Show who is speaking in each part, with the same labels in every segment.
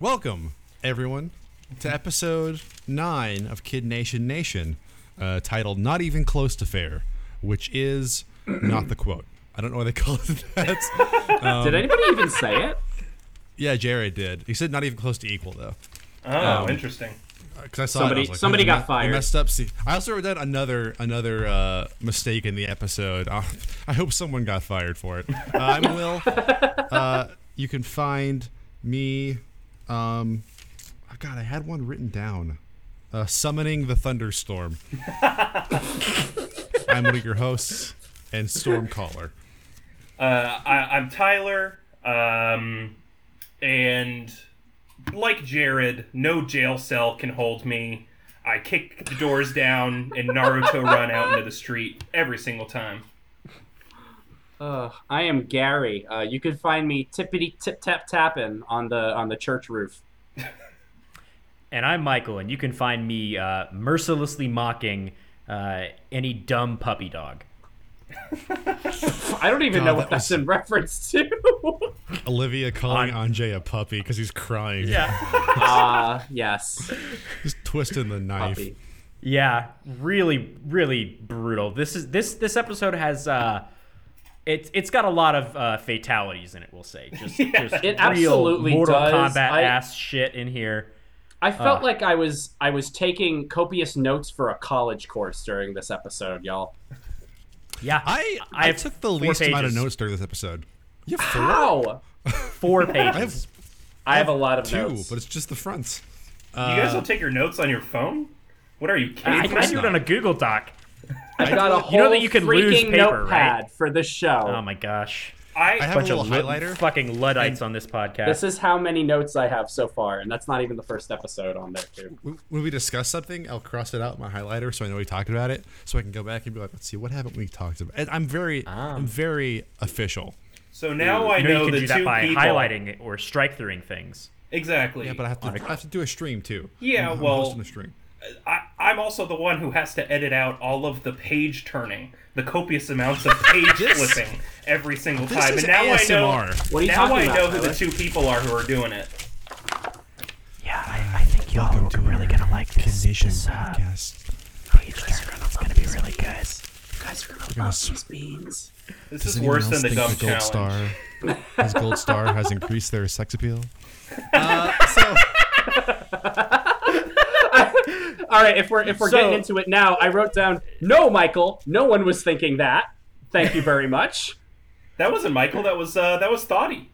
Speaker 1: Welcome, everyone, to episode nine of Kid Nation Nation, uh, titled Not Even Close to Fair, which is not the quote. I don't know why they call it that.
Speaker 2: Did anybody even say it?
Speaker 1: yeah, Jared did. He said not even close to equal, though. Um,
Speaker 3: Oh, interesting.
Speaker 1: Because I saw it, I
Speaker 2: Somebody-
Speaker 1: was like,
Speaker 2: somebody
Speaker 1: "Wait,
Speaker 2: got
Speaker 1: I me- I
Speaker 2: fired."
Speaker 1: messed up. See, I also read that another another uh, mistake in the episode. Uh, I hope someone got fired for it. Uh, I'm Will. Uh, you can find me. Um, oh God, I had one written down. Uh, summoning the thunderstorm. I'm one of your hosts and Stormcaller.
Speaker 3: Uh, I, I'm Tyler, um, and like Jared, no jail cell can hold me. I kick the doors down and Naruto run out into the street every single time.
Speaker 2: Uh, I am Gary. Uh, you can find me tippity tip tap tapping on the on the church roof.
Speaker 4: And I'm Michael, and you can find me uh, mercilessly mocking uh, any dumb puppy dog.
Speaker 2: I don't even
Speaker 1: God,
Speaker 2: know
Speaker 1: that
Speaker 2: what that's
Speaker 1: was-
Speaker 2: in reference to.
Speaker 1: Olivia calling Anjay a puppy because he's crying.
Speaker 4: Yeah.
Speaker 2: Ah, yes,
Speaker 1: He's twisting the knife.
Speaker 2: puppy.
Speaker 4: yeah. Really, really brutal. This is this this episode has uh, it's it's got a lot of uh, fatalities in it. We'll say just, just
Speaker 2: It
Speaker 4: real
Speaker 2: absolutely
Speaker 4: Mortal
Speaker 2: does.
Speaker 4: Kombat
Speaker 2: I-
Speaker 4: ass shit in here.
Speaker 2: I felt
Speaker 4: Uh.
Speaker 2: like I was I was taking copious notes for a college course during this episode, y'all.
Speaker 4: Yeah.
Speaker 1: I
Speaker 4: I
Speaker 1: I,
Speaker 4: have
Speaker 1: took the
Speaker 4: four
Speaker 1: least amount of
Speaker 4: pages.
Speaker 1: notes during this episode. You have four?
Speaker 2: Wow,
Speaker 4: four pages.
Speaker 2: I have a lot of
Speaker 1: two,
Speaker 2: notes.
Speaker 1: but it's just the fronts.
Speaker 3: you guys will take your notes on your phone? What are you
Speaker 4: Uh, I,
Speaker 3: kidding?
Speaker 4: I, do it on a Google Doc.
Speaker 2: I've got a whole
Speaker 4: You know that you can
Speaker 2: freaking
Speaker 4: lose paper,
Speaker 2: notepad for the show.
Speaker 4: Oh my gosh.
Speaker 3: I,
Speaker 1: I have
Speaker 4: Bunch
Speaker 1: a little
Speaker 4: of lit-
Speaker 1: highlighter.
Speaker 4: fucking luddites on this podcast.
Speaker 2: This is how many notes I have so far, and that's not even the first episode on there too.
Speaker 1: When- When we discuss something, I'll cross it out in my highlighter so I know we talked about it, so I can go back and be like, let's see, what haven't we talked about? And I'm very, I'm very official.
Speaker 3: so now I
Speaker 4: you know
Speaker 3: know the
Speaker 4: you can do
Speaker 3: two
Speaker 4: that by
Speaker 3: people.
Speaker 4: highlighting it or strike throughing things.
Speaker 3: Exactly.
Speaker 1: Yeah, but I have to, I have to do a stream too.
Speaker 3: Yeah,
Speaker 1: I'm,
Speaker 3: well-
Speaker 1: I'm hosting a stream.
Speaker 3: I, I'm also the one who has to edit out all of the page turning, the copious amounts of page flipping every single
Speaker 1: This
Speaker 3: time.
Speaker 1: is
Speaker 3: and now I know.
Speaker 1: ASMR.
Speaker 2: What are you
Speaker 3: now
Speaker 2: talking
Speaker 3: I
Speaker 2: about?
Speaker 3: know who
Speaker 2: Tyler?
Speaker 3: the two people are who are doing it.
Speaker 5: Yeah, I, I think y'all are really gonna like this.
Speaker 1: Nation
Speaker 5: this uh,
Speaker 1: podcast.
Speaker 5: beef jerky. It's gonna be really good.
Speaker 1: We're gonna s-
Speaker 2: beans.
Speaker 3: This
Speaker 1: Does
Speaker 3: is
Speaker 1: anyone
Speaker 3: worse than
Speaker 1: else
Speaker 3: the
Speaker 1: think
Speaker 3: Gump
Speaker 1: Gold
Speaker 3: Challenge.
Speaker 1: Star, his Gold Star has increased their sex appeal. Uh, so,
Speaker 2: All right, if we're if we're
Speaker 4: So-
Speaker 2: getting into it now, I wrote down no, Michael. No one was thinking that. Thank you very much.
Speaker 3: That wasn't Michael. That was uh, that was Thoughty,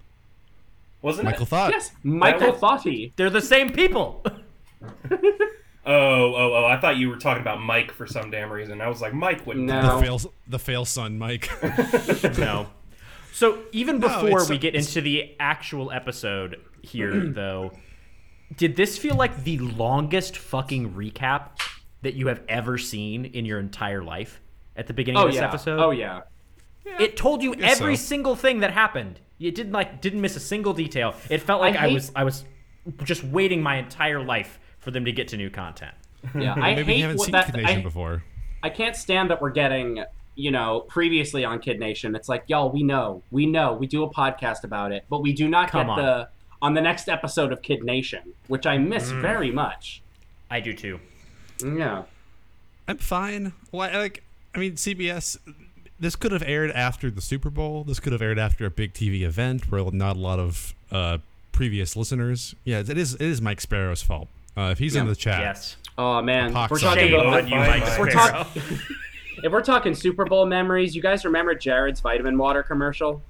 Speaker 3: wasn't
Speaker 1: Michael
Speaker 3: it?
Speaker 1: thought.
Speaker 2: Yes, Michael
Speaker 3: was-
Speaker 2: Thoughty.
Speaker 4: They're the same people.
Speaker 3: Oh, oh, oh! I thought you were talking about Mike for some damn reason. I was like, Mike wouldn't. do
Speaker 1: The
Speaker 2: No.
Speaker 1: fail, the fail son, Mike.
Speaker 4: no. So even before
Speaker 1: it's-
Speaker 4: we get into the actual episode here, though, did this feel like the longest fucking recap that you have ever seen in your entire life? At the beginning
Speaker 2: Oh
Speaker 4: of this
Speaker 2: yeah.
Speaker 4: episode,
Speaker 2: Oh yeah.
Speaker 4: it told you
Speaker 1: guess
Speaker 4: every
Speaker 1: so.
Speaker 4: single thing that happened. You didn't like didn't miss a single detail. It felt like I,
Speaker 2: hate-
Speaker 4: was I was just waiting my entire life for them to get to new content.
Speaker 2: Yeah. I
Speaker 1: Hmm, Maybe you
Speaker 2: hate
Speaker 1: haven't
Speaker 2: what
Speaker 1: seen
Speaker 2: that.
Speaker 1: Kid Nation
Speaker 2: I,
Speaker 1: before.
Speaker 2: I can't stand that we're getting. You know, previously on Kid Nation, it's like, y'all, we know, we know, we do a podcast about it, but we do not
Speaker 4: Come
Speaker 2: get
Speaker 4: on.
Speaker 2: the on the next episode of Kid Nation, which I miss
Speaker 1: Hmm.
Speaker 2: very much.
Speaker 4: I do too.
Speaker 2: Yeah.
Speaker 1: I'm fine. Like, like I mean, CBS. This could have aired after the Super Bowl. This could have aired after a big TV event where not a lot of uh, previous listeners. Yeah, it is. It is Mike Sparrow's fault. Uh, if he's in the chat,
Speaker 4: Yes.
Speaker 2: Oh man,
Speaker 1: Pox
Speaker 2: we're
Speaker 1: on
Speaker 2: talking
Speaker 4: Shame
Speaker 3: you.
Speaker 2: about
Speaker 4: on you,
Speaker 3: Fine,
Speaker 4: Mike
Speaker 3: fine.
Speaker 4: Sparrow.
Speaker 3: We're
Speaker 2: if we're talking Super Bowl memories, you guys remember Jared's vitamin water commercial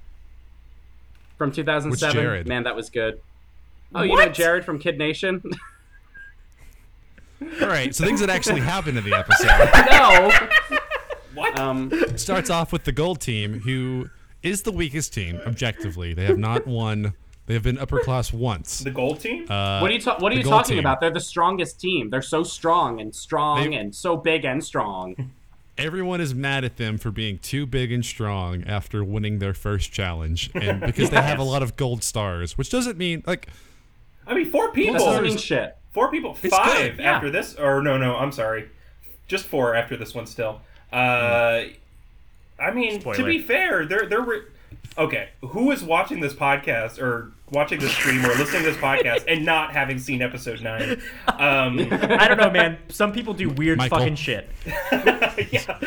Speaker 2: from 2007?
Speaker 1: Which Jared?
Speaker 2: Man, that was good. Oh, you know Jared from Kid Nation?
Speaker 1: All right. So things that actually happened in the episode
Speaker 2: no.
Speaker 3: What?
Speaker 2: Um,
Speaker 1: It starts off with the gold team, who is the weakest team objectively. They have not won. They have been upper class once.
Speaker 3: The gold team.
Speaker 1: Uh,
Speaker 2: what are you ta- What are
Speaker 1: the
Speaker 2: you
Speaker 1: gold
Speaker 2: talking
Speaker 1: team.
Speaker 2: about? They're the strongest team. They're so strong and strong
Speaker 1: They-
Speaker 2: and so big and strong.
Speaker 1: Everyone is mad at them for being too big and strong after winning their first challenge, and because they have a lot of gold stars, which doesn't mean like
Speaker 3: I mean, four
Speaker 2: That doesn't
Speaker 3: people.
Speaker 2: mean shit.
Speaker 3: Four people.
Speaker 1: It's
Speaker 3: Five
Speaker 1: good,
Speaker 4: yeah.
Speaker 3: after this. Or no, no. I'm sorry. Just four after this one. Still. Uh, I mean, to
Speaker 4: Spoiler.
Speaker 3: be fair, they're they're. Re- okay, who is watching this podcast or watching this stream or listening to this podcast and not having seen episode nine. Um,
Speaker 4: I don't know, man. Some people do weird
Speaker 1: Michael.
Speaker 4: fucking shit.
Speaker 3: yeah.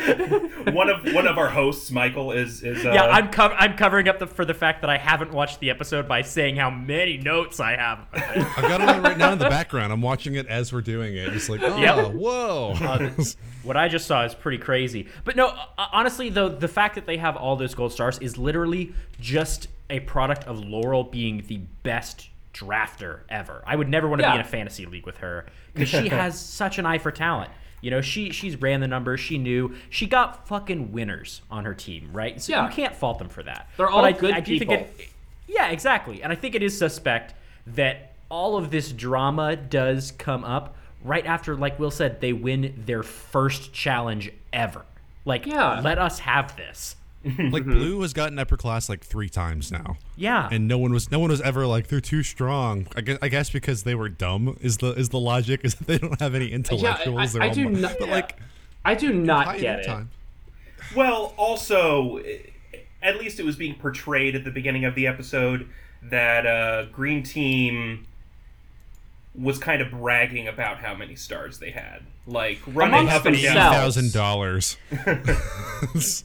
Speaker 3: one of one of our hosts, Michael, is is uh,
Speaker 4: Yeah, I'm cov- I'm covering up the, for the fact that I haven't watched the episode by saying how many notes I have.
Speaker 1: I've got it on right now in the background. I'm watching it as we're doing it. It's like, oh,
Speaker 4: Yep.
Speaker 1: whoa.
Speaker 2: Uh,
Speaker 4: what I just saw is pretty crazy. But no, uh, honestly, though, the fact that they have all those gold stars is literally just a product of Laurel being the best drafter ever. I would never want to
Speaker 2: Yeah.
Speaker 4: be in a fantasy league with her because she has such an eye for talent. You know, she she's ran the numbers. She knew she got fucking winners on her team, right? So
Speaker 2: Yeah.
Speaker 4: you can't fault them for that.
Speaker 2: They're
Speaker 4: But
Speaker 2: all
Speaker 4: I,
Speaker 2: good
Speaker 4: I do
Speaker 2: people.
Speaker 4: Think it, yeah, exactly. And I think it is suspect that all of this drama does come up right after, like Will said, they win their first challenge ever. Like,
Speaker 2: Yeah.
Speaker 4: let us have this.
Speaker 1: like Blue has gotten upper class like three times now.
Speaker 4: Yeah.
Speaker 1: And no one was no one was ever like they're too strong. I guess, I guess because they were dumb is the is the logic is that they don't have any intellectuals.
Speaker 2: I-
Speaker 1: They're
Speaker 2: I
Speaker 1: all
Speaker 2: do
Speaker 1: mu-
Speaker 2: not-
Speaker 1: but like
Speaker 2: I do not
Speaker 1: high
Speaker 2: get it.
Speaker 1: time.
Speaker 3: Well, also, eh, at least it was being portrayed at the beginning of the episode that uh, Green Team was kind of bragging about how many stars they had. Like running
Speaker 2: Amongst
Speaker 3: up and
Speaker 1: Eight
Speaker 3: down.
Speaker 2: themselves.
Speaker 1: thousand dollars.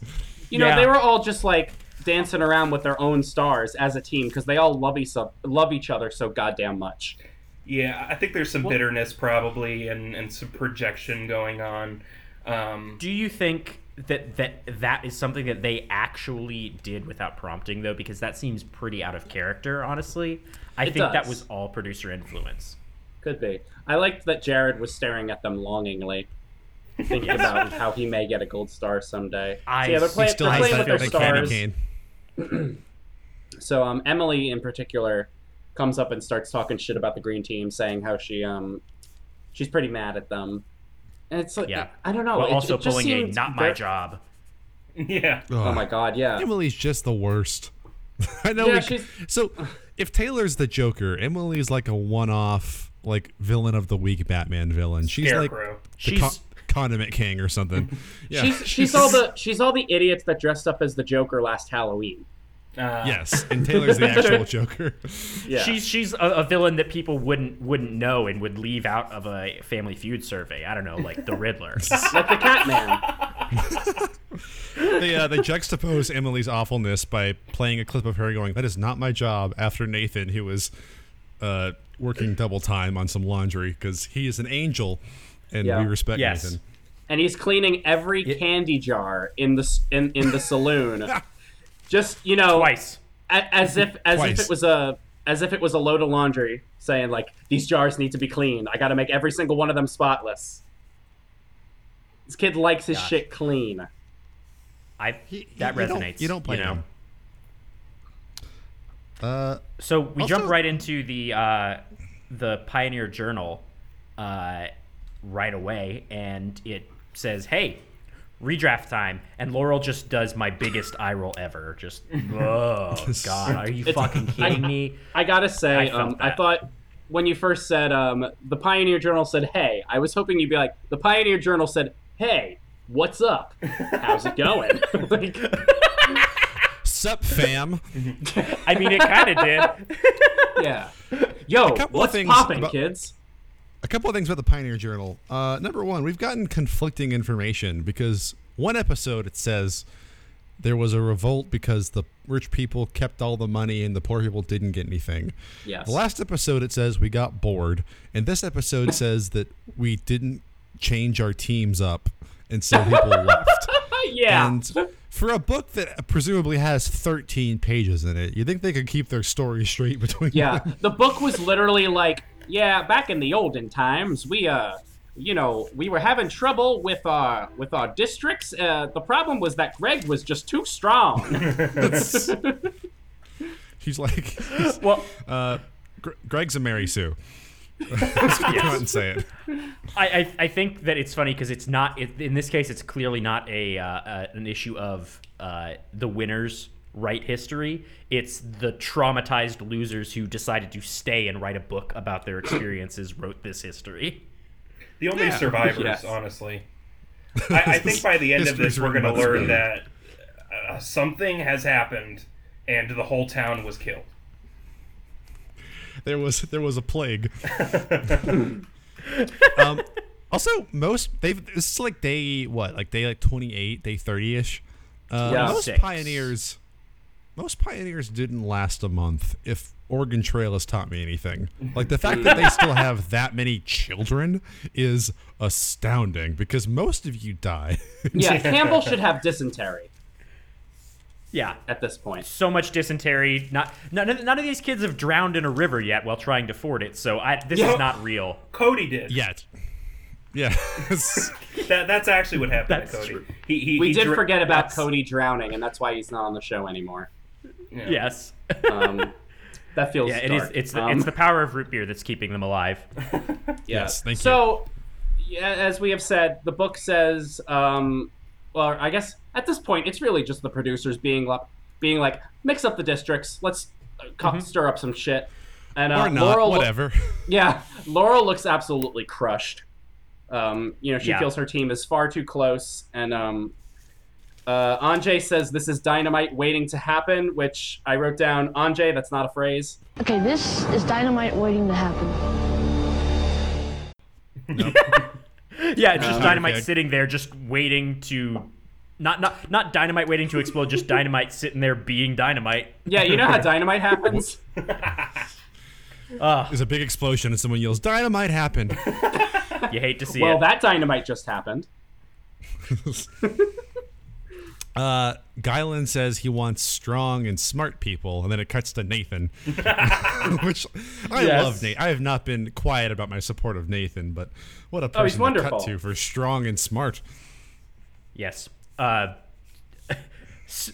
Speaker 2: You know, they
Speaker 4: Yeah.
Speaker 2: were all just like dancing around with their own stars as a team because they all love each love each other so goddamn much.
Speaker 3: Yeah, I think there's some bitterness probably and, and some projection going on. Um,
Speaker 4: Do you think that that that is something that they actually did without prompting though? Because that seems pretty out of character, honestly. I think that
Speaker 2: does.
Speaker 4: was all producer influence.
Speaker 2: Could be. I liked that Jared was staring at them longingly, thinking about how he may get a gold star someday. So,
Speaker 4: I-
Speaker 2: yeah, they're,
Speaker 4: he
Speaker 2: play,
Speaker 1: Still
Speaker 2: they're
Speaker 1: has
Speaker 2: playing
Speaker 1: that,
Speaker 2: with their
Speaker 1: that candy
Speaker 2: stars.
Speaker 1: cane.
Speaker 2: So um, Emily in particular comes up and starts talking shit about the green team, saying how she um she's pretty mad at them. And it's like
Speaker 4: Yeah.
Speaker 2: I don't know.
Speaker 4: While
Speaker 2: Oh, it-
Speaker 4: also
Speaker 2: it just
Speaker 4: pulling a
Speaker 2: seems
Speaker 4: not my
Speaker 2: ver-
Speaker 4: job.
Speaker 3: yeah.
Speaker 2: Oh my god, yeah.
Speaker 1: Emily's just the worst. I know.
Speaker 2: Yeah,
Speaker 1: we-
Speaker 2: she's-
Speaker 1: So, if Taylor's the Joker, Emily's like a one-off, like villain of the week Batman villain. She's
Speaker 3: Scarecrow.
Speaker 1: like the
Speaker 4: She's-
Speaker 1: condiment king or something. Yeah.
Speaker 2: She's she's all the she's all the idiots that dressed up as the Joker last Halloween.
Speaker 3: Uh,
Speaker 1: yes, and Taylor's the actual Joker.
Speaker 2: Yeah.
Speaker 4: She's she's a, a villain that people wouldn't wouldn't know and would leave out of a Family Feud survey. I don't know, like the Riddler.
Speaker 2: like the Catman.
Speaker 1: They uh, they juxtapose Emily's awfulness by playing a clip of her going, "That is not my job." After Nathan, who was uh, working double time on some laundry because he is an angel, and
Speaker 2: Yeah.
Speaker 1: we respect
Speaker 4: Yes.
Speaker 1: Nathan.
Speaker 2: and he's cleaning every candy jar in the s- in, in the saloon. Just you know,
Speaker 4: Twice.
Speaker 2: a- as if as
Speaker 1: Twice.
Speaker 2: if it was a as if it was a load of laundry, saying like these jars need to be clean. I got to make every single one of them spotless. This kid likes his shit clean.
Speaker 4: I that
Speaker 1: You
Speaker 4: resonates.
Speaker 1: don't- You don't play
Speaker 4: know?
Speaker 1: him. Uh,
Speaker 4: So we
Speaker 1: Also-
Speaker 4: jump right into the uh, the Pioneer Journal uh, right away, and it says, "Hey, redraft time." And Laurel just does my biggest eye roll ever. Just, oh god, are you fucking kidding me?
Speaker 2: I gotta say,
Speaker 4: I
Speaker 2: I,
Speaker 4: felt
Speaker 2: um, I
Speaker 4: that.
Speaker 2: thought when you first said um, the Pioneer Journal said, "Hey," I was hoping you'd be like, "The Pioneer Journal said, hey, what's up? How's it going?" Like,
Speaker 1: Sup, fam.
Speaker 4: I mean, it kind of did.
Speaker 2: yeah. Yo,
Speaker 1: couple of
Speaker 2: what's
Speaker 1: things
Speaker 2: popping,
Speaker 1: about-
Speaker 2: kids?
Speaker 1: A couple of things about the Pioneer Journal. Uh, number one, we've gotten conflicting information because one episode it says there was a revolt because the rich people kept all the money and the poor people didn't get anything.
Speaker 2: Yes.
Speaker 1: The last episode it says we got bored, and this episode says that we didn't change our teams up, and so people left.
Speaker 2: yeah.
Speaker 1: And for a book that presumably has 13 pages in it, you think they could keep their story straight between
Speaker 2: yeah.
Speaker 1: them?
Speaker 2: The book was literally like, yeah, back in the olden times, we uh you know, we were having trouble with our with our districts. Uh, the problem was that Greg was just too strong.
Speaker 1: He's like,
Speaker 4: Well,
Speaker 1: Gre- Greg's a Mary Sue. Let's go out and say it.
Speaker 4: I, I, I think that it's funny because it's not it, in this case it's clearly not a uh, uh, an issue of uh, the winners write history it's the traumatized losers who decided to stay and write a book about their experiences wrote this history
Speaker 3: The only survivors,
Speaker 2: Yes.
Speaker 3: honestly. I, I think by the end of this,
Speaker 1: History's
Speaker 3: we're going to
Speaker 1: written by the
Speaker 3: learn that uh, something has happened and the whole town was killed.
Speaker 1: there was there was a plague. um, also, most they've this is like day what like day like twenty eight, day thirty ish. Uh,
Speaker 2: Yeah.
Speaker 1: most
Speaker 4: Six.
Speaker 1: pioneers, most pioneers didn't last a month. If Oregon Trail has taught me anything, like the fact that they still have that many children is astounding because most of you die.
Speaker 2: Yeah, Campbell should have dysentery
Speaker 4: Yeah.
Speaker 2: at this point.
Speaker 4: So much dysentery. Not none of, none of these kids have drowned in a river yet while trying to ford it. So I, this
Speaker 3: Yeah.
Speaker 4: is not real.
Speaker 3: Cody did.
Speaker 1: Yet, yeah, it's-
Speaker 3: That, that's actually what happened to
Speaker 4: That's
Speaker 3: Cody.
Speaker 4: true.
Speaker 3: He, he,
Speaker 2: We
Speaker 3: he
Speaker 2: did
Speaker 3: dr-
Speaker 2: forget about
Speaker 3: that's-
Speaker 2: Cody drowning, and that's why he's not on the show anymore.
Speaker 3: Yeah.
Speaker 4: Yes.
Speaker 2: Um, that feels
Speaker 4: Yeah, it is.
Speaker 2: dark.
Speaker 4: It's the,
Speaker 2: Um,
Speaker 4: it's the power of root beer that's keeping them alive.
Speaker 2: Yeah.
Speaker 1: Yes, thank you.
Speaker 2: so, yeah, as we have said, the book says, um, well, I guess at this point, it's really just the producers being like, being like, mix up the districts, let's uh, co- stir up some shit. And uh,
Speaker 1: Mm-hmm. or not,
Speaker 2: Laurel,
Speaker 1: whatever.
Speaker 2: yeah, Laurel looks absolutely crushed. Um, you know, she
Speaker 4: Yeah.
Speaker 2: feels her team is far too close, and um, uh, Anjay says this is dynamite waiting to happen. Which I wrote down, Anjay. That's not a phrase.
Speaker 6: Okay, this is dynamite waiting to happen.
Speaker 4: Yeah, it's just
Speaker 2: Um,
Speaker 4: dynamite
Speaker 1: okay.
Speaker 4: sitting there, just waiting to, not not not dynamite waiting to explode, just dynamite sitting there being dynamite.
Speaker 2: Yeah, you know how dynamite happens.
Speaker 1: There's a big explosion and someone yells, "Dynamite happened!"
Speaker 4: You hate to see
Speaker 2: Well,
Speaker 4: it.
Speaker 2: that dynamite just happened.
Speaker 1: Uh, Guylin says he wants strong and smart people, and then it cuts to Nathan, which I
Speaker 4: Yes.
Speaker 1: love. Nate, I have not been quiet about my support of Nathan, but what a person
Speaker 2: Oh, he's
Speaker 1: to
Speaker 2: wonderful.
Speaker 1: cut to for strong and smart.
Speaker 4: yes. Uh, s-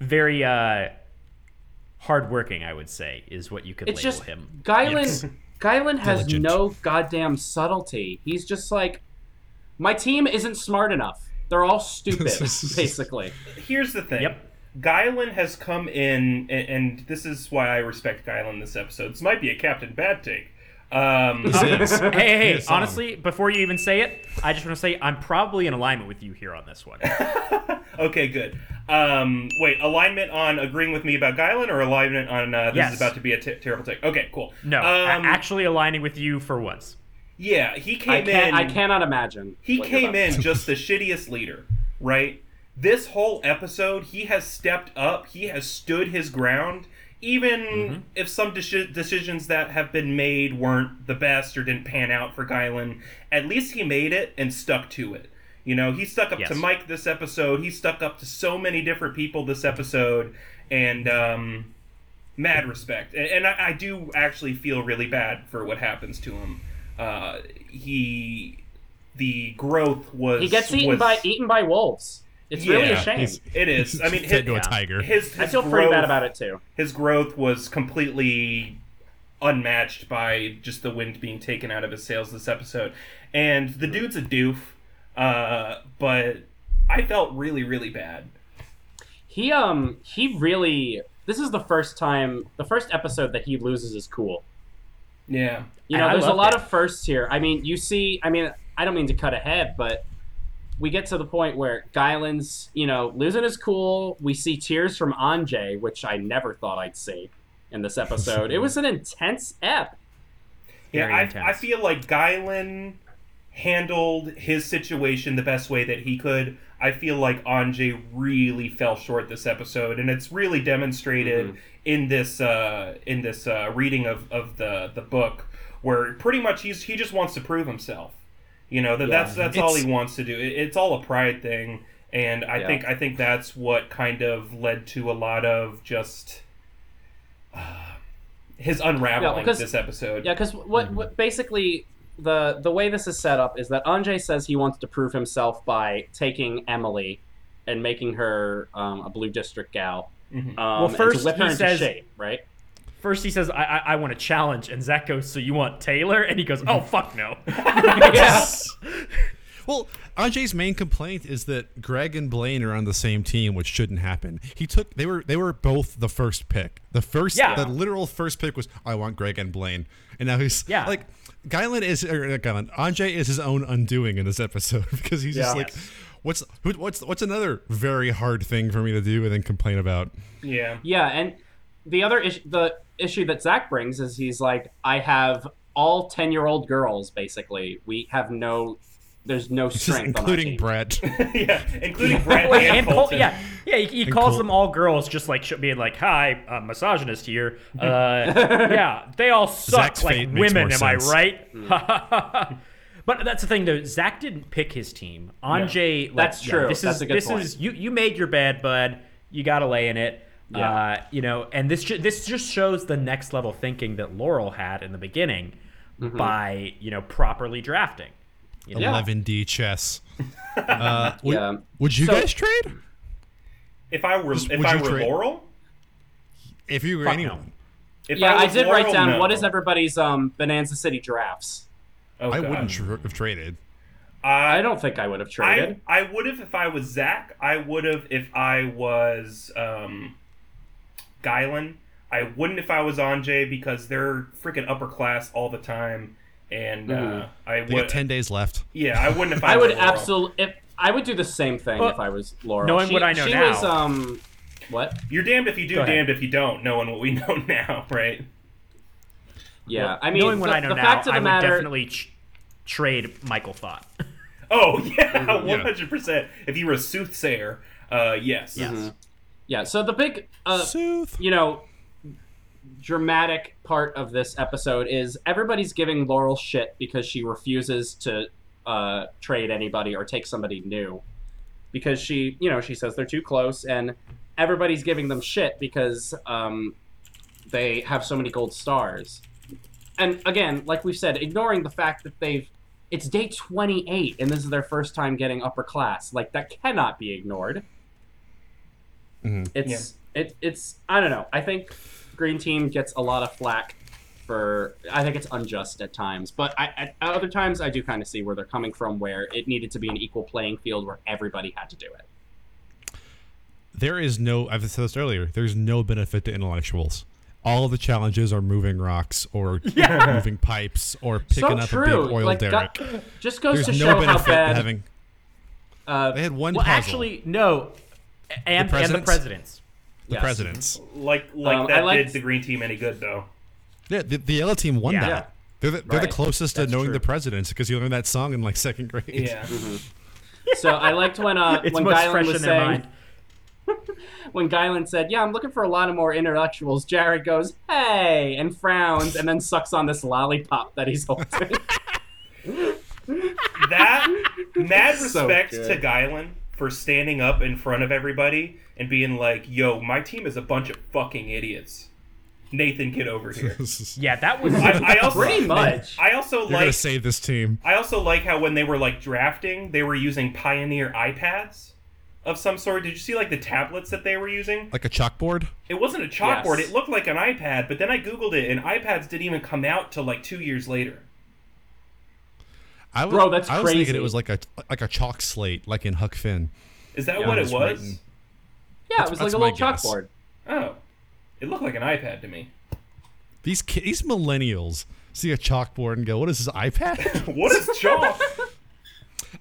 Speaker 4: very uh, hardworking, I would say, is what you could
Speaker 2: It's
Speaker 4: label
Speaker 2: just
Speaker 4: him.
Speaker 2: Guylin.
Speaker 1: Yes.
Speaker 2: Guylin has
Speaker 1: Diligent.
Speaker 2: no goddamn subtlety. He's just like, my team isn't smart enough. They're all stupid, basically.
Speaker 3: Here's the thing.
Speaker 4: Yep.
Speaker 3: Guylin has come in, and, and this is why I respect Guylin this episode. This might be a Captain Bad take. Um,
Speaker 1: Yes.
Speaker 4: Hey, hey, hey
Speaker 1: Yes, um,
Speaker 4: honestly, before you even say it, I just want to say I'm probably in alignment with you here on this one.
Speaker 3: okay, good. Um, wait, alignment on agreeing with me about Guylin or alignment on uh, this
Speaker 4: Yes.
Speaker 3: is about to be a t- terrible take? Okay, cool.
Speaker 4: No, a-
Speaker 3: Um,
Speaker 4: actually aligning with you for once.
Speaker 3: yeah, he came
Speaker 2: I can't.
Speaker 3: in.
Speaker 2: I cannot imagine.
Speaker 3: He
Speaker 2: what you're
Speaker 3: came
Speaker 2: about-
Speaker 3: in just the shittiest leader, right? This whole episode, he has stepped up. He has stood his ground, even
Speaker 2: Mm-hmm.
Speaker 3: if some deci- decisions that have been made weren't the best or didn't pan out for Guylin. At least he made it and stuck to it. You know, he stuck up to
Speaker 4: Yes.
Speaker 3: Mike this episode. He stuck up to so many different people this episode, and um, mad respect. And, and I, I do actually feel really bad for what happens to him. Uh, he the growth was
Speaker 2: He gets eaten
Speaker 3: was-
Speaker 2: by eaten by wolves. It's really a
Speaker 3: Yeah,
Speaker 2: shame.
Speaker 1: he's-
Speaker 3: It is. I mean, his,
Speaker 1: fed to a tiger.
Speaker 3: his, his
Speaker 2: I feel
Speaker 3: growth,
Speaker 2: pretty bad about it too.
Speaker 3: His growth was completely unmatched by just the wind being taken out of his sails this episode, and the dude's a doof. Uh, but I felt really, really bad.
Speaker 2: He um he really. This is the first time, the first episode that he loses his cool.
Speaker 3: Yeah.
Speaker 2: You
Speaker 4: And
Speaker 2: know,
Speaker 4: I
Speaker 2: there's a
Speaker 4: love
Speaker 2: lot
Speaker 4: that.
Speaker 2: of firsts here. I mean, you see, I mean, I don't mean to cut ahead, but we get to the point where Guylin's, you know, losing his cool. We see tears from Anjay, which I never thought I'd see in this episode. it was an intense ep.
Speaker 4: Very
Speaker 3: yeah, I, I
Speaker 4: intense.
Speaker 3: feel like Guylin handled his situation the best way that he could. I feel like Anjay really fell short this episode, and it's really demonstrated
Speaker 2: Mm-hmm.
Speaker 3: in this uh, in this uh, reading of, of the the book, where pretty much he's he just wants to prove himself. You know that that's that's all he
Speaker 1: It's-
Speaker 3: wants to do. It, it's all a pride thing, and I
Speaker 2: Yeah.
Speaker 3: think I think that's what kind of led to a lot of just. Uh, his unraveling
Speaker 2: because-
Speaker 3: this episode.
Speaker 2: Yeah, because what, what basically the the way this is set up is that Anjay says he wants to prove himself by taking Emily and making her um, a blue district gal. Um, and to
Speaker 4: Mm-hmm. first
Speaker 2: whip her
Speaker 4: he
Speaker 2: into
Speaker 4: says-
Speaker 2: shape, right?
Speaker 4: First, he says, I, I, I want a challenge. And Zach goes, So you want Taylor? And he goes, Oh, fuck no.
Speaker 2: Yes.
Speaker 1: Well, Ajay's main complaint is that Greg and Blaine are on the same team, which shouldn't happen. He took they were they were both the first pick. The first
Speaker 4: Yeah.
Speaker 1: the literal first pick was I want Greg and Blaine. And now he's
Speaker 4: Yeah.
Speaker 1: like Guylin is or not Guylin, Ajay is his own undoing in this episode because he's just
Speaker 2: Yeah.
Speaker 1: like what's who, what's what's another very hard thing for me to do and then complain about.
Speaker 3: yeah.
Speaker 2: Yeah, and the other issue, the issue that Zach brings is he's like, I have all ten year old girls. Basically, we have no, there's no strength, on our
Speaker 1: including
Speaker 2: team.
Speaker 1: Brett.
Speaker 3: yeah, including Brett
Speaker 4: Wait,
Speaker 3: and,
Speaker 4: and Col-
Speaker 3: Colton.
Speaker 4: yeah, yeah. He, he calls
Speaker 1: Col-
Speaker 4: them all girls, just like sh- being like, "Hi, uh, misogynist here." Uh, yeah, they all suck
Speaker 1: Zach's
Speaker 4: like
Speaker 1: fate makes
Speaker 4: women. Am
Speaker 1: more sense.
Speaker 4: I right? but that's the thing, though. Zach didn't pick his team. Anjay, like,
Speaker 2: That's
Speaker 4: yeah,
Speaker 2: true.
Speaker 4: this
Speaker 2: That's
Speaker 4: is
Speaker 2: a good
Speaker 4: this
Speaker 2: point.
Speaker 4: is you. You made your bed, bud. You got to lay in it.
Speaker 2: Yeah.
Speaker 4: Uh, you know, and this ju- this just shows the next level thinking that Laurel had in the beginning
Speaker 2: Mm-hmm.
Speaker 4: by you know properly drafting.
Speaker 1: 11D chess. Uh, would,
Speaker 2: Yeah.
Speaker 1: would you
Speaker 4: So-
Speaker 1: guys trade?
Speaker 3: If I were, if
Speaker 1: would
Speaker 3: I
Speaker 1: you
Speaker 3: were
Speaker 1: trade-
Speaker 3: Laurel,
Speaker 1: If you were
Speaker 4: Fuck no.
Speaker 1: anyone.
Speaker 3: if
Speaker 2: Yeah, I
Speaker 3: was
Speaker 2: did
Speaker 3: Laurel,
Speaker 2: write down
Speaker 3: no.
Speaker 2: what is everybody's um Bonanza City drafts.
Speaker 3: Oh,
Speaker 1: I
Speaker 3: God.
Speaker 1: wouldn't tr- have traded.
Speaker 3: I,
Speaker 2: I don't think I would have
Speaker 3: I,
Speaker 2: traded.
Speaker 3: I would have if I was Zach. I would have if I was um, Guylin. I wouldn't if I was Anjay because they're freaking upper class all the time, and uh,
Speaker 2: Mhm.
Speaker 3: I
Speaker 1: They got
Speaker 3: would.
Speaker 1: 10 days left.
Speaker 3: yeah, I wouldn't if I.
Speaker 2: I would
Speaker 3: were Laurel.
Speaker 2: absolutely if I would do the same thing
Speaker 4: Well,
Speaker 2: if I was Laurel.
Speaker 4: knowing
Speaker 2: she,
Speaker 4: what I know
Speaker 2: she
Speaker 4: now.
Speaker 2: was um, what?
Speaker 3: You're damned if you do,
Speaker 4: Go ahead.
Speaker 3: damned if you don't. Knowing what we know now, right?
Speaker 2: Yeah, I mean,
Speaker 4: knowing what
Speaker 2: the,
Speaker 4: I know
Speaker 2: the
Speaker 4: now,
Speaker 2: fact of
Speaker 4: I
Speaker 2: the
Speaker 4: would
Speaker 2: matter,
Speaker 4: definitely ch- trade Michael Thought.
Speaker 3: Oh yeah,
Speaker 1: Yeah.
Speaker 3: one hundred percent. If you were a soothsayer, uh, yes.
Speaker 4: yes.
Speaker 2: yeah. So the big uh,
Speaker 1: Sooth.
Speaker 2: you know, dramatic part of this episode is everybody's giving Laurel shit because she refuses to uh, trade anybody or take somebody new. Because she, you know, she says they're too close, and everybody's giving them shit because um, they have so many gold stars. And again, like we've said, ignoring the fact that they've. It's day 28, and this is their first time getting upper class. Like, that cannot be ignored it's it, it's I don't know. I think Green Team gets a lot of flack for I think it's unjust at times, but I, at at other times I do kind of see where they're coming from, where it needed to be an equal playing field where everybody had to do it.
Speaker 1: There is no, I've said this earlier, there's no benefit to intellectuals. All the challenges are moving rocks or moving pipes or picking
Speaker 2: so
Speaker 1: up
Speaker 2: true.
Speaker 1: a big oil
Speaker 2: like,
Speaker 1: derrick.
Speaker 2: God- just goes
Speaker 1: There's
Speaker 2: to
Speaker 1: no
Speaker 2: show how
Speaker 1: benefit to
Speaker 2: bad.
Speaker 1: having.
Speaker 2: uh,
Speaker 1: They had one
Speaker 4: Well,
Speaker 1: puzzle.
Speaker 4: actually, no. A- And the and the
Speaker 1: presidents?
Speaker 4: presidents.
Speaker 1: the
Speaker 2: yes.
Speaker 1: presidents.
Speaker 3: Like like
Speaker 2: Um, I
Speaker 3: that
Speaker 2: liked-
Speaker 3: did the green team any good though.
Speaker 1: Yeah, the, the yellow team won
Speaker 4: Yeah.
Speaker 1: that. They're the, they're
Speaker 2: Right.
Speaker 1: the closest
Speaker 4: That's
Speaker 1: to knowing
Speaker 4: true.
Speaker 1: the presidents because you learned that song in like second grade.
Speaker 3: Yeah.
Speaker 2: So I liked when uh,
Speaker 4: It's
Speaker 2: when
Speaker 4: most
Speaker 2: Guylin
Speaker 4: fresh
Speaker 2: was
Speaker 4: in their
Speaker 2: saying
Speaker 4: mind.
Speaker 2: when Guylin said, "Yeah, I'm looking for a lot of more intellectuals." Jared goes, "Hey," and frowns, and then sucks on this lollipop that he's holding.
Speaker 3: that mad
Speaker 2: So
Speaker 3: respect
Speaker 2: good.
Speaker 3: to Guylin for standing up in front of everybody and being like, "Yo, my team is a bunch of fucking idiots." Nathan, get over here.
Speaker 4: Yeah, that was.
Speaker 3: I, I also
Speaker 2: Pretty much.
Speaker 3: I also
Speaker 1: You're gonna
Speaker 3: like
Speaker 1: save this team.
Speaker 3: I also like how when they were like drafting, they were using Pioneer iPads of some sort. Did you see like the tablets that they were using?
Speaker 1: Like a chalkboard.
Speaker 3: It wasn't a chalkboard.
Speaker 2: Yes.
Speaker 3: It looked like an iPad, but then I googled it, and iPads didn't even come out till like two years later.
Speaker 1: I was,
Speaker 2: Bro, that's
Speaker 1: I was thinking
Speaker 2: crazy.
Speaker 1: it was like a like a chalk slate, like in Huck Finn.
Speaker 3: Is that
Speaker 2: Yeah,
Speaker 3: what
Speaker 2: it
Speaker 3: it
Speaker 2: was
Speaker 3: was?
Speaker 1: written.
Speaker 2: yeah, it was like
Speaker 1: That's
Speaker 2: a
Speaker 1: my
Speaker 2: little
Speaker 1: guess.
Speaker 2: chalkboard.
Speaker 3: Oh, it looked like an iPad to me.
Speaker 1: These ki- these millennials see a chalkboard and go, "What is this iPad?"
Speaker 3: What is chalk?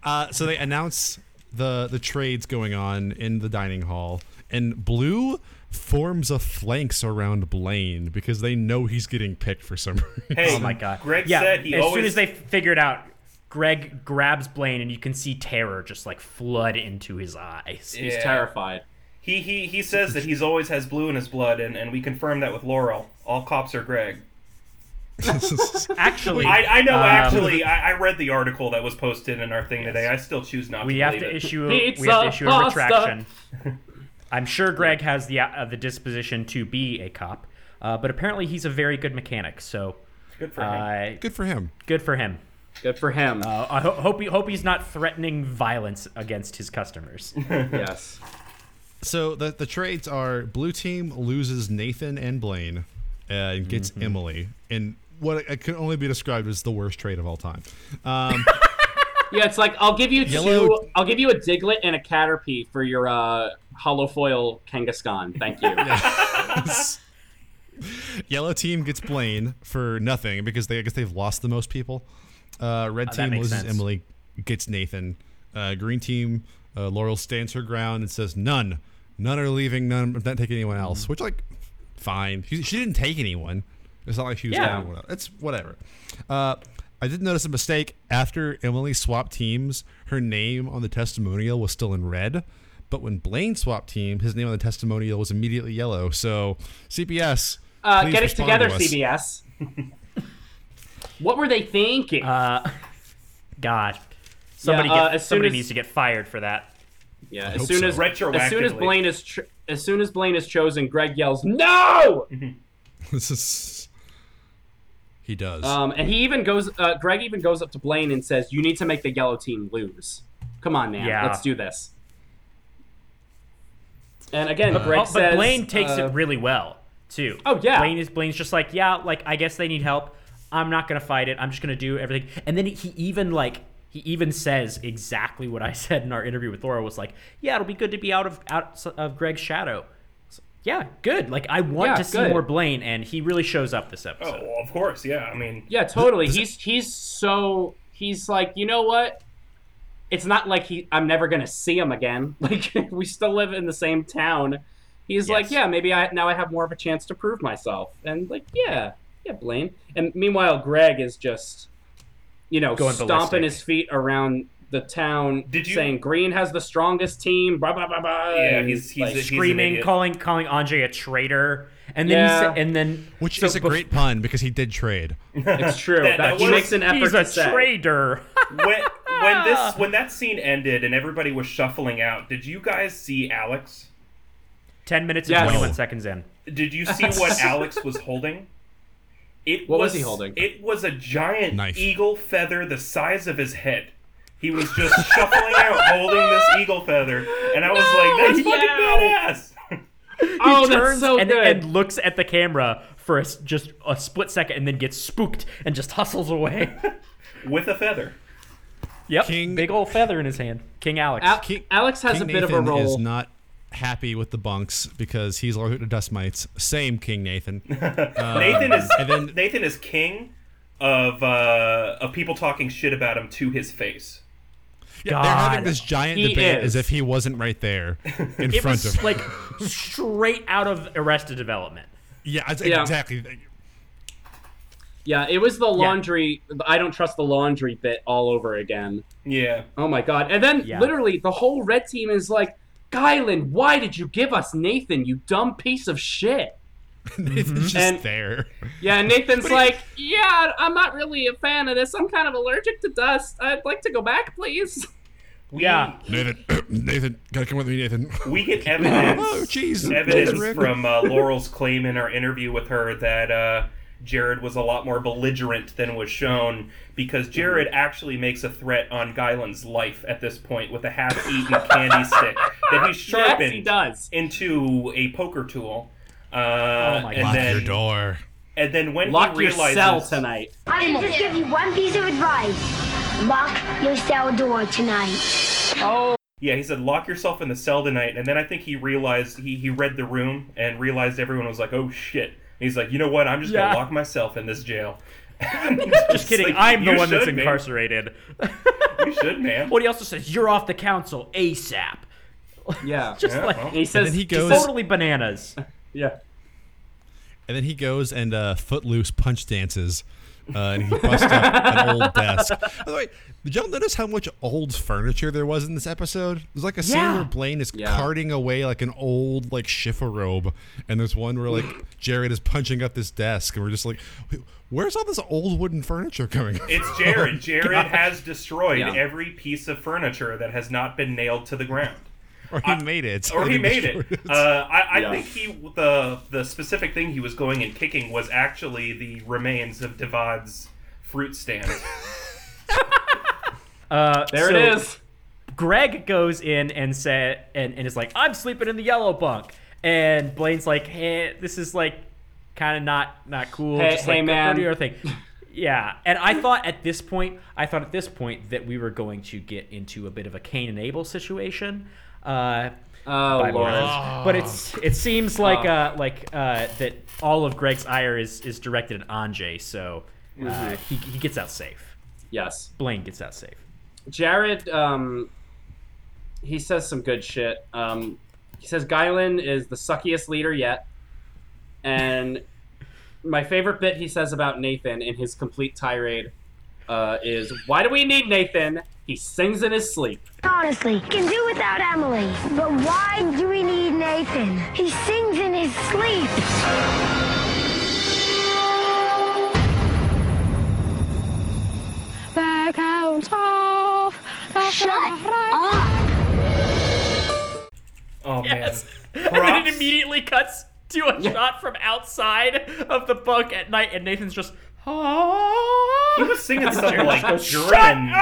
Speaker 1: uh, so they announce the the trades going on in the dining hall, and Blue forms a flanks around Blaine because they know he's getting picked for some reason.
Speaker 3: hey,
Speaker 4: oh my god.
Speaker 3: Greg
Speaker 4: yeah,
Speaker 3: said he
Speaker 4: as
Speaker 3: always.
Speaker 4: soon as they figured out, Greg grabs Blaine, and you can see terror just like flood into his eyes.
Speaker 2: He's
Speaker 3: Yeah.
Speaker 2: terrified.
Speaker 3: He he he says that he's always has blue in his blood, and, and we confirm that with Laurel. All cops are Greg.
Speaker 4: Actually,
Speaker 3: I, I know.
Speaker 4: um,
Speaker 3: actually, I, I read the article that was posted in our thing today. I still choose not
Speaker 4: we
Speaker 3: to
Speaker 4: have
Speaker 3: believe
Speaker 4: to
Speaker 3: it.
Speaker 4: issue. A, we
Speaker 2: Pizza,
Speaker 4: have to issue a
Speaker 2: pasta.
Speaker 4: retraction. I'm sure Greg has the uh, the disposition to be a cop, uh, but apparently he's a very good mechanic. So,
Speaker 3: Good for him.
Speaker 4: uh,
Speaker 1: Good for him.
Speaker 4: good for him.
Speaker 2: Good for him.
Speaker 4: Uh, I ho- hope he, hope he's not threatening violence against his customers.
Speaker 2: yes.
Speaker 1: So the the trades are blue team loses Nathan and Blaine uh, and gets Emily and what it can only be described as the worst trade of all time. Um,
Speaker 2: Yeah, it's like I'll give you
Speaker 1: Yellow-
Speaker 2: two. I'll give you a Diglett and a Caterpie for your uh, hollow foil Kangaskhan. Thank you.
Speaker 1: yellow team gets Blaine for nothing because they I guess they've lost the most people. Uh, red
Speaker 4: Oh, that
Speaker 1: team
Speaker 4: makes
Speaker 1: loses
Speaker 4: sense.
Speaker 1: Emily, gets Nathan. Uh, green team uh,
Speaker 4: Mm-hmm.
Speaker 1: Laurel stands her ground and says none, none are leaving, none, I'm not taking anyone else. Which like, fine. She, she didn't take anyone. It's not like she was
Speaker 4: Yeah.
Speaker 1: yeah. anyone else. It's whatever. Uh, I did notice a mistake after Emily swapped teams. Her name on the testimonial was still in red, but when Blaine swapped team, his name on the testimonial was immediately yellow. So CPS,
Speaker 2: Uh,
Speaker 1: please
Speaker 2: get it
Speaker 1: respond
Speaker 2: together,
Speaker 1: to us.
Speaker 2: CBS. what were they thinking?
Speaker 4: Uh, God, somebody
Speaker 2: Yeah, uh,
Speaker 4: get,
Speaker 2: as soon
Speaker 4: somebody
Speaker 2: as-
Speaker 4: needs to get fired for that.
Speaker 2: yeah,
Speaker 1: hope
Speaker 2: as soon
Speaker 1: so.
Speaker 2: as as soon as
Speaker 3: Retroactively.
Speaker 2: Blaine is tr- as soon as Blaine is chosen, Greg yells no,
Speaker 4: Mm-hmm.
Speaker 1: This is- he does.
Speaker 2: um, and he even goes. Uh, Greg even goes up to Blaine and says, "You need to make the yellow team lose. Come on, man,
Speaker 4: Yeah.
Speaker 2: let's do this." And again, Greg
Speaker 4: Oh, but
Speaker 2: says,
Speaker 4: Blaine takes
Speaker 2: uh,
Speaker 4: it really well too.
Speaker 2: Oh, yeah.
Speaker 4: Blaine is Blaine's just like yeah, like I guess they need help. I'm not gonna fight it. I'm just gonna do everything. And then he, he even like he even says exactly what I said in our interview with Laura was like yeah, it'll be good to be out of out of Greg's shadow. So, yeah, good. Like I want
Speaker 2: Yeah,
Speaker 4: to see
Speaker 2: good.
Speaker 4: more Blaine, and he really shows up this episode.
Speaker 3: Oh, well, of course, yeah. I mean,
Speaker 2: Yeah, totally. He's he's so he's like, you know what? It's not like he I'm never gonna see him again. Like we still live in the same town. He's like,
Speaker 4: Yes.
Speaker 2: yeah, maybe I now I have more of a chance to prove myself. And like, yeah, yeah, Blaine. And meanwhile, Greg is just, you know,
Speaker 4: Going
Speaker 2: stomping
Speaker 4: ballistic.
Speaker 2: his feet around the town,
Speaker 3: Did you-
Speaker 2: saying Green has the strongest team. Blah blah blah blah.
Speaker 3: yeah,
Speaker 2: and
Speaker 3: he's he's,
Speaker 2: like,
Speaker 3: a- he's an
Speaker 4: screaming,
Speaker 3: idiot.
Speaker 4: calling calling Andre a traitor, and then
Speaker 2: Yeah.
Speaker 4: he said, and then
Speaker 1: Which
Speaker 4: so
Speaker 1: is a
Speaker 4: bef-
Speaker 1: great pun because he did trade.
Speaker 2: it's true.
Speaker 3: That-
Speaker 2: that,
Speaker 3: that
Speaker 2: he
Speaker 3: was-
Speaker 2: makes an effort
Speaker 4: He's
Speaker 2: to
Speaker 4: a
Speaker 2: say.
Speaker 4: traitor.
Speaker 3: when when this when that scene ended and everybody was shuffling out, did you guys see Alex?
Speaker 4: Ten minutes and
Speaker 2: Yes.
Speaker 4: twenty
Speaker 1: No.
Speaker 4: one seconds in.
Speaker 3: Did you see what Alex was holding? It
Speaker 2: What was he holding?
Speaker 3: It was a giant
Speaker 1: Knife.
Speaker 3: eagle feather the size of his head. He was just shuffling out holding this eagle feather, and I was like, "That's fucking badass."
Speaker 2: Oh, that's
Speaker 4: turns
Speaker 2: so
Speaker 4: and,
Speaker 2: good.
Speaker 4: and looks at the camera for a s just a split second and then gets spooked and just hustles away.
Speaker 3: With a feather.
Speaker 4: yep.
Speaker 1: King-
Speaker 4: Big old feather in his hand. King Alex.
Speaker 2: Al-
Speaker 1: King-
Speaker 2: Alex has
Speaker 1: King
Speaker 2: a bit
Speaker 1: Nathan
Speaker 2: of a role.
Speaker 1: is not happy with the bunks because he's allergic to dust mites. Same King Nathan.
Speaker 3: Nathan is
Speaker 1: Uh, and then-
Speaker 3: Nathan is king of uh, of people talking shit about him to his face.
Speaker 1: Yeah, they're having
Speaker 4: God.
Speaker 1: this giant
Speaker 2: He
Speaker 1: debate
Speaker 2: is.
Speaker 1: as if he wasn't right there in
Speaker 4: it
Speaker 1: front
Speaker 4: was
Speaker 1: of.
Speaker 4: like straight out of Arrested Development.
Speaker 1: yeah, it's-
Speaker 2: Yeah.
Speaker 1: exactly.
Speaker 2: Yeah, it was the laundry. I don't trust the laundry bit all over again.
Speaker 3: Yeah.
Speaker 2: Oh my god! And then
Speaker 4: Yeah.
Speaker 2: literally the whole red team is like, "Guyland, why did you give us Nathan? You dumb piece of shit."
Speaker 1: Nathan's just
Speaker 2: Mm-hmm. And-
Speaker 1: there.
Speaker 2: Yeah, and Nathan's like, "Yeah, I'm not really a fan of this. I'm kind of allergic to dust. I'd like to go back, please."
Speaker 3: We,
Speaker 4: Yeah.
Speaker 1: Nathan, Nathan, gotta come with me, Nathan.
Speaker 3: We get evidence.
Speaker 1: oh, jeez. Nathan
Speaker 3: evidence
Speaker 1: Rick.
Speaker 3: from uh, Laurel's claim in our interview with her that uh, Jared was a lot more belligerent than was shown because
Speaker 2: Mm-hmm.
Speaker 3: Jared actually makes a threat on Guyland's life at this point with a half-eaten candy stick that
Speaker 2: Yes,
Speaker 3: he's sharpened
Speaker 2: he does.
Speaker 3: into a poker tool. Uh,
Speaker 4: my
Speaker 3: and
Speaker 1: Lock
Speaker 3: then,
Speaker 1: your door.
Speaker 3: And then when
Speaker 2: Oh Lock
Speaker 3: he
Speaker 2: your
Speaker 3: realizes,
Speaker 2: cell tonight.
Speaker 7: I can just give you one piece of advice. Lock your cell door tonight.
Speaker 3: Yeah, he said, lock yourself in the cell tonight. And then I think he realized, he, he read the room and realized everyone was like, oh shit. And he's like, you know what? I'm just going
Speaker 4: Yeah.
Speaker 3: to lock myself in this jail.
Speaker 4: Just kidding. I'm the one that's incarcerated.
Speaker 3: You should, man.
Speaker 4: what he also says, you're off the council ASAP.
Speaker 2: Yeah,
Speaker 4: Just
Speaker 3: Yeah,
Speaker 4: like
Speaker 3: well.
Speaker 2: And he says
Speaker 1: then he
Speaker 2: says-
Speaker 1: goes-
Speaker 4: totally bananas.
Speaker 2: yeah.
Speaker 1: And then he goes and uh, footloose punch dances. Uh, and he busts up an old desk. By the way, did y'all notice how much old furniture there was in this episode? There's like a scene
Speaker 4: Yeah.
Speaker 1: where Blaine is
Speaker 2: Yeah.
Speaker 1: carting away like an old like chiffon robe, and there's one where like Jared is punching up this desk, and we're just like, "Wait, where's all this old wooden furniture coming? from?"
Speaker 3: It's
Speaker 4: Oh,
Speaker 3: Jared. Jared has destroyed
Speaker 2: Yeah.
Speaker 3: every piece of furniture that has not been nailed to the ground.
Speaker 1: or he made it.
Speaker 3: Or he made it. Uh, I, I
Speaker 2: Yeah.
Speaker 3: think he the the specific thing he was going and kicking was actually the remains of Devad's fruit stand.
Speaker 4: Uh,
Speaker 2: There
Speaker 4: so-
Speaker 2: it is.
Speaker 4: Greg goes in and say and, and is like, I'm sleeping in the yellow bunk. And Blaine's like, hey, this is like kind of not not cool.
Speaker 2: Hey-
Speaker 4: Just
Speaker 2: hey,
Speaker 4: like, go-
Speaker 2: man."
Speaker 4: Go do your thing. Yeah. And I thought at this point, I thought at this point that we were going to get into a bit of a Cain and Abel situation. Uh,
Speaker 2: Oh
Speaker 4: by
Speaker 2: lord. Oh.
Speaker 4: Lawrence. But it's it seems like uh like uh that all of Greg's ire is is directed at Anjay, so uh,
Speaker 2: Mm-hmm.
Speaker 4: he he gets out safe.
Speaker 2: Yes.
Speaker 4: Blaine gets out safe.
Speaker 2: Jared, um, he says some good shit. Um, he says Guylin is the suckiest leader yet. And my favorite bit he says about Nathan in his complete tirade uh, is, "Why do we need Nathan? He sings in his sleep."
Speaker 7: Honestly, can do without Emily. But why do we need Nathan? He sings in his sleep.
Speaker 6: Back out off.
Speaker 7: Shut up!
Speaker 3: Oh
Speaker 4: Yes.
Speaker 3: man.
Speaker 4: And then it
Speaker 3: Props.
Speaker 4: immediately cuts to a shot from outside of the bunk at night, and Nathan's just. "Ah."
Speaker 3: He was singing something like German,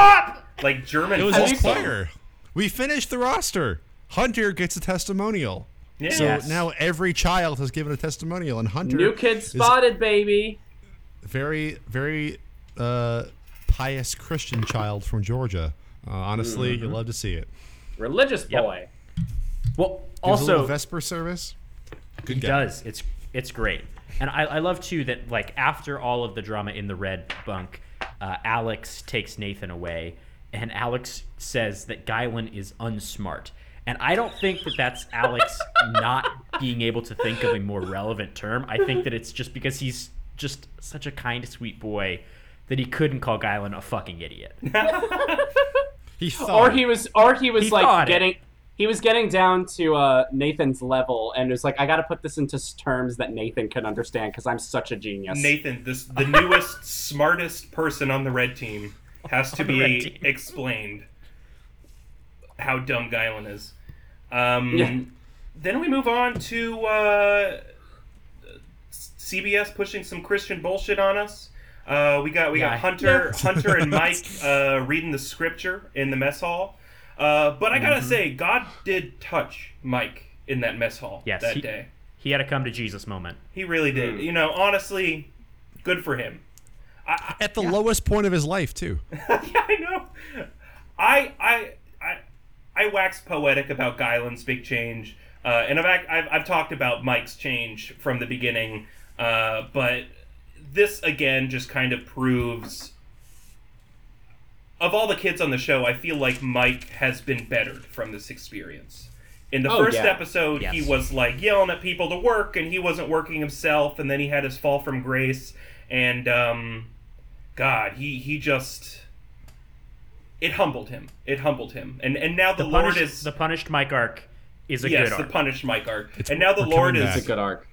Speaker 3: like German.
Speaker 1: It was
Speaker 3: folk
Speaker 1: his
Speaker 3: song.
Speaker 1: choir. We finished the roster. Hunter gets a testimonial.
Speaker 3: Yeah.
Speaker 1: So now every child has given a testimonial, and Hunter
Speaker 2: New kid
Speaker 1: is
Speaker 2: spotted, baby.
Speaker 1: very, very uh, pious Christian child from Georgia. Uh, honestly,
Speaker 2: Mm-hmm.
Speaker 1: you love to see it.
Speaker 2: Religious
Speaker 4: Yep.
Speaker 2: boy.
Speaker 4: Well,
Speaker 1: Gives a little
Speaker 4: also
Speaker 1: Vesper service. Good
Speaker 4: he does. It's it's great, and I, I love too that like after all of the drama in the red bunk, uh, Alex takes Nathan away, and Alex says that Guylin is unsmart. And I don't think that that's Alex not being able to think of a more relevant term. I think that it's just because he's just such a kind, sweet boy that he couldn't call Guylin a fucking idiot.
Speaker 1: He thought
Speaker 2: Or he was, or he was
Speaker 4: He
Speaker 2: like
Speaker 4: thought it.
Speaker 2: getting. He was getting down to uh, Nathan's level, and was like, "I got to put this into s- terms that Nathan can understand because I'm such a genius."
Speaker 3: Nathan, this the newest, smartest person on the red team, has to
Speaker 4: the red
Speaker 3: be
Speaker 4: team.
Speaker 3: explained how dumb Guylin is. Um,
Speaker 2: Yeah.
Speaker 3: Then we move on to uh, CBS pushing some Christian bullshit on us. Uh, we got we
Speaker 4: Yeah.
Speaker 3: got Hunter Hunter and Mike uh, reading the scripture in the mess hall. Uh, but I
Speaker 4: Mm-hmm.
Speaker 3: gotta say, God did touch Mike in that mess hall
Speaker 4: Yes,
Speaker 3: that
Speaker 4: he- Mm.
Speaker 3: day.
Speaker 4: He had a come to Jesus moment.
Speaker 3: He really did. You know, honestly, good for him.
Speaker 1: at the lowest point of his life too.
Speaker 3: yeah, I know. I I I I wax poetic about Guyland's big change, uh, and I've, act- I've I've talked about Mike's change from the beginning, uh, but this again just kind of proves. Of all the kids on the show, I feel like Mike has been bettered from this experience. In the
Speaker 2: Oh,
Speaker 3: first
Speaker 2: yeah.
Speaker 3: episode, he
Speaker 4: Yes.
Speaker 3: was like yelling at people to work, and he wasn't working himself, and then he had his fall from grace, and um, God, he he just it humbled him. It humbled him, and and now the,
Speaker 4: The
Speaker 3: Lord
Speaker 4: punished,
Speaker 3: is
Speaker 4: the punished Mike arc is a
Speaker 3: yes
Speaker 4: good
Speaker 3: the
Speaker 4: arc.
Speaker 3: punished Mike arc, and now the
Speaker 1: we're
Speaker 3: Lord
Speaker 1: coming
Speaker 3: is
Speaker 2: It's a good arc.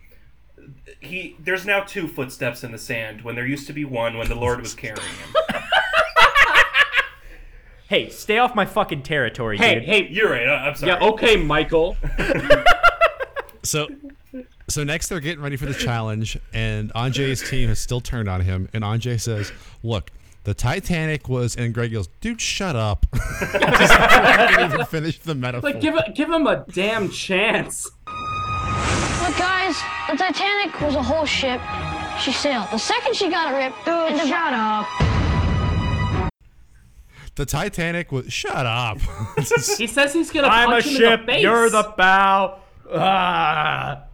Speaker 3: he. There's now two footsteps in the sand when there used to be one when the Lord was carrying him.
Speaker 4: hey, stay off my fucking territory,
Speaker 2: Hey,
Speaker 4: dude.
Speaker 2: hey,
Speaker 3: You're right. I- I'm sorry.
Speaker 4: oh,
Speaker 2: yeah, okay, Michael.
Speaker 1: So, so next they're getting ready for the challenge, and Anjay's team has still turned on him. And Anjay says, "Look, the Titanic was," and Greg goes, "Dude, shut up!" Just fucking even finish the metaphor.
Speaker 2: Like, give a, give him a damn chance.
Speaker 6: Look, guys, the Titanic was a whole ship. She sailed. The second she got ripped, dude, shut up.
Speaker 1: the Titanic was. Shut up.
Speaker 2: He says he's gonna
Speaker 4: I'm a
Speaker 2: punch him
Speaker 4: ship.
Speaker 2: in the face.
Speaker 4: you're the bow. Ah.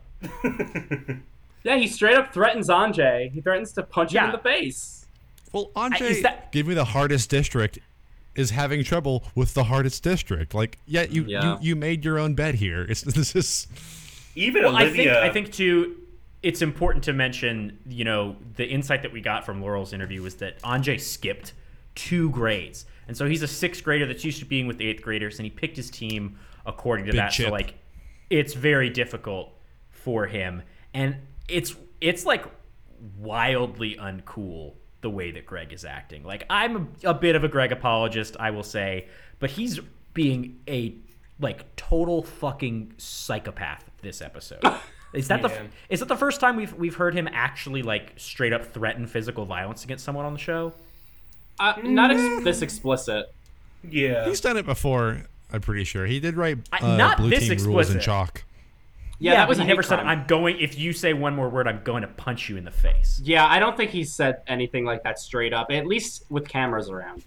Speaker 2: yeah. He straight up threatens Anjay. He threatens to punch him
Speaker 4: Yeah.
Speaker 2: in the face.
Speaker 1: well, Anjay,
Speaker 4: is that-
Speaker 1: give me the hardest district. Is having trouble with the hardest district. Like, yeah, you you,
Speaker 2: Yeah.
Speaker 1: you made your own bed here. It's this is
Speaker 3: Even
Speaker 4: Well, I think
Speaker 3: Olivia.
Speaker 4: I think too. It's important to mention, you know, the insight that we got from Laurel's interview was that Anjay skipped two grades, and so he's a sixth grader that's used to being with the eighth graders, and he picked his team according to that. So
Speaker 1: chip.
Speaker 4: like, it's very difficult for him, and it's it's like wildly uncool the way that Greg is acting. Like I'm a, a bit of a Greg apologist, I will say, but he's being a like total fucking psychopath this episode. Is that the
Speaker 3: Yeah.
Speaker 4: f- is that the first time we've we've heard him actually like straight up threaten physical violence against someone on the show?
Speaker 2: Uh, not
Speaker 4: Mm.
Speaker 2: ex- this explicit.
Speaker 3: yeah.
Speaker 1: he's done it before. I'm pretty sure he did write
Speaker 4: I-
Speaker 1: uh,
Speaker 4: not
Speaker 1: blue
Speaker 4: this
Speaker 1: team rules in
Speaker 4: explicit.
Speaker 1: chalk.
Speaker 2: Yeah, that was
Speaker 4: he
Speaker 2: a
Speaker 4: never
Speaker 2: hate
Speaker 4: said
Speaker 2: crime.
Speaker 4: I'm going if you say one more word I'm going to punch you in the face.
Speaker 2: Yeah, I don't think he said anything like that straight up. At least with cameras around,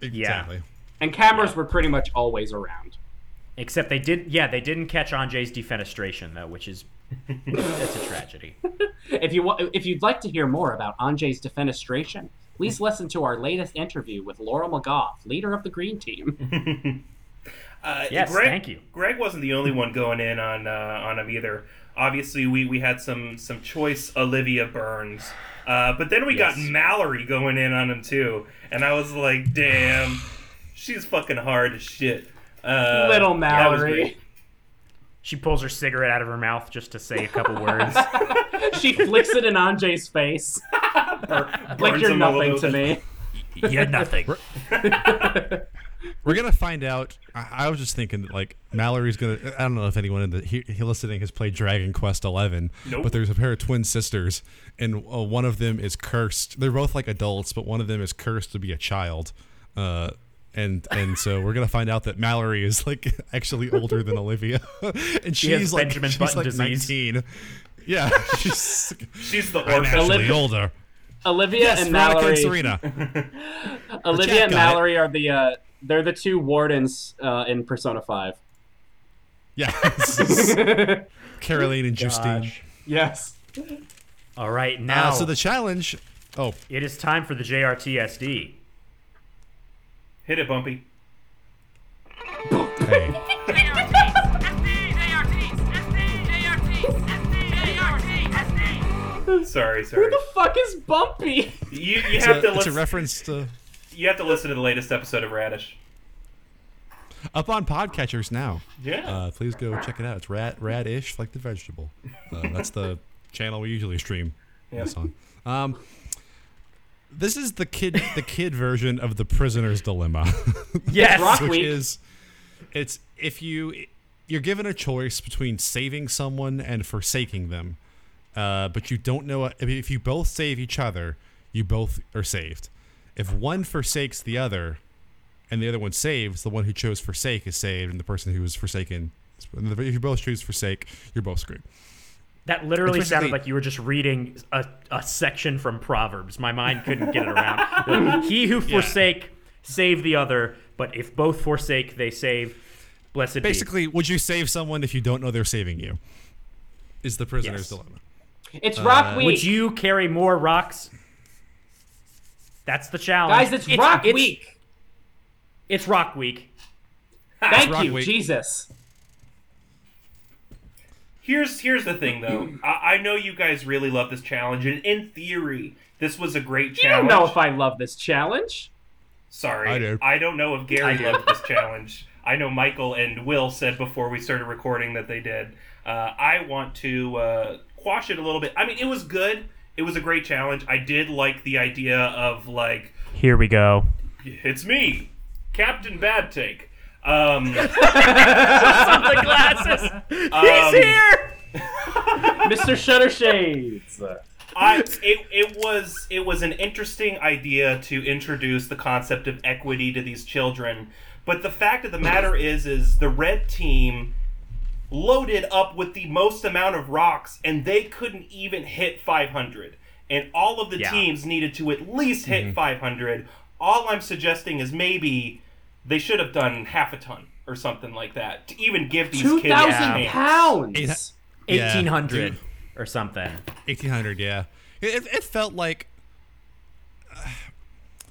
Speaker 1: Exactly.
Speaker 2: and cameras were pretty much always around.
Speaker 4: Except they did yeah, they didn't catch Anjay's defenestration though, which is that's a tragedy.
Speaker 2: If you wa- if you'd like to hear more about Anjay's defenestration, please listen to our latest interview with Laurel McGough, leader of the Green Team.
Speaker 3: Uh,
Speaker 4: Yes,
Speaker 3: Greg,
Speaker 4: thank you.
Speaker 3: Greg wasn't the only one going in on uh, on him either. Obviously, we, we had some some choice Olivia Burns, uh, but then we got
Speaker 4: Yes.
Speaker 3: Mallory going in on him too, and I was like, damn, she's fucking hard as shit. Uh,
Speaker 2: Little
Speaker 3: that was
Speaker 2: Mallory.
Speaker 3: great.
Speaker 8: She pulls her cigarette out of her mouth just to say a couple words.
Speaker 2: she flicks it in Anjay's face. like
Speaker 3: burns
Speaker 2: you're
Speaker 3: him a
Speaker 2: nothing
Speaker 3: little
Speaker 2: to me.
Speaker 5: You're nothing.
Speaker 1: We're gonna find out. I, I was just thinking that like Mallory's gonna. I don't know if anyone in the he, he listening has played Dragon Quest Eleven,
Speaker 3: Nope.
Speaker 1: but there's a pair of twin sisters, and uh, one of them is cursed. They're both like adults, but one of them is cursed to be a child. Uh, and and so we're gonna find out that Mallory is like actually older than Olivia, and
Speaker 4: has
Speaker 1: she's like
Speaker 4: Benjamin
Speaker 1: she's
Speaker 4: Button
Speaker 1: like
Speaker 4: disease.
Speaker 1: nineteen. Yeah, she's
Speaker 3: She's the
Speaker 1: I'm
Speaker 3: orphan.
Speaker 1: actually
Speaker 2: Olivia-
Speaker 1: older.
Speaker 2: Olivia
Speaker 1: Yes,
Speaker 2: and
Speaker 1: Veronica
Speaker 2: Mallory.
Speaker 1: and Serena.
Speaker 2: Olivia
Speaker 1: Jack got
Speaker 2: and
Speaker 1: it.
Speaker 2: Mallory are the uh, they're the two wardens uh, in Persona Five.
Speaker 1: Yeah, Caroline and Justine.
Speaker 4: Gosh.
Speaker 2: Yes.
Speaker 8: All right, now
Speaker 1: Uh, so the challenge. Oh,
Speaker 8: it is time for the JRTSD.
Speaker 3: Hit it, Bumpy.
Speaker 1: hey.
Speaker 3: Sorry, sorry.
Speaker 2: Fuck is Bumpy.
Speaker 3: You, you
Speaker 1: It's
Speaker 3: have
Speaker 1: a,
Speaker 3: to
Speaker 1: it's a
Speaker 3: listen.
Speaker 1: reference to
Speaker 3: you have to listen to the latest episode of Radish.
Speaker 1: up on podcatchers now.
Speaker 3: Yeah.
Speaker 1: Uh, please go check it out. It's rat radish like the vegetable. Uh, that's the channel we usually stream this on. Um, this is the kid the kid version of the prisoner's dilemma.
Speaker 4: Yes.
Speaker 2: Rock
Speaker 1: which
Speaker 2: week.
Speaker 1: is it's if you you're given a choice between saving someone and forsaking them uh, but you don't know I mean, if you both save each other you both are saved if one forsakes the other and the other one saves the one who chose forsake is saved and the person who was forsaken is- if you both choose forsake you're both screwed
Speaker 8: That literally
Speaker 1: It's
Speaker 8: sounded
Speaker 1: basically-
Speaker 8: like you were just reading a, a section from Proverbs. My mind couldn't get it around. he who forsake save the other, but if both forsake, they save. Blessed be.
Speaker 1: basically would you save someone if you don't know they're saving you is the prisoner's
Speaker 8: Yes.
Speaker 1: dilemma
Speaker 2: It's Rock
Speaker 1: uh,
Speaker 2: Week.
Speaker 8: Would you carry more rocks? That's the challenge,
Speaker 2: Guys, it's, Rock
Speaker 8: it's-
Speaker 2: Week.
Speaker 8: It's Rock Week.
Speaker 2: Thank
Speaker 1: Rock
Speaker 2: you,
Speaker 1: Week.
Speaker 2: Jesus.
Speaker 3: Here's here's the thing though. I, I know you guys really love this challenge, and in theory, this was a great
Speaker 2: I don't
Speaker 3: challenge.
Speaker 2: know if I love this challenge.
Speaker 3: Sorry,
Speaker 1: I do.
Speaker 3: don't know if Gary loved this challenge. I know Michael and Will said before we started recording that they did. Uh, I want to uh, quash it a little bit. I mean, it was good. It was a great challenge. I did like the idea of like
Speaker 8: Here we go.
Speaker 3: it's me, Captain Bad Take. Um,
Speaker 8: the glasses.
Speaker 3: um,
Speaker 2: Mr. Shutter Shades.
Speaker 3: I, it, it was it was an interesting idea to introduce the concept of equity to these children, but the fact of the matter is is the red team loaded up with the most amount of rocks and they couldn't even hit 500 and all of the
Speaker 8: Yeah.
Speaker 3: teams needed to at least hit
Speaker 1: Mm-hmm.
Speaker 3: 500 all i'm suggesting is maybe they should have done half a ton or something like that to even give these
Speaker 2: Two
Speaker 3: kids a
Speaker 2: thousand
Speaker 3: chance.
Speaker 2: pounds.
Speaker 1: Eight- Yeah.
Speaker 4: Eighteen hundred or something.
Speaker 1: 1800 yeah it, it felt like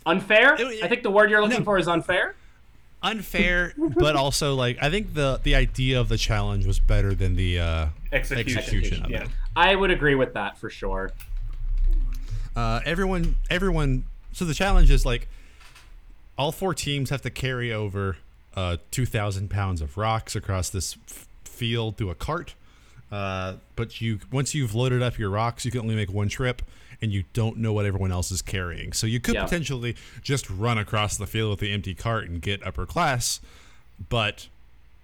Speaker 2: Unfair?
Speaker 1: It-
Speaker 2: I think the word you're looking for is unfair.
Speaker 1: unfair, but also like I think the the idea of the challenge was better than the uh,
Speaker 3: execution,
Speaker 1: execution of
Speaker 3: yeah
Speaker 1: it.
Speaker 2: I would agree with that for sure.
Speaker 1: Uh, everyone, everyone. So the challenge is like all four teams have to carry over uh, two thousand pounds of rocks across this f- field to a cart. Uh, but you once you've loaded up your rocks, you can only make one trip, and you don't know what everyone else is carrying. So you could
Speaker 2: Yeah.
Speaker 1: potentially just run across the field with the empty cart and get upper class, but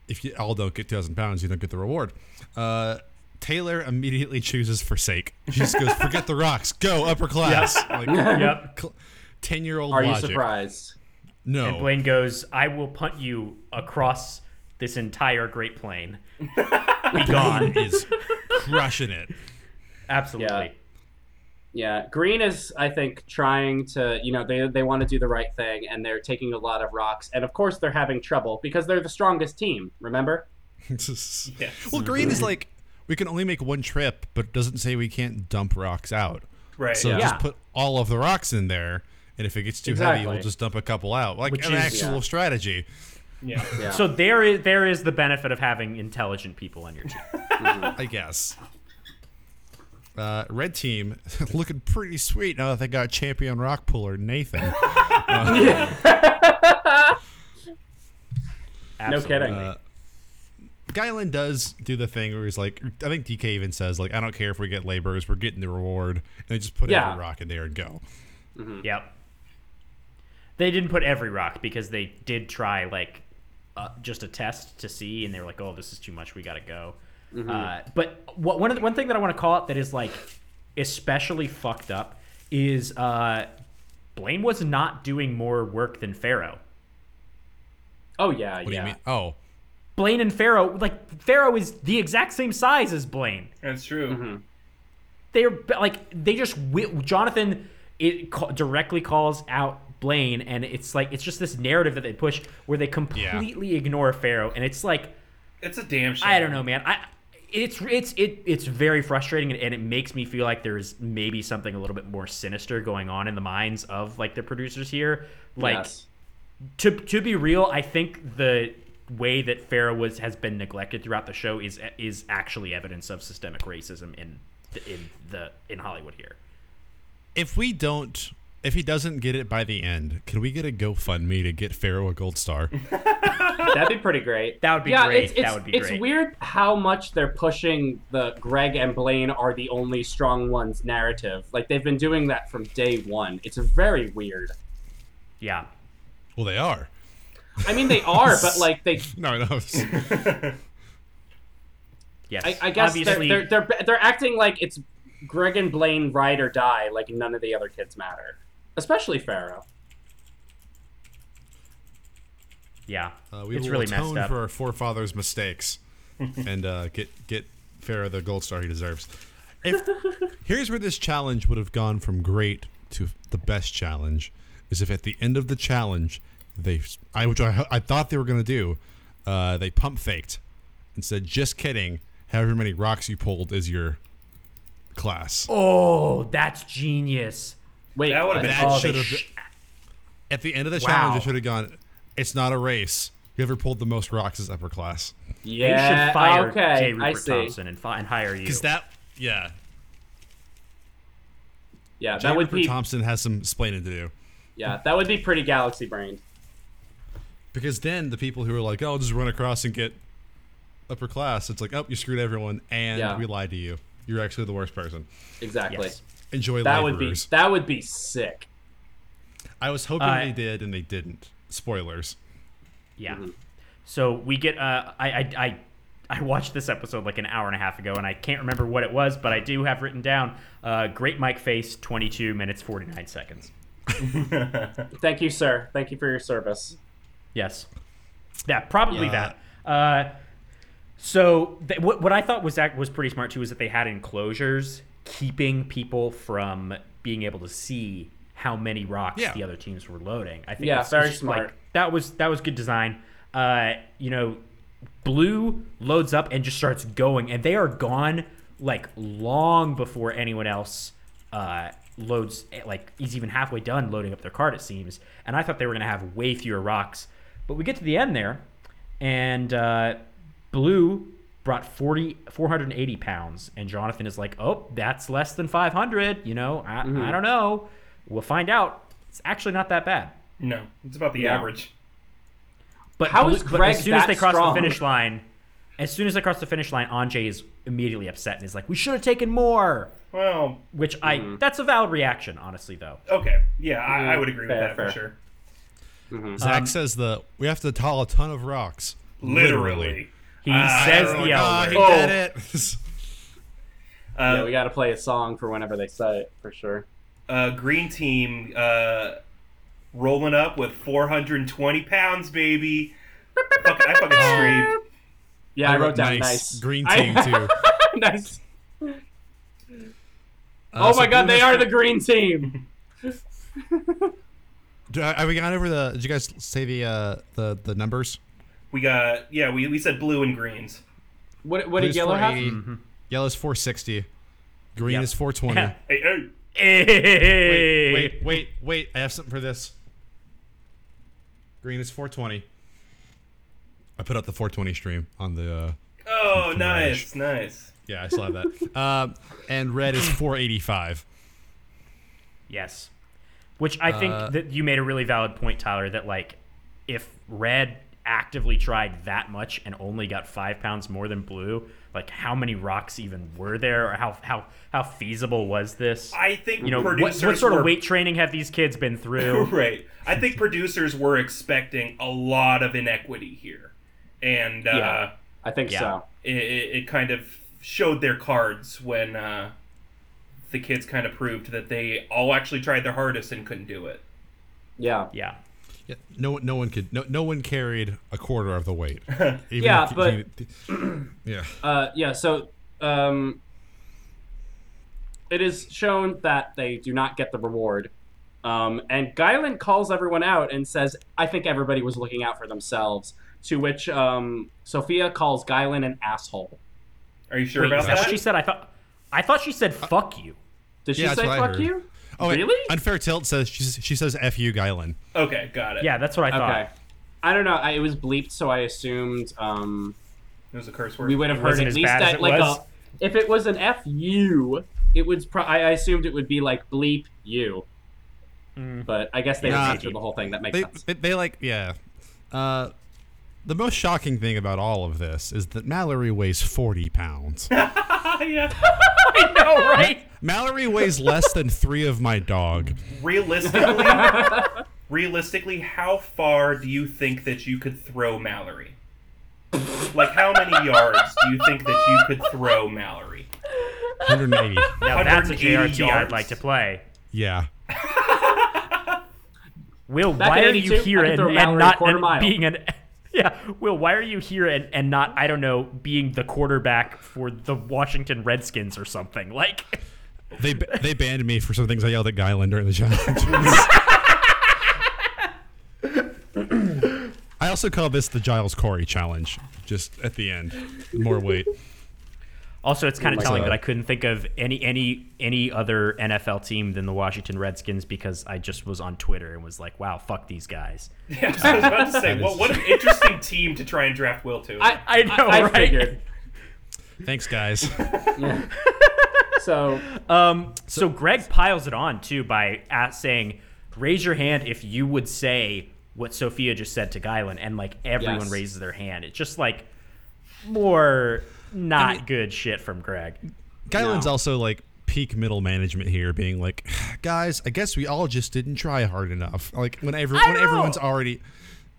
Speaker 1: if you all don't get 2,000 pounds, you don't get the reward. Uh, Taylor immediately chooses forsake. She just goes, forget the rocks, go upper class. Like,
Speaker 8: Yep.
Speaker 1: Ten year old
Speaker 2: Are
Speaker 1: logic.
Speaker 2: you surprised?
Speaker 1: No.
Speaker 8: And Blaine goes, I will punt you across this entire Great Plain. Be
Speaker 1: Dawn
Speaker 8: gone.
Speaker 1: is crushing it.
Speaker 8: Absolutely.
Speaker 2: Yeah. Yeah, Green is, I think, trying to, you know, they, they want to do the right thing and they're taking a lot of rocks. And of course, they're having trouble because they're the strongest team, remember?
Speaker 1: Well, green is like we can only make one trip, but it doesn't say we can't dump rocks out.
Speaker 3: right
Speaker 1: So
Speaker 3: yeah.
Speaker 1: just
Speaker 2: Yeah.
Speaker 1: put all of the rocks in there, and if it gets too heavy,
Speaker 2: Exactly.
Speaker 1: we'll just dump a couple out. Like
Speaker 8: Which
Speaker 1: an
Speaker 8: is-
Speaker 1: actual
Speaker 2: Yeah.
Speaker 1: strategy.
Speaker 3: yeah.
Speaker 2: Yeah.
Speaker 8: So there is there is the benefit of having intelligent people on your team.
Speaker 1: I guess. Uh, red team looking pretty sweet now that they got champion rock puller Nathan.
Speaker 2: No
Speaker 4: Absolutely.
Speaker 2: kidding.
Speaker 1: Uh, Guyland does do the thing where he's like, I think DK even says like, I don't care if we get laborers, we're getting the reward, and they just put
Speaker 2: Yeah.
Speaker 1: every rock in there and go.
Speaker 4: Yep. They didn't put every rock because they did try like uh, just a test to see, and they were like, "Oh, this is too much. We gotta go."
Speaker 2: Mm-hmm.
Speaker 4: Uh, but what, one of the, one thing that I want to call out that is like especially fucked up is uh, Blaine was not doing more work than Pharaoh.
Speaker 2: Oh yeah,
Speaker 1: What do
Speaker 2: yeah.
Speaker 1: you mean? Oh,
Speaker 4: Blaine and Pharaoh, like Pharaoh is the exact same size as Blaine.
Speaker 3: That's true.
Speaker 2: Mm-hmm.
Speaker 4: they're b- like they just wi- Jonathan it ca- directly calls out Blaine and it's like it's just this narrative that they push where they completely ignore Pharaoh and it's like
Speaker 3: It's a damn shame.
Speaker 4: I don't know man I it's it's it it's very frustrating and, and it makes me feel like there's maybe something a little bit more sinister going on in the minds of like the producers here like
Speaker 2: Yes.
Speaker 4: to to be real, I think the way that Pharaoh was has been neglected throughout the show is is actually evidence of systemic racism in the, in the in Hollywood here.
Speaker 1: if we don't, if he doesn't get it by the end, can we get a GoFundMe to get Pharaoh a gold star?
Speaker 2: That'd be pretty great.
Speaker 4: That would be
Speaker 2: yeah,
Speaker 4: great.
Speaker 2: It's,
Speaker 4: That
Speaker 2: it's,
Speaker 4: would be
Speaker 2: it's
Speaker 4: great.
Speaker 2: weird how much they're pushing the Greg and Blaine are the only strong ones narrative. Like they've been doing that from day one. It's very weird.
Speaker 4: Yeah.
Speaker 1: well, they are.
Speaker 2: I mean, they are, but like they,
Speaker 1: No, no. it's-
Speaker 4: Yes.
Speaker 2: I, I guess they're,
Speaker 4: obviously
Speaker 2: they're they're they're acting like it's Greg and Blaine ride or die. Like none of the other kids matter, especially Pharaoh.
Speaker 4: yeah.
Speaker 1: Uh, we
Speaker 4: it's
Speaker 1: will
Speaker 4: really
Speaker 1: atone
Speaker 4: messed up.
Speaker 1: for our forefathers' mistakes, and uh, get get Pharaoh the gold star he deserves. If, here's where this challenge would have gone from great to the best challenge is if at the end of the challenge they I which I, I thought they were gonna do, uh, they pump faked and said just kidding. However many rocks you pulled is your class.
Speaker 4: oh, that's genius.
Speaker 2: Wait,
Speaker 3: That
Speaker 2: what?
Speaker 3: would have been
Speaker 1: That
Speaker 4: Oh,
Speaker 1: should
Speaker 4: they
Speaker 1: have
Speaker 4: sh-
Speaker 1: at the end of the challenge
Speaker 4: Wow.
Speaker 1: it should have gone. It's not a race. Whoever pulled the most rocks is upper class.
Speaker 4: they
Speaker 2: yeah.
Speaker 4: should fire
Speaker 2: okay,
Speaker 4: J.
Speaker 2: I
Speaker 4: Rupert
Speaker 2: see.
Speaker 4: Thompson and, fi- and hire you.
Speaker 1: Because that yeah,
Speaker 2: Yeah, that would
Speaker 1: Jennifer
Speaker 2: be
Speaker 1: Thompson has some splaining to do.
Speaker 2: yeah, that would be pretty galaxy brained.
Speaker 1: Because then the people who are like, oh, I'll just run across and get upper class, it's like, oh, you screwed everyone and
Speaker 2: Yeah.
Speaker 1: we lied to you. You're actually the worst person.
Speaker 2: Exactly.
Speaker 4: Yes.
Speaker 1: Enjoy
Speaker 2: That would be
Speaker 1: laborers.
Speaker 2: that would be sick.
Speaker 1: I was hoping
Speaker 4: Uh,
Speaker 1: they did and they didn't. Spoilers.
Speaker 2: Mm-hmm.
Speaker 4: Yeah.
Speaker 1: Mm-hmm.
Speaker 4: So we get. Uh, I, I I I watched this episode like an hour and a half ago, and I can't remember what it was, but I do have written down. Uh, Great Mike face, twenty two minutes forty nine seconds.
Speaker 2: Thank you, sir. Thank you for your service.
Speaker 4: Yes. That probably
Speaker 1: Yeah.
Speaker 4: that. Uh, so th- what what I thought was that was pretty smart too is that they had enclosures keeping people from being able to see how many rocks
Speaker 1: Yeah.
Speaker 4: the other teams were loading. I think
Speaker 2: Yeah,
Speaker 4: it's- it's
Speaker 2: very
Speaker 4: just, like,
Speaker 2: smart.
Speaker 4: that was that was good design. Uh, you know, blue loads up and just starts going, and they are gone like long before anyone else uh, loads like is even halfway done loading up their card. It seems, and I thought they were gonna have way fewer rocks, but we get to the end there, and uh, blue brought 40 480 pounds and jonathan is like oh that's less than 500 you know i, I don't know we'll find out it's actually not that bad
Speaker 3: No, it's about the average.
Speaker 4: but
Speaker 2: How
Speaker 4: Blue-
Speaker 2: is
Speaker 4: but
Speaker 2: Greg
Speaker 4: as soon as
Speaker 2: that
Speaker 4: they cross
Speaker 2: strong?
Speaker 4: the finish line, as soon as they cross the finish line, Anjay is immediately upset and is like, "We should have taken more."
Speaker 3: Well,
Speaker 4: Which I that's a valid reaction, honestly though.
Speaker 3: okay, yeah, I, I would agree with
Speaker 2: Fair,
Speaker 3: that
Speaker 2: fair.
Speaker 3: for sure.
Speaker 1: Zach says the we have to tall a ton of rocks.
Speaker 3: Literally,
Speaker 4: He
Speaker 3: Ah,
Speaker 4: says
Speaker 3: oh
Speaker 4: the
Speaker 3: my
Speaker 1: Ah,
Speaker 4: L
Speaker 1: he
Speaker 4: word.
Speaker 1: did
Speaker 2: Oh.
Speaker 1: it.
Speaker 3: Uh,
Speaker 2: Yeah, we got to play a song for whenever they say it for sure.
Speaker 3: uh, green team uh, rolling up with 420 pounds, baby. Fuck, I fucking screamed.
Speaker 2: Yeah, I, wrote down nice.
Speaker 1: Green
Speaker 2: I-
Speaker 1: team too.
Speaker 2: nice.
Speaker 1: Uh,
Speaker 2: oh
Speaker 1: so
Speaker 2: my God,
Speaker 1: Blue
Speaker 2: they
Speaker 1: has-
Speaker 2: are the green team.
Speaker 1: Do- Have we gone over the? Did you guys say the uh, the the numbers?
Speaker 3: We got yeah, we, we said blue and greens.
Speaker 2: What, what did
Speaker 1: Blue's
Speaker 2: yellow have?
Speaker 1: 480, Yellow's 460. Green
Speaker 4: Yep.
Speaker 1: is 420.
Speaker 3: Hey, hey.
Speaker 4: Hey.
Speaker 1: wait, wait, wait, wait. I have something for this. Green is 420. I put up the 420 stream on the. Uh,
Speaker 3: Oh,
Speaker 1: From
Speaker 3: nice, nice.
Speaker 1: Yeah, I still have that. Um, and red is 485.
Speaker 4: Yes. Which I think that you made a really valid point, Tyler, that like if red actively tried that much and only got five pounds more than blue, like how many rocks even were there or how how how feasible was this?
Speaker 3: I think
Speaker 4: you know, what, what
Speaker 3: producers
Speaker 4: sort
Speaker 3: were
Speaker 4: of weight training have these kids been through?
Speaker 3: right. I think producers were expecting a lot of inequity here, and uh,
Speaker 4: Yeah.
Speaker 2: I think
Speaker 4: Yeah.
Speaker 2: so.
Speaker 3: it, it it kind of showed their cards when uh, the kids kind of proved that they all actually tried their hardest and couldn't do it.
Speaker 2: Yeah.
Speaker 4: yeah.
Speaker 1: Yeah, no one, no one could, no, no one carried a quarter of the weight. Even
Speaker 2: Yeah,
Speaker 1: if-
Speaker 2: but-
Speaker 1: yeah,
Speaker 2: Uh, yeah. So um, it is shown that they do not get the reward. Um, and Guyland calls everyone out and says, I think everybody was looking out for themselves. To which um, Sophia calls Guyland an asshole.
Speaker 3: Are you sure
Speaker 4: Wait,
Speaker 3: about
Speaker 4: is that
Speaker 3: that?
Speaker 4: what she said? I thought I thought she said
Speaker 2: Uh,
Speaker 4: fuck you.
Speaker 2: Did she
Speaker 1: Yeah, that's
Speaker 2: say
Speaker 1: what I
Speaker 2: fuck
Speaker 1: heard.
Speaker 2: you?
Speaker 1: Oh, wait,
Speaker 2: really?
Speaker 1: Unfair tilt says she, says- she says "f you, Guylin."
Speaker 3: Okay, got it.
Speaker 4: Yeah, that's
Speaker 1: Uh,
Speaker 4: what I thought.
Speaker 2: Okay. I don't know. I, it was bleeped, so I assumed um,
Speaker 3: it was a curse word.
Speaker 2: we would have heard
Speaker 4: wasn't
Speaker 2: at
Speaker 4: as
Speaker 2: least
Speaker 4: bad as
Speaker 2: that,
Speaker 4: it
Speaker 2: like
Speaker 4: was.
Speaker 2: a. If it was an fu, it would. Pro- I, I assumed it would be like bleep you.
Speaker 4: Mm.
Speaker 2: But I guess they
Speaker 1: Nah.
Speaker 2: went through the whole thing. That makes
Speaker 1: They,
Speaker 2: sense.
Speaker 1: they, they like, yeah. Uh, the most shocking thing about all of this is that Mallory weighs 40 pounds.
Speaker 3: yeah.
Speaker 4: I know, right?
Speaker 1: Mallory weighs less than three of my dog.
Speaker 3: Realistically, realistically, how far do you think that you could throw Mallory? Like, how many yards do you think that you could throw Mallory?
Speaker 1: 180.
Speaker 4: Now that's a
Speaker 3: 180
Speaker 4: JRT I'd
Speaker 3: yards.
Speaker 4: like to play.
Speaker 1: Yeah.
Speaker 4: Will,
Speaker 2: Back
Speaker 4: why
Speaker 2: in
Speaker 4: are you
Speaker 2: 82,
Speaker 4: here
Speaker 2: I could
Speaker 4: and,
Speaker 2: throw Mallory a
Speaker 4: and not
Speaker 2: quarter
Speaker 4: and
Speaker 2: mile.
Speaker 4: being an yeah? Will, why are you here and, and not I don't know being the quarterback for the Washington Redskins or something like?
Speaker 1: They ba- they banned me for some things I yelled at Guylin during the challenge. I also call this the Giles Corey challenge. Just at the end, more weight.
Speaker 4: Also, it's kind of telling
Speaker 1: God.
Speaker 4: that I couldn't think of any any any other NFL team than the Washington Redskins because I just was on Twitter and was like, wow, fuck these guys.
Speaker 3: Yeah, I was about to say,
Speaker 1: That
Speaker 3: well,
Speaker 1: is-
Speaker 3: what an interesting team to try and draft Will to.
Speaker 2: I,
Speaker 4: I know,
Speaker 2: I,
Speaker 4: Oh, right?
Speaker 2: figured.
Speaker 1: Thanks, guys.
Speaker 2: So
Speaker 4: Um, so, Greg piles it on too by at saying, "Raise your hand if you would say what Sophia just said to Guyland," and like everyone
Speaker 2: Yes.
Speaker 4: raises their hand. It's just like more not good shit from Greg.
Speaker 1: Guylin's
Speaker 2: No.
Speaker 1: also like peak middle management here, being like, guys, I guess we all just didn't try hard enough. Like when, every- when
Speaker 4: know.
Speaker 1: everyone's already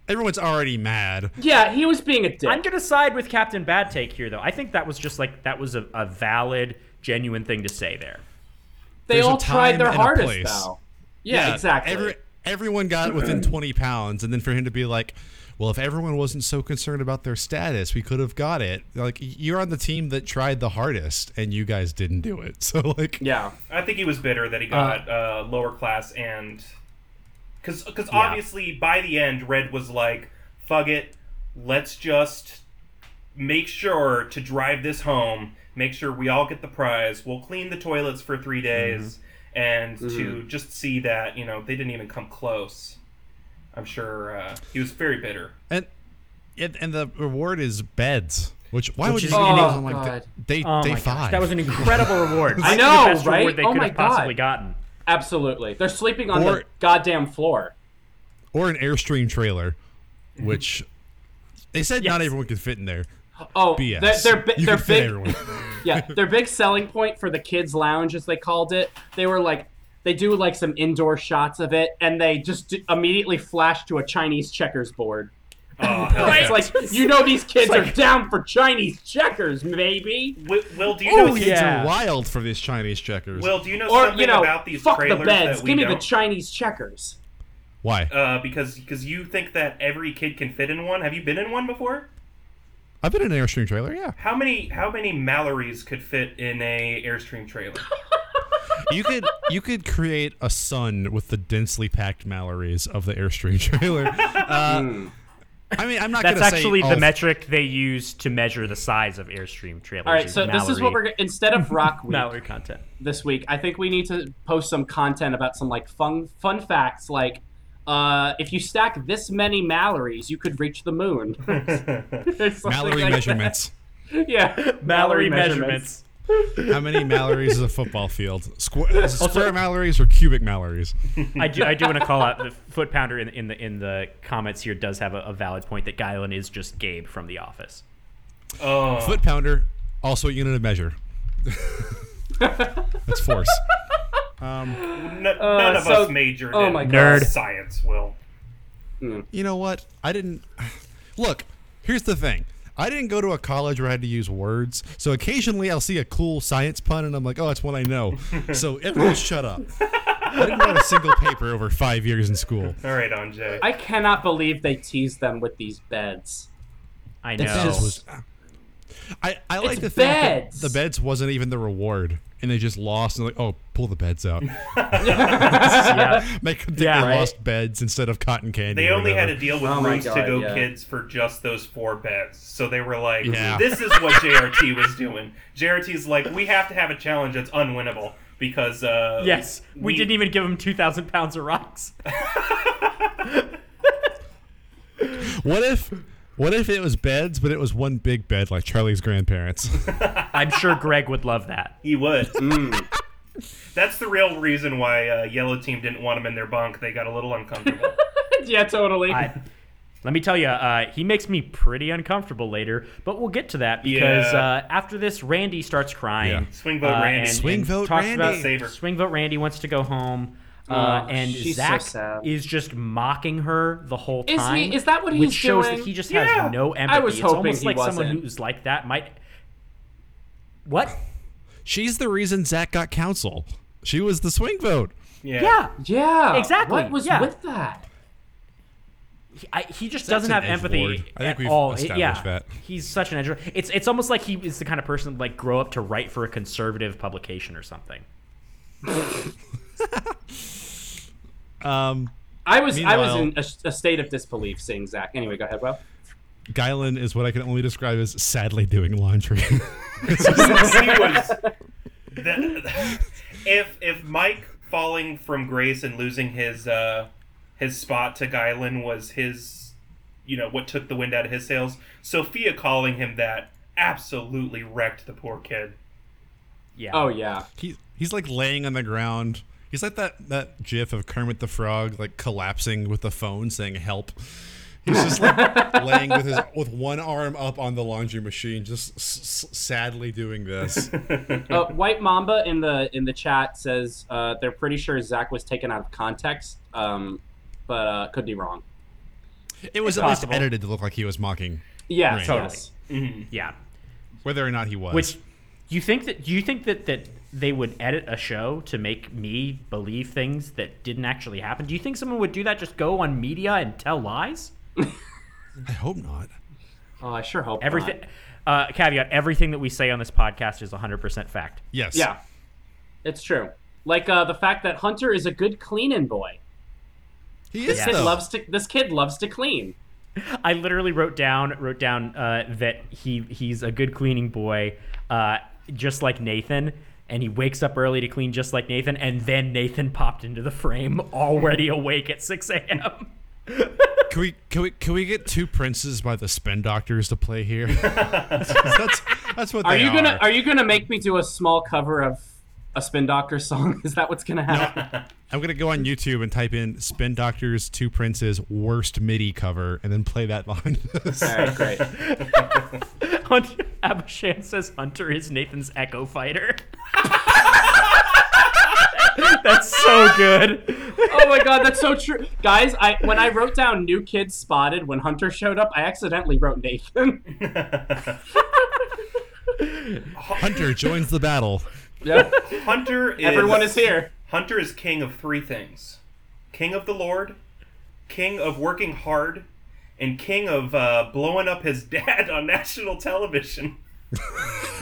Speaker 1: everyone's already mad.
Speaker 2: yeah, he was being a dick.
Speaker 4: I'm gonna side with Captain Bad Take here, though. I think that was just like that was a, a valid, genuine thing to say there.
Speaker 2: they
Speaker 1: There's a
Speaker 2: all tried
Speaker 1: time
Speaker 2: their
Speaker 1: and a
Speaker 2: hardest
Speaker 1: place.
Speaker 2: though. Yeah, exactly.
Speaker 1: Every, everyone got within 20 pounds, and then for him to be like, well, if everyone wasn't so concerned about their status, we could have got it. Like, you're on the team that tried the hardest, and you guys didn't do it. So, like,
Speaker 2: yeah.
Speaker 3: I think he was bitter that he got uh, lower class and because because obviously by the end Red was like, "Fuck it, let's just make sure to drive this home. Make sure we all get the prize. We'll clean the toilets for three days." And to just see that you know they didn't even come close. I'm sure uh, he was very bitter.
Speaker 1: and and, and the reward is beds. Which why would
Speaker 4: is
Speaker 1: you
Speaker 2: an-
Speaker 1: give
Speaker 2: Oh,
Speaker 1: someone like
Speaker 2: God.
Speaker 1: day,
Speaker 4: Oh
Speaker 1: day
Speaker 4: my
Speaker 1: five?
Speaker 4: gosh, that was an incredible reward.
Speaker 2: I
Speaker 4: It's
Speaker 2: know,
Speaker 4: the best
Speaker 2: right?
Speaker 4: Reward they
Speaker 2: Oh
Speaker 4: could
Speaker 2: my
Speaker 4: have possibly
Speaker 2: God.
Speaker 4: gotten.
Speaker 2: Absolutely. They're sleeping on the
Speaker 1: Or-
Speaker 2: goddamn floor.
Speaker 1: or an airstream trailer, which they said not
Speaker 4: Yes.
Speaker 1: everyone could fit in there.
Speaker 2: Oh,
Speaker 1: BS.
Speaker 2: they're they're, bi-
Speaker 1: you
Speaker 2: they're
Speaker 1: could fit
Speaker 2: big.
Speaker 1: everyone.
Speaker 2: yeah, their big selling point for the kids' lounge, as they called it, they were like, they do like some indoor shots of it, and they just d- immediately flash to a Chinese checkers board.
Speaker 3: Oh, hell
Speaker 2: It's
Speaker 3: yeah.
Speaker 2: like you know these kids are down for Chinese checkers, maybe.
Speaker 3: Will, Will, do you know?
Speaker 1: Oh, kids
Speaker 4: yeah.
Speaker 1: are wild for these Chinese checkers.
Speaker 3: Will, do you know
Speaker 2: Or
Speaker 3: something
Speaker 2: you know,
Speaker 3: about these
Speaker 2: fuck the
Speaker 3: trailers
Speaker 2: beds.
Speaker 3: that we
Speaker 2: Give me
Speaker 3: don't?
Speaker 2: the Chinese checkers.
Speaker 1: why?
Speaker 3: uh, because because you think that every kid can fit in one. Have you been in one before?
Speaker 1: I've been in an airstream trailer. Yeah,
Speaker 3: How many how many Mallorys could fit in a airstream trailer?
Speaker 1: you could you could create a sun with the densely packed Mallories of the airstream trailer. Uh, I mean, I'm not.
Speaker 4: That's
Speaker 1: gonna say
Speaker 4: actually
Speaker 1: all
Speaker 4: the
Speaker 1: th-
Speaker 4: metric they use to measure the size of airstream trailers.
Speaker 2: All right, so this is what we're g- instead of rock week
Speaker 4: Mallory content.
Speaker 2: this week, I think we need to post some content about some like fun fun facts, like uh, if you stack this many Mallorys, you could reach the moon. Or something
Speaker 1: Mallory
Speaker 2: like that.
Speaker 1: measurements.
Speaker 2: Yeah,
Speaker 4: Mallory measurements.
Speaker 1: How many Mallorys is a football field? Square, is it square Mallorys or cubic Mallorys?
Speaker 4: I do. I do want to call out the foot pounder in, in the in the comments here does have a, a valid point that Guylin is just Gabe from The Office.
Speaker 3: Oh,
Speaker 1: Foot pounder, also a unit of measure. That's force.
Speaker 3: n- none of
Speaker 2: Uh, so-
Speaker 3: us majored
Speaker 2: oh
Speaker 3: in
Speaker 2: my God.
Speaker 4: Nerd.
Speaker 3: science, Will.
Speaker 1: You know what? I didn't. Look, here's the thing. I didn't go to a college where I had to use words, so occasionally I'll see a cool science pun and I'm like, oh, that's one I know. So everyone shut up. I didn't write a single paper over five years in school.
Speaker 3: All right, Anjay.
Speaker 2: I cannot believe they teased them with these beds.
Speaker 4: I know.
Speaker 1: That just was. I, I like
Speaker 2: It's
Speaker 1: the fact that
Speaker 2: beds.
Speaker 1: the beds wasn't even the reward, and they just lost and like, oh, pull the beds out.
Speaker 4: yeah.
Speaker 1: Make them think
Speaker 4: Yeah,
Speaker 1: they
Speaker 4: right.
Speaker 1: lost beds instead of cotton candy.
Speaker 3: they
Speaker 1: or
Speaker 3: only had
Speaker 1: whatever.
Speaker 3: to deal with
Speaker 2: Oh my
Speaker 3: rooms to
Speaker 2: God,
Speaker 3: go
Speaker 2: yeah.
Speaker 3: kids for just those four beds. So they were like,
Speaker 1: Yeah.
Speaker 3: this is what JRT was doing. JRT's like, we have to have a challenge that's unwinnable because uh
Speaker 4: Yes. We, didn't even give him two thousand pounds of rocks.
Speaker 1: What if? What if it was beds, but it was one big bed like Charlie's grandparents?
Speaker 4: I'm sure Greg would love that.
Speaker 3: He would.
Speaker 2: Mm.
Speaker 3: That's the real reason why uh, Yellow Team didn't want him in their bunk. They got a little uncomfortable.
Speaker 2: yeah, totally.
Speaker 4: I, let me tell you, uh, he makes me pretty uncomfortable later, but we'll get to that because
Speaker 3: Yeah.
Speaker 4: uh, after this, Randy starts crying.
Speaker 1: Yeah.
Speaker 3: Swing vote
Speaker 4: uh,
Speaker 3: Randy.
Speaker 4: and-
Speaker 1: Swing
Speaker 4: and
Speaker 1: vote
Speaker 4: talks
Speaker 1: Randy.
Speaker 4: about-
Speaker 3: Save her.
Speaker 4: swing vote Randy wants to go home.
Speaker 2: Oh,
Speaker 4: Uh, and
Speaker 2: she's so
Speaker 4: Zach
Speaker 2: sad.
Speaker 4: is just mocking her the whole
Speaker 2: Is he-
Speaker 4: time.
Speaker 2: is that what
Speaker 4: which
Speaker 2: he's
Speaker 4: shows
Speaker 2: doing?
Speaker 4: that he just
Speaker 3: Yeah.
Speaker 4: has no empathy.
Speaker 2: I was
Speaker 4: it's
Speaker 2: hoping
Speaker 4: almost
Speaker 2: he
Speaker 4: like someone
Speaker 2: wasn't.
Speaker 4: who's like that might. What?
Speaker 1: She's the reason Zach got counsel. She was the swing vote.
Speaker 3: Yeah.
Speaker 4: Yeah,
Speaker 2: yeah,
Speaker 4: Exactly,
Speaker 2: What was
Speaker 4: yeah.
Speaker 2: with that?
Speaker 4: he, I, he just
Speaker 1: Zach's
Speaker 4: doesn't have
Speaker 1: an
Speaker 4: empathy
Speaker 1: edgelord. I think
Speaker 4: at
Speaker 1: we've
Speaker 4: all.
Speaker 1: established
Speaker 4: yeah,
Speaker 1: that.
Speaker 4: he's such an edgelord. It's it's almost like he is the kind of person that, like grow up to write for a conservative publication or something.
Speaker 1: Um,
Speaker 2: I was I was
Speaker 1: Meanwhile-
Speaker 2: in a, a state of disbelief seeing Zach. Anyway, go ahead, Well,
Speaker 1: Guylin is what I can only describe as sadly doing laundry.
Speaker 3: he was. The, if if Mike falling from grace and losing his uh his spot to Guylin was his, you know, what took the wind out of his sails. Sophia calling him that absolutely wrecked the poor kid.
Speaker 4: Yeah.
Speaker 2: Oh yeah,
Speaker 1: he, he's like laying on the ground. He's like that, that gif of Kermit the Frog like collapsing with the phone saying help. He's just like laying with his with one arm up on the laundry machine, just s- s- sadly doing this.
Speaker 2: uh, White Mamba in the in the chat says uh, they're pretty sure Zach was taken out of context, um, but uh, could be wrong.
Speaker 1: It was at least
Speaker 4: possible.
Speaker 1: edited to look like he was mocking,
Speaker 2: Yeah,
Speaker 1: Right.
Speaker 2: yes.
Speaker 4: yeah.
Speaker 1: whether or not he was.
Speaker 4: Which you think that do you think that that they would edit a show to make me believe things that didn't actually happen? Do you think someone would do that? Just go on media and tell lies?
Speaker 1: I hope not.
Speaker 2: Oh, I sure hope
Speaker 4: Everything.
Speaker 2: not.
Speaker 4: Uh, caveat: Everything that we say on this podcast is 100% fact.
Speaker 1: Yes.
Speaker 2: Yeah, it's true. Like uh, the fact that Hunter is a good cleaning boy.
Speaker 1: He is
Speaker 4: Yes.
Speaker 2: Kid
Speaker 1: though.
Speaker 2: loves to. This kid loves to clean.
Speaker 4: I literally wrote down wrote down uh, that he he's a good cleaning boy, uh, just like Nathan, and he wakes up early to clean just like Nathan, and then Nathan popped into the frame already awake at six a.m.
Speaker 1: Can we can we can we get two princes by the spin doctors to play here? that's that's what
Speaker 2: Are
Speaker 1: they
Speaker 2: you
Speaker 1: are.
Speaker 2: gonna Are you gonna make me do a small cover of a Spin Doctor song? Is that what's gonna happen?
Speaker 1: I'm gonna go on YouTube and type in spin doctors two princes worst MIDI cover and then play that behind us.
Speaker 2: All right, great.
Speaker 4: Hunter Abishan says Hunter is Nathan's echo fighter. That's so good.
Speaker 2: Oh my god, that's so true, guys. I when I wrote down new kids spotted when Hunter showed up, I accidentally wrote Nathan.
Speaker 1: Hunter joins the battle.
Speaker 2: Yep.
Speaker 3: Hunter is
Speaker 2: Everyone is here.
Speaker 3: Hunter is king of three things: king of the Lord, king of working hard, and king of uh, blowing up his dad on national television.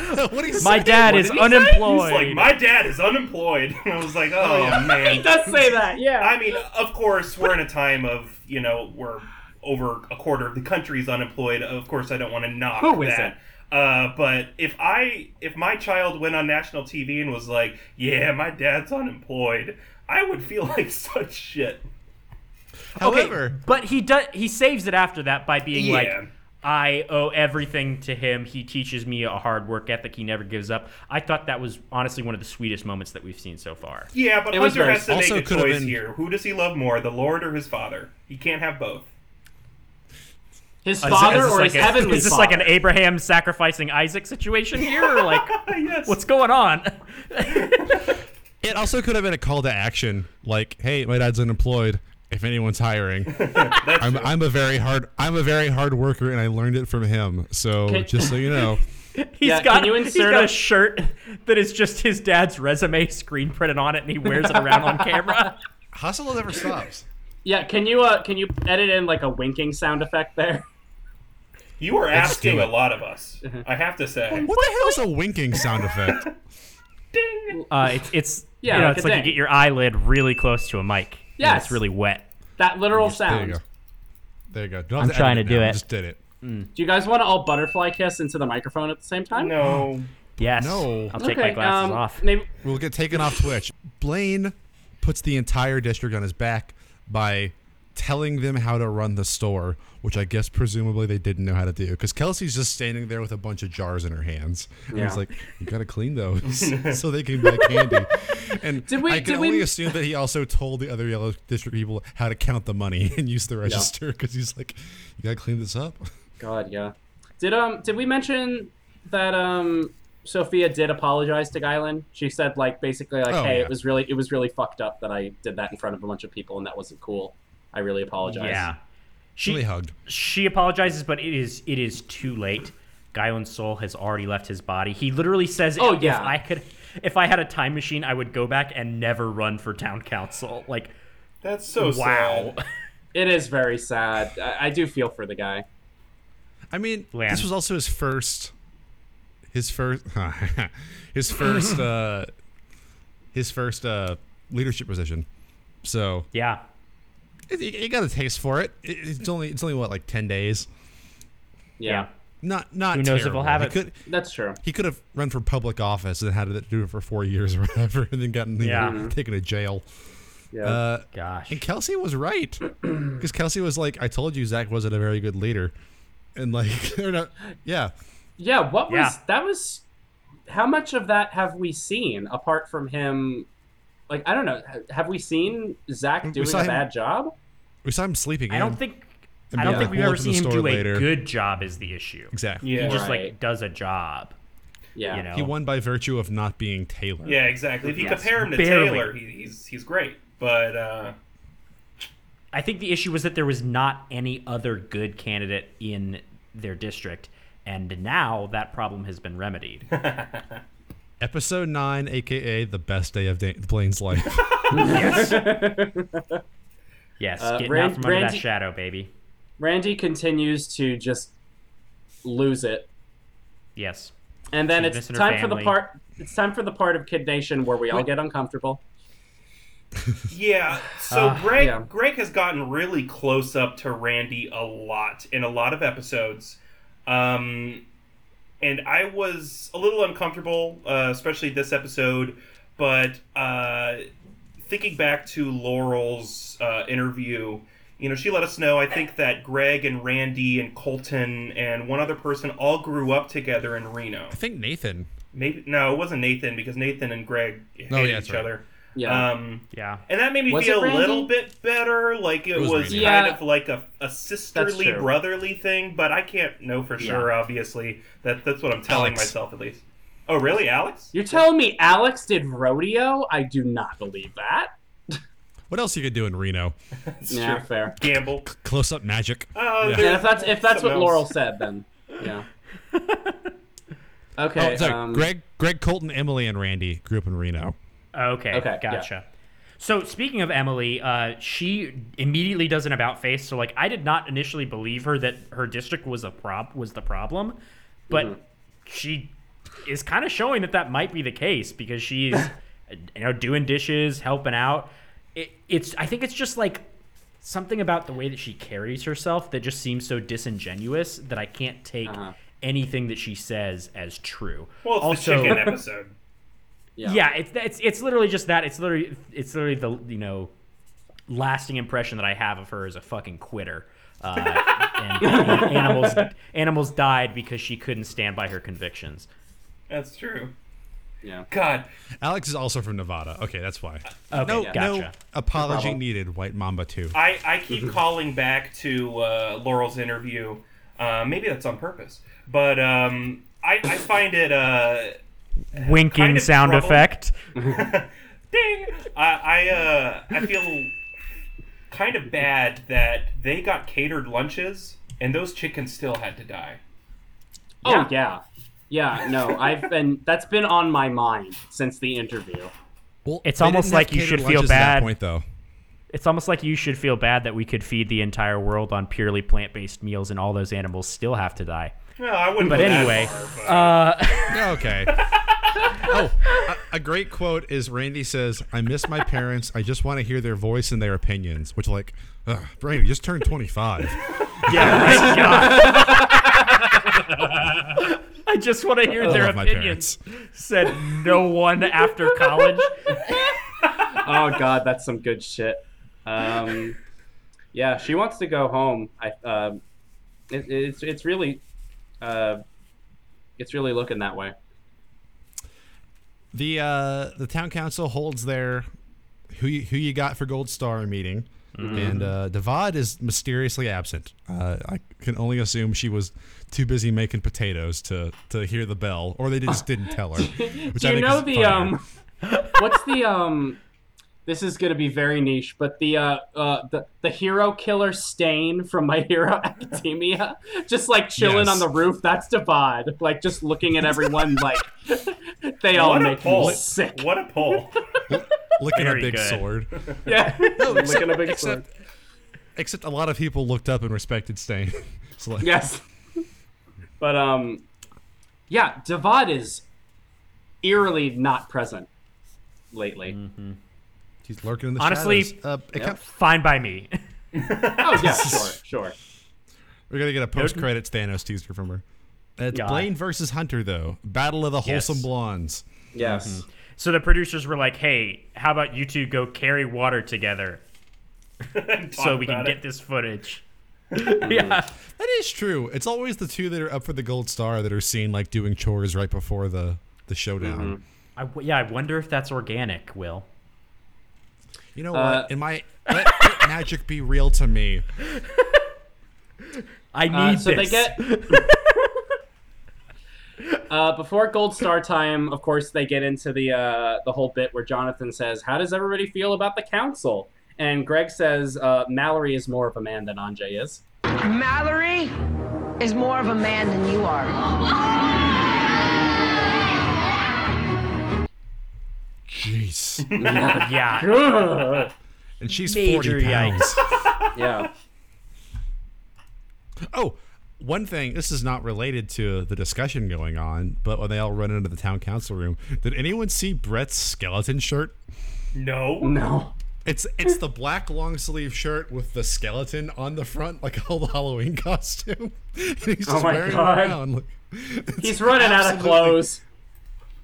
Speaker 1: what do you
Speaker 4: My
Speaker 1: say?
Speaker 4: dad is unemployed.
Speaker 3: He's like, my dad is unemployed. And I was like, oh, man.
Speaker 2: He does say that, yeah.
Speaker 3: I mean, of course, we're in a time of, you know, we're over a quarter of the country is unemployed. Of course, I don't want to knock
Speaker 2: Who
Speaker 3: that.
Speaker 2: isn't?
Speaker 3: Uh, but if I if my child went on national TV and was like, "Yeah, my dad's unemployed," I would feel like such shit.
Speaker 1: However,
Speaker 4: But he does he saves it after that by being
Speaker 3: Yeah.
Speaker 4: like I owe everything to him. He teaches me a hard work ethic. He never gives up. I thought that was honestly one of the sweetest moments that we've seen so far.
Speaker 3: Yeah, but
Speaker 2: It was
Speaker 3: Hunter
Speaker 2: very-
Speaker 3: has to
Speaker 1: also
Speaker 3: make a
Speaker 1: could've
Speaker 3: choice
Speaker 1: been-
Speaker 3: here. Who does he love more, the Lord or his father? He can't have both.
Speaker 2: His
Speaker 4: Is it- is
Speaker 2: father
Speaker 4: this
Speaker 2: or
Speaker 4: like
Speaker 2: his
Speaker 4: a-
Speaker 2: heavenly
Speaker 4: Is this
Speaker 2: father?
Speaker 4: like an Abraham sacrificing Isaac situation here, or like
Speaker 3: yes.
Speaker 4: what's going on?
Speaker 1: It also could have been a call to action, like, "Hey, my dad's unemployed. If anyone's hiring,
Speaker 3: That's
Speaker 1: I'm, I'm a very hard I'm a very hard worker, and I learned it from him. So
Speaker 2: Can-
Speaker 1: just so you know,
Speaker 4: He's
Speaker 2: Yeah,
Speaker 4: got,
Speaker 2: can you
Speaker 4: he's
Speaker 2: insert
Speaker 4: got
Speaker 2: a-
Speaker 4: a shirt that is just his dad's resume screen printed on it, and he wears it around on camera.
Speaker 1: hustle never stops.
Speaker 2: yeah, can you uh, can you edit in like a winking sound effect there?
Speaker 3: you are
Speaker 1: Let's
Speaker 3: asking
Speaker 1: do
Speaker 3: a
Speaker 1: it.
Speaker 3: lot of us. I have to say.
Speaker 1: What the hell is a winking sound effect?
Speaker 3: Ding.
Speaker 4: Uh, it's it's
Speaker 2: Yeah,
Speaker 4: you know,
Speaker 2: like
Speaker 4: it's
Speaker 2: a
Speaker 4: like
Speaker 2: thing.
Speaker 4: you get your eyelid really close to a mic. Yeah,
Speaker 2: Yes.
Speaker 4: it's really wet.
Speaker 2: That literal
Speaker 1: There you
Speaker 2: sound.
Speaker 1: go. There you go. Don't have
Speaker 5: I'm
Speaker 1: edit
Speaker 5: trying to do
Speaker 1: now. I
Speaker 5: it.
Speaker 1: Just did it.
Speaker 2: Do you guys want to all butterfly kiss into the microphone at the same time?
Speaker 3: No.
Speaker 4: Yes.
Speaker 1: No.
Speaker 4: I'll take my glasses
Speaker 2: um,
Speaker 4: off.
Speaker 2: Maybe
Speaker 1: We'll get taken off Twitch. Blaine puts the entire district on his back by telling them how to run the store, which I guess presumably they didn't know how to do because Kelsey's just standing there with a bunch of jars in her hands. And
Speaker 2: Yeah.
Speaker 1: he's like, "You gotta clean those so they can buy candy." And
Speaker 2: Did we-
Speaker 1: I can
Speaker 2: did we-
Speaker 1: only assume that he also told the other yellow district people how to count the money and use the register because he's like, "You gotta clean this up."
Speaker 2: God, yeah. Did um did we mention that um Sophia did apologize to Guyland? She said like basically like,
Speaker 1: Oh,
Speaker 2: hey,
Speaker 1: yeah.
Speaker 2: it was really it was really fucked up that I did that in front of a bunch of people and that wasn't cool. I really apologize.
Speaker 4: Yeah. She
Speaker 1: Really hugged.
Speaker 4: she apologizes, but it is it is too late. Guyon's soul has already left his body. He literally says,
Speaker 2: Oh,
Speaker 4: if
Speaker 2: yeah.
Speaker 4: I could, if I had a time machine, I would go back and never run for town council." Like,
Speaker 3: That's so
Speaker 4: wow.
Speaker 3: sad.
Speaker 2: It is very sad. I, I do feel for the guy.
Speaker 1: I mean,
Speaker 4: Land.
Speaker 1: this was also his first, his first, his first, uh, his first uh, leadership position. So
Speaker 4: yeah.
Speaker 1: it- you you got a taste for it. It- It's only it's only what like ten days.
Speaker 2: Yeah.
Speaker 4: Yeah.
Speaker 1: Not not.
Speaker 4: Who knows if
Speaker 1: terrible.
Speaker 4: he'll have
Speaker 1: he
Speaker 4: it.
Speaker 1: Could,
Speaker 2: That's true.
Speaker 1: he could have run for public office and had to do it for four years or whatever, and then gotten you know,
Speaker 4: Yeah.
Speaker 1: taken to jail.
Speaker 2: Yeah.
Speaker 1: Uh,
Speaker 4: Gosh.
Speaker 1: and Kelsey was right because Kelsey was like, "I told you, Zach wasn't a very good leader," and like, they're not. Yeah,
Speaker 2: yeah, what was
Speaker 4: yeah.
Speaker 2: that was how much of that have we seen apart from him like I don't know. ha- Have we seen Zach doing
Speaker 1: saw
Speaker 2: a
Speaker 1: him-
Speaker 2: bad job?
Speaker 1: we saw him sleeping.
Speaker 4: I
Speaker 1: in.
Speaker 4: don't think
Speaker 1: And
Speaker 4: I don't
Speaker 1: be like,
Speaker 4: think we've
Speaker 1: "We'll
Speaker 4: ever
Speaker 1: open the
Speaker 4: seen him
Speaker 1: store
Speaker 4: do
Speaker 1: later."
Speaker 4: a good job. Is the issue?
Speaker 1: Exactly.
Speaker 3: Yeah.
Speaker 4: He just
Speaker 2: Right.
Speaker 4: like does a job.
Speaker 2: Yeah.
Speaker 4: You know.
Speaker 1: He won by virtue of not being Taylor.
Speaker 3: Yeah, exactly. If you
Speaker 4: Yes,
Speaker 3: compare him to
Speaker 4: barely.
Speaker 3: Taylor, he, he's he's great. But uh,
Speaker 4: I think the issue was that there was not any other good candidate in their district, and now that problem has been remedied.
Speaker 1: Episode 9, aka the best day of Dan- Blaine's life.
Speaker 4: Yes,
Speaker 2: Uh,
Speaker 4: getting
Speaker 2: Ran-
Speaker 4: out from under
Speaker 2: Randy-
Speaker 4: that shadow, baby.
Speaker 2: Randy continues to just lose it
Speaker 4: Yes.
Speaker 2: And then
Speaker 4: She's
Speaker 2: it's
Speaker 4: missing her
Speaker 2: time for the
Speaker 4: family.
Speaker 2: part. It's time for the part of Kid Nation where we all get uncomfortable.
Speaker 3: yeah, so
Speaker 4: Uh,
Speaker 3: Greg
Speaker 2: yeah.
Speaker 3: Greg has gotten really close up to Randy a lot in a lot of episodes, um, and I was a little uncomfortable, uh, especially this episode. But uh, thinking back to Laurel's uh, interview, you know, she let us know, I think, that Greg and Randy and Colton and one other person all grew up together in Reno.
Speaker 1: I think Nathan.
Speaker 3: Maybe no, it wasn't Nathan because Nathan and Greg hated
Speaker 1: Oh, yeah, that's
Speaker 3: each
Speaker 1: right.
Speaker 3: other.
Speaker 2: Yeah,
Speaker 4: Uh,
Speaker 3: Um,
Speaker 4: Yeah.
Speaker 3: and that made me
Speaker 2: Was
Speaker 3: feel
Speaker 2: it
Speaker 3: a little
Speaker 2: Randy?
Speaker 3: bit better. Like it,
Speaker 1: was
Speaker 3: was,
Speaker 1: Randy.
Speaker 2: Yeah.
Speaker 3: kind of like a, a sisterly,
Speaker 2: true.
Speaker 3: brotherly thing, but I can't know for sure. Obviously, that that's what I'm telling
Speaker 1: Alex.
Speaker 3: myself at least. Oh, really, Alex?
Speaker 2: you're telling me Alex did rodeo? I do not believe that.
Speaker 1: What else you could do in Reno?
Speaker 3: That's
Speaker 2: Yeah, fair.
Speaker 3: Gamble.
Speaker 1: Close up magic.
Speaker 3: Oh,
Speaker 1: Yeah.
Speaker 3: there-
Speaker 2: Yeah, if that's if that's what
Speaker 3: Something
Speaker 2: Laurel
Speaker 3: else.
Speaker 2: said, then yeah.
Speaker 1: Oh,
Speaker 2: Okay.
Speaker 1: sorry.
Speaker 2: um,
Speaker 1: Greg, Greg, Colton, Emily, and Randy grew up in Reno.
Speaker 4: Okay.
Speaker 2: Okay,
Speaker 4: Gotcha. So speaking of Emily, uh, she immediately does an about face. So like, I did not initially believe her that her district was a prob was the problem, but
Speaker 2: Mm-hmm.
Speaker 4: she is kind of showing that that might be the case because she's you know doing dishes, helping out. It, it's I think it's just like something about the way that she carries herself that just seems so disingenuous that I can't take
Speaker 2: Uh-huh.
Speaker 4: anything that she says as true.
Speaker 3: Well, it's
Speaker 4: also,
Speaker 3: the chicken episode.
Speaker 2: Yeah.
Speaker 4: yeah, it's it's it's literally just that. It's literally it's literally the you know lasting impression that I have of her as a fucking quitter. Uh, and animals animals died because she couldn't stand by her convictions.
Speaker 3: That's true.
Speaker 2: Yeah.
Speaker 3: God,
Speaker 1: Alex is also from Nevada. Okay, that's why. no,
Speaker 4: yeah.
Speaker 1: no
Speaker 4: Gotcha.
Speaker 1: apology
Speaker 2: problem.
Speaker 1: needed. White Mamba too.
Speaker 3: I, I keep calling back to uh, Laurel's interview. Uh, maybe that's on purpose, but um, I, I find it uh,
Speaker 8: Winking
Speaker 3: Kind of
Speaker 8: sound
Speaker 3: trouble.
Speaker 8: effect.
Speaker 3: ding. I I, uh, I feel kind of bad that they got catered lunches and those chickens still had to die.
Speaker 2: Oh yeah. Yeah, no, I've been that's been on my mind since the interview.
Speaker 1: Well,
Speaker 8: It's
Speaker 1: they
Speaker 8: almost
Speaker 1: didn't have
Speaker 8: like you
Speaker 1: catered
Speaker 8: should feel
Speaker 1: lunches at that
Speaker 8: bad.
Speaker 1: point though.
Speaker 8: It's almost like you should feel bad that we could feed the entire world on purely plant-based meals and all those animals still have to die.
Speaker 3: Well, I wouldn't.
Speaker 8: But
Speaker 3: go that
Speaker 8: anyway,
Speaker 3: far, but-
Speaker 1: Okay. oh, a, a great quote is Randy says, "I miss my parents. I just want to hear their voice and their opinions." Which, like, ugh, Randy just turned twenty-five.
Speaker 8: I just want to hear
Speaker 1: I
Speaker 8: their
Speaker 1: love my
Speaker 8: opinions. Said no one after college.
Speaker 2: Oh god, that's some good shit. Um Yeah, she wants to go home. I um it, it's it's really uh it's really looking that way.
Speaker 1: The uh, the town council holds their who you, who you got for gold star meeting, and uh, Devad is mysteriously absent. Uh, I can only assume she was too busy making potatoes to to hear the bell, or they just didn't tell her. Which
Speaker 2: Do
Speaker 1: I
Speaker 2: you
Speaker 1: think
Speaker 2: know
Speaker 1: is
Speaker 2: the
Speaker 1: funnier.
Speaker 2: um what's the um this is gonna be very niche, but the uh, uh the, the hero killer stain from My Hero Academia, just like chilling
Speaker 1: Yes.
Speaker 2: on the roof, that's Divide. Like just looking at everyone like they all
Speaker 3: what a
Speaker 2: make me
Speaker 3: pull!
Speaker 2: sick.
Speaker 3: What a pull!
Speaker 1: licking a
Speaker 8: Very
Speaker 1: big
Speaker 8: good.
Speaker 1: sword?
Speaker 2: Yeah. looking a big sword.
Speaker 1: Except, except a lot of people looked up and respected Stain. It's like,
Speaker 2: Yes. But um yeah, Devad is eerily not present lately.
Speaker 1: Mm. He's lurking in the
Speaker 8: Honestly,
Speaker 1: shadows. Uh, it kind-
Speaker 8: Fine by me.
Speaker 2: Oh yeah, sure, sure.
Speaker 1: we're gonna get a post-credits Thanos teaser from her. It's
Speaker 8: God.
Speaker 1: Blaine versus Hunter, though. Battle of the wholesome
Speaker 8: Yes.
Speaker 1: blondes.
Speaker 2: Yes.
Speaker 1: Mm-hmm.
Speaker 8: So the producers were like, "Hey, how about you two go carry water together so we can get this footage?" yeah.
Speaker 1: That is true. It's always the two that are up for the gold star that are seen like doing chores right before the the showdown.
Speaker 8: I w yeah, I wonder if that's organic, Will.
Speaker 1: You know
Speaker 2: Uh,
Speaker 1: what? In my let, let magic be real to me.
Speaker 8: I need
Speaker 2: Uh, so
Speaker 8: this.
Speaker 2: they get. Uh, before Gold Star time, of course, they get into the uh, the whole bit where Jonathan says, "How does everybody feel about the council?" And Greg says, uh, "Mallory is more of a man than Anjay is."
Speaker 9: Mallory is more of a man than you are.
Speaker 1: Jeez.
Speaker 8: yeah.
Speaker 1: And she's
Speaker 8: Major
Speaker 1: forty pounds.
Speaker 2: Yeah,
Speaker 1: Oh, one thing. This is not related to the discussion going on, but when they all run into the town council room, did anyone see Brett's skeleton shirt?
Speaker 3: No,
Speaker 2: no,
Speaker 1: It's it's the black long sleeve shirt with the skeleton on the front, like all the Halloween costume. And he's just
Speaker 2: Oh my
Speaker 1: wearing
Speaker 2: God.
Speaker 1: it around. Like,
Speaker 2: he's running out of
Speaker 1: absolutely-
Speaker 2: clothes.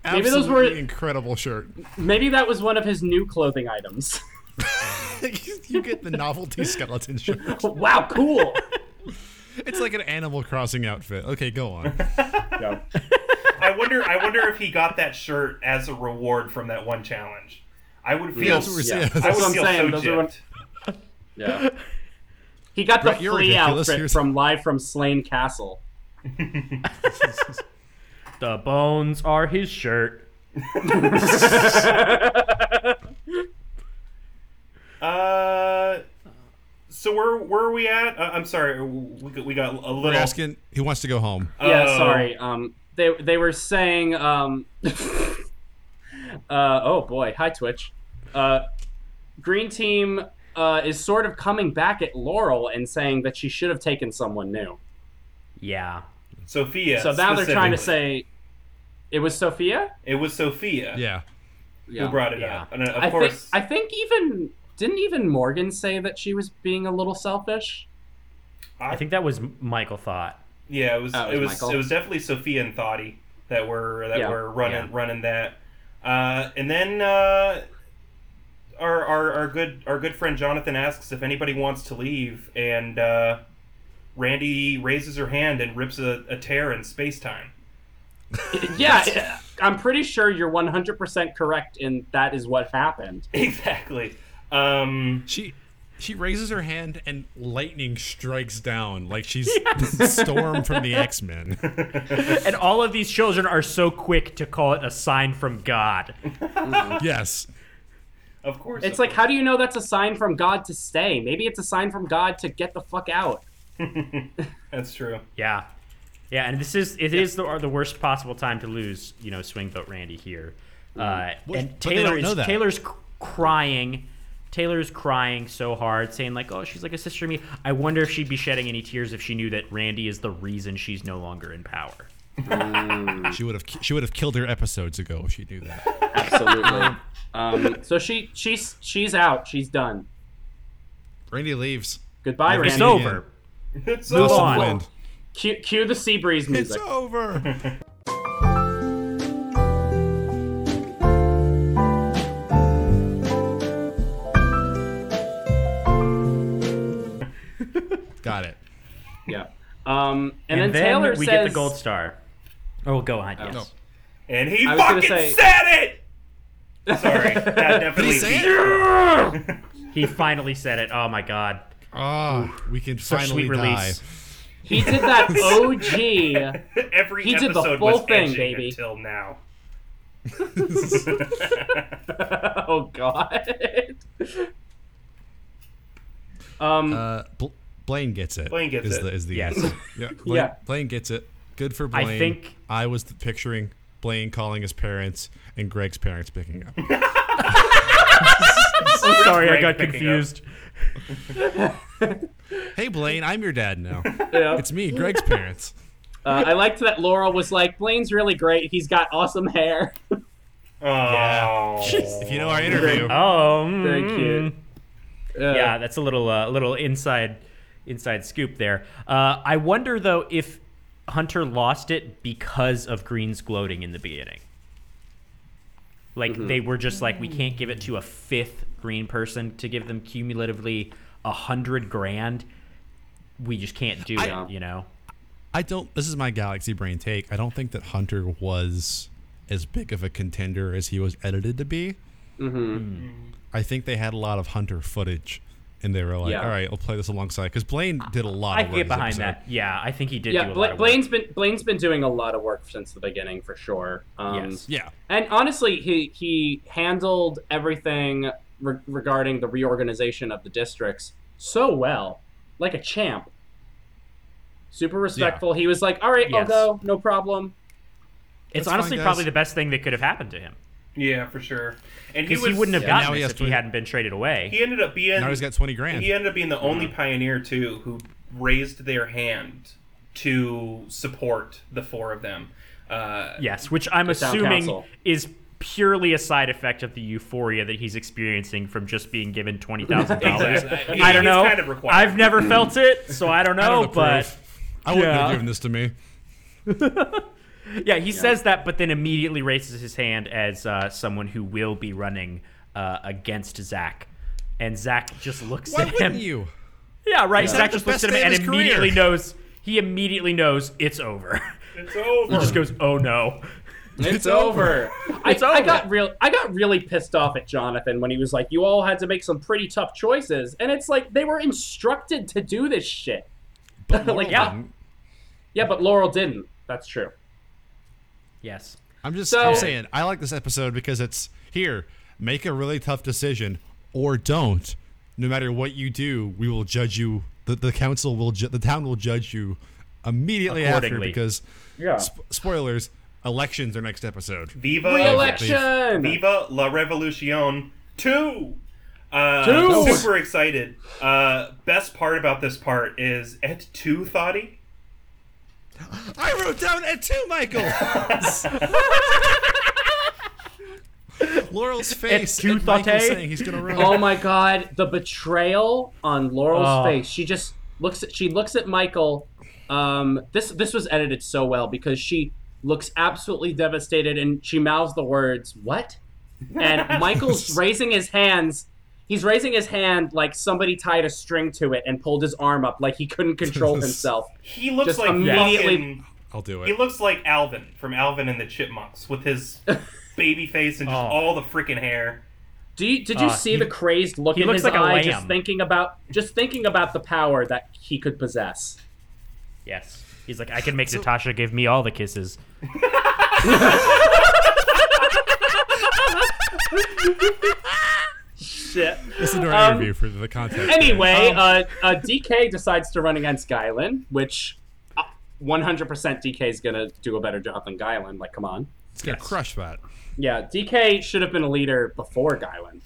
Speaker 1: Maybe
Speaker 2: those were-
Speaker 1: incredible shirt.
Speaker 2: Maybe that was one of his new clothing items.
Speaker 1: you get the novelty skeleton shirt.
Speaker 2: wow, cool.
Speaker 1: It's like an Animal Crossing outfit. Okay, go on.
Speaker 2: Yeah.
Speaker 3: I wonder. I wonder if he got that shirt as a reward from that one challenge. I would feel.
Speaker 1: That's what we're
Speaker 2: Yeah.
Speaker 1: saying.
Speaker 3: I would
Speaker 2: what I'm
Speaker 3: feel
Speaker 2: saying,
Speaker 3: so
Speaker 2: those are what-
Speaker 3: gypped.
Speaker 2: Yeah. He got the
Speaker 1: Brett, you're
Speaker 2: flea
Speaker 1: ridiculous.
Speaker 2: outfit
Speaker 1: Here's-
Speaker 2: from Live from Slain Castle.
Speaker 8: The bones are his shirt.
Speaker 3: Uh, so where where are we at? Uh, I'm sorry, we got, we got a little.
Speaker 1: We're asking who wants to go home.
Speaker 2: Yeah,
Speaker 3: Oh.
Speaker 2: sorry. Um, they they were saying um, uh, oh boy, hi Twitch. Uh, Green Team uh, is sort of coming back at Laurel and saying that she should have taken someone new.
Speaker 8: Yeah.
Speaker 3: Sophia.
Speaker 2: so now they're trying to
Speaker 3: specifically.
Speaker 2: say it was Sophia.
Speaker 3: it was Sophia
Speaker 1: Yeah.
Speaker 3: who brought it
Speaker 8: Yeah.
Speaker 3: up, and uh, of
Speaker 2: I think
Speaker 3: course,
Speaker 2: I think even didn't even Morgan say that she was being a little selfish.
Speaker 3: I-
Speaker 8: I think that was M- Michael thought.
Speaker 3: yeah, it was
Speaker 2: Oh, it
Speaker 3: it
Speaker 2: was
Speaker 3: was
Speaker 2: Michael.
Speaker 3: it was definitely Sophia and Thoughty that were that
Speaker 2: Yeah.
Speaker 3: were running
Speaker 8: Yeah.
Speaker 3: running that, uh, and then uh, our, our our good our good friend Jonathan asks if anybody wants to leave, and uh, Randy raises her hand and rips a, a tear in space time.
Speaker 2: yeah, I'm pretty sure you're 100% correct, and that is what happened.
Speaker 3: Exactly. Um,
Speaker 1: She she raises her hand and lightning strikes down like she's Storm from the X Men.
Speaker 4: And all of these children are so quick to call it a sign from God.
Speaker 1: yes.
Speaker 3: of course.
Speaker 2: It's like, how do you know that's a sign from God to stay? Maybe it's a sign from God to get the fuck out.
Speaker 3: that's true.
Speaker 4: Yeah, yeah, and this is it is the the worst possible time to lose. You know, swing vote Randy here, uh,
Speaker 1: Well,
Speaker 4: and
Speaker 1: but they don't
Speaker 4: Taylor
Speaker 1: know
Speaker 4: is
Speaker 1: that.
Speaker 4: Taylor's c- crying. Taylor's crying so hard, saying like, "Oh, she's like a sister to me." I wonder if she'd be shedding any tears if she knew that Randy is the reason she's no longer in power.
Speaker 1: She would have she would have killed her episodes ago if she knew that.
Speaker 10: Absolutely. um,
Speaker 2: So she she's she's out. She's done.
Speaker 1: Randy leaves.
Speaker 2: Goodbye,
Speaker 1: It's
Speaker 2: Randy.
Speaker 4: It's over.
Speaker 3: It's
Speaker 4: Move
Speaker 3: all-
Speaker 4: on.
Speaker 1: Wind.
Speaker 2: Cue, cue the sea breeze
Speaker 1: It's
Speaker 2: music.
Speaker 1: over. Got it.
Speaker 2: Yeah. Um, and, then,
Speaker 4: And then
Speaker 2: Taylor
Speaker 4: we
Speaker 2: says,
Speaker 4: get the gold star. Oh, go ahead. Yes.
Speaker 1: No.
Speaker 3: And he
Speaker 2: I was gonna
Speaker 3: fucking
Speaker 2: say-
Speaker 3: said it. Sorry, that definitely.
Speaker 1: say
Speaker 4: He finally said it. Oh my god.
Speaker 1: Ah, we can finally
Speaker 4: sweet release.
Speaker 1: die.
Speaker 2: He did that OG.
Speaker 3: Every
Speaker 2: He did
Speaker 3: episode
Speaker 2: the
Speaker 3: was
Speaker 2: full thing,
Speaker 3: edging
Speaker 2: baby.
Speaker 3: until now.
Speaker 2: oh God. Um.
Speaker 1: Uh, Bl- Blaine gets it.
Speaker 3: Blaine gets
Speaker 1: is
Speaker 3: it.
Speaker 1: The, is the
Speaker 4: Yes.
Speaker 1: Yeah, Blaine,
Speaker 2: Yeah.
Speaker 1: Blaine gets it. Good for Blaine.
Speaker 4: think-
Speaker 1: I was th- picturing Blaine calling his parents and Greg's parents picking up.
Speaker 4: Sorry, I
Speaker 3: Greg
Speaker 4: got
Speaker 3: picking up.
Speaker 4: confused.
Speaker 1: hey, Blaine, I'm your dad now.
Speaker 2: yeah.
Speaker 1: It's me, Greg's parents.
Speaker 2: Uh, I liked that Laurel was like, Blaine's really great. He's got awesome hair.
Speaker 3: Oh,
Speaker 1: If you know our interview,
Speaker 4: Oh,
Speaker 2: Thank you.
Speaker 4: mm. yeah, that's a little uh, little inside inside scoop there. Uh, I wonder though if Hunter lost it because of Green's gloating in the beginning. Like they were just like, we can't give it to a fifth Green person to give them cumulatively a hundred grand. We just can't do
Speaker 2: I-
Speaker 4: it, you know.
Speaker 1: I don't. This is my galaxy brain take. I don't think that Hunter was as big of a contender as he was edited to be.
Speaker 4: Mm-hmm.
Speaker 1: I think they had a lot of Hunter footage, and they were like,
Speaker 2: Yeah.
Speaker 1: "All right, we'll play this alongside." Because Blaine did a lot.
Speaker 4: I
Speaker 1: of
Speaker 4: can
Speaker 1: work
Speaker 4: get
Speaker 1: this
Speaker 4: behind
Speaker 1: episode.
Speaker 4: that. Yeah, I think he did. do
Speaker 2: Yeah,
Speaker 4: a lot
Speaker 2: Bla-
Speaker 4: of work.
Speaker 2: Blaine's been Blaine's been doing a lot of work since the beginning for sure. Um,
Speaker 4: Yes.
Speaker 1: Yeah.
Speaker 2: And honestly, he he handled everything re- regarding the reorganization of the districts so well, like a champ. Super respectful. He was like, "All right,
Speaker 4: Yes.
Speaker 2: I'll go, no problem."
Speaker 4: It's
Speaker 1: That's fine,
Speaker 4: honestly
Speaker 1: guys.
Speaker 4: probably the best thing that could have happened to him
Speaker 3: yeah, for sure. And he,
Speaker 4: because
Speaker 3: was,
Speaker 4: he, wouldn't have
Speaker 1: yeah, now
Speaker 4: gotten
Speaker 1: he has
Speaker 4: this if he
Speaker 1: to-
Speaker 4: hadn't been traded away.
Speaker 3: He ended up being.
Speaker 1: Now he's got twenty grand.
Speaker 3: He ended up being the only pioneer too who raised their hand to support the four of them. Uh,
Speaker 4: Yes, which I'm
Speaker 2: town
Speaker 4: assuming
Speaker 2: council.
Speaker 4: is purely a side effect of the euphoria that he's experiencing from just being given twenty thousand dollars.
Speaker 3: Exactly.
Speaker 4: I don't
Speaker 3: uh, It's
Speaker 4: know.
Speaker 3: kind of required.
Speaker 4: I've never felt it, so I don't
Speaker 1: I
Speaker 4: know.
Speaker 1: don't
Speaker 4: but
Speaker 1: approve. I wouldn't
Speaker 4: Yeah.
Speaker 1: have given this to me.
Speaker 4: yeah, he says that, but then immediately raises his hand as uh, someone who will be running uh, against Zach, and Zach just looks
Speaker 1: Why
Speaker 4: at
Speaker 1: wouldn't
Speaker 4: him.
Speaker 1: you?
Speaker 4: Yeah, right.
Speaker 1: He's
Speaker 4: Zach
Speaker 1: had the
Speaker 4: just looks
Speaker 1: best
Speaker 4: at him
Speaker 1: day of
Speaker 4: and
Speaker 1: his career.
Speaker 4: immediately knows. He immediately knows it's over.
Speaker 3: It's over.
Speaker 4: he just goes, "Oh no."
Speaker 2: It's, over. I,
Speaker 4: It's
Speaker 2: I
Speaker 4: over.
Speaker 2: got real. I got really pissed off at Jonathan when he was like, "You all had to make some pretty tough choices," and it's like they were instructed to do this shit.
Speaker 1: But
Speaker 2: Like, yeah.
Speaker 1: Lauren,
Speaker 2: Yeah, but Laurel didn't. That's true.
Speaker 4: Yes.
Speaker 1: I'm just
Speaker 2: So-
Speaker 1: I'm saying I like this episode because it's here. Make a really tough decision or don't. No matter what you do, we will judge you. The, the council will ju- the town will judge you immediately after
Speaker 4: Accordingly.
Speaker 1: because
Speaker 2: Yeah.
Speaker 1: sp- spoilers elections are next episode.
Speaker 3: Viva
Speaker 2: Re-election.
Speaker 3: Viva la Revolucion 2! Uh,
Speaker 2: Two!
Speaker 3: Super excited. Uh, best part about this part is Et tu, Thoughty?
Speaker 1: I wrote down at two, Michael. Laurel's face.
Speaker 4: two
Speaker 1: at Michael
Speaker 4: thought-ay?
Speaker 1: saying he's gonna run.
Speaker 2: Oh my god, the betrayal on Laurel's
Speaker 4: Oh.
Speaker 2: face. She just looks at she looks at Michael. Um this this was edited so well because she looks absolutely devastated and she mouths the words, "What?" And Michael's raising his hands he's raising his hand like somebody tied a string to it and pulled his arm up like he couldn't control himself.
Speaker 3: He looks
Speaker 2: Just
Speaker 3: like
Speaker 2: immediately-
Speaker 3: fucking-
Speaker 1: I'll do
Speaker 3: He
Speaker 1: it.
Speaker 3: looks like Alvin from Alvin and the Chipmunks with his baby face and just
Speaker 4: Oh.
Speaker 3: all the freaking hair.
Speaker 2: Do you, did you
Speaker 4: Uh,
Speaker 2: see
Speaker 4: he-
Speaker 2: the crazed look
Speaker 4: he
Speaker 2: in
Speaker 4: looks
Speaker 2: his
Speaker 4: like a
Speaker 2: eye just
Speaker 4: lamb.
Speaker 2: thinking about just thinking about the power that he could possess?
Speaker 4: Yes. He's like, I can make Natasha give me all the kisses.
Speaker 2: Shit.
Speaker 1: Listen to our
Speaker 2: Um,
Speaker 1: interview for the context.
Speaker 2: Anyway, uh, uh, DK decides to run against Guylin, which uh, 100% DK is going to do a better job than Guylin. Like, come on.
Speaker 1: it's gonna crush that.
Speaker 2: Yeah, DK should have been a leader before Guylin.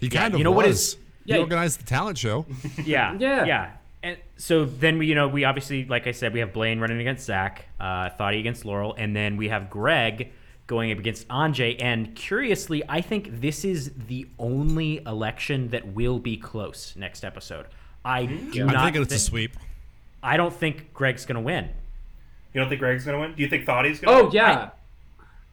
Speaker 1: He kind of
Speaker 4: you know
Speaker 1: was.
Speaker 4: what is-
Speaker 1: He
Speaker 2: Yeah,
Speaker 1: organized the talent show.
Speaker 4: Yeah.
Speaker 2: Yeah.
Speaker 4: Yeah. And so then we, you know, we obviously, like I said, we have Blaine running against Zach, uh, Thoughty against Laurel, and then we have Greg going up against Anjay. And curiously, I think this is the only election that will be close next episode. I do
Speaker 1: I'm
Speaker 4: not.
Speaker 1: thinking it's a
Speaker 4: thi-
Speaker 1: sweep.
Speaker 4: I don't think Greg's gonna win.
Speaker 3: You don't think Greg's gonna win? Do you think Thoughty's gonna?
Speaker 2: Oh,
Speaker 3: win?
Speaker 2: yeah.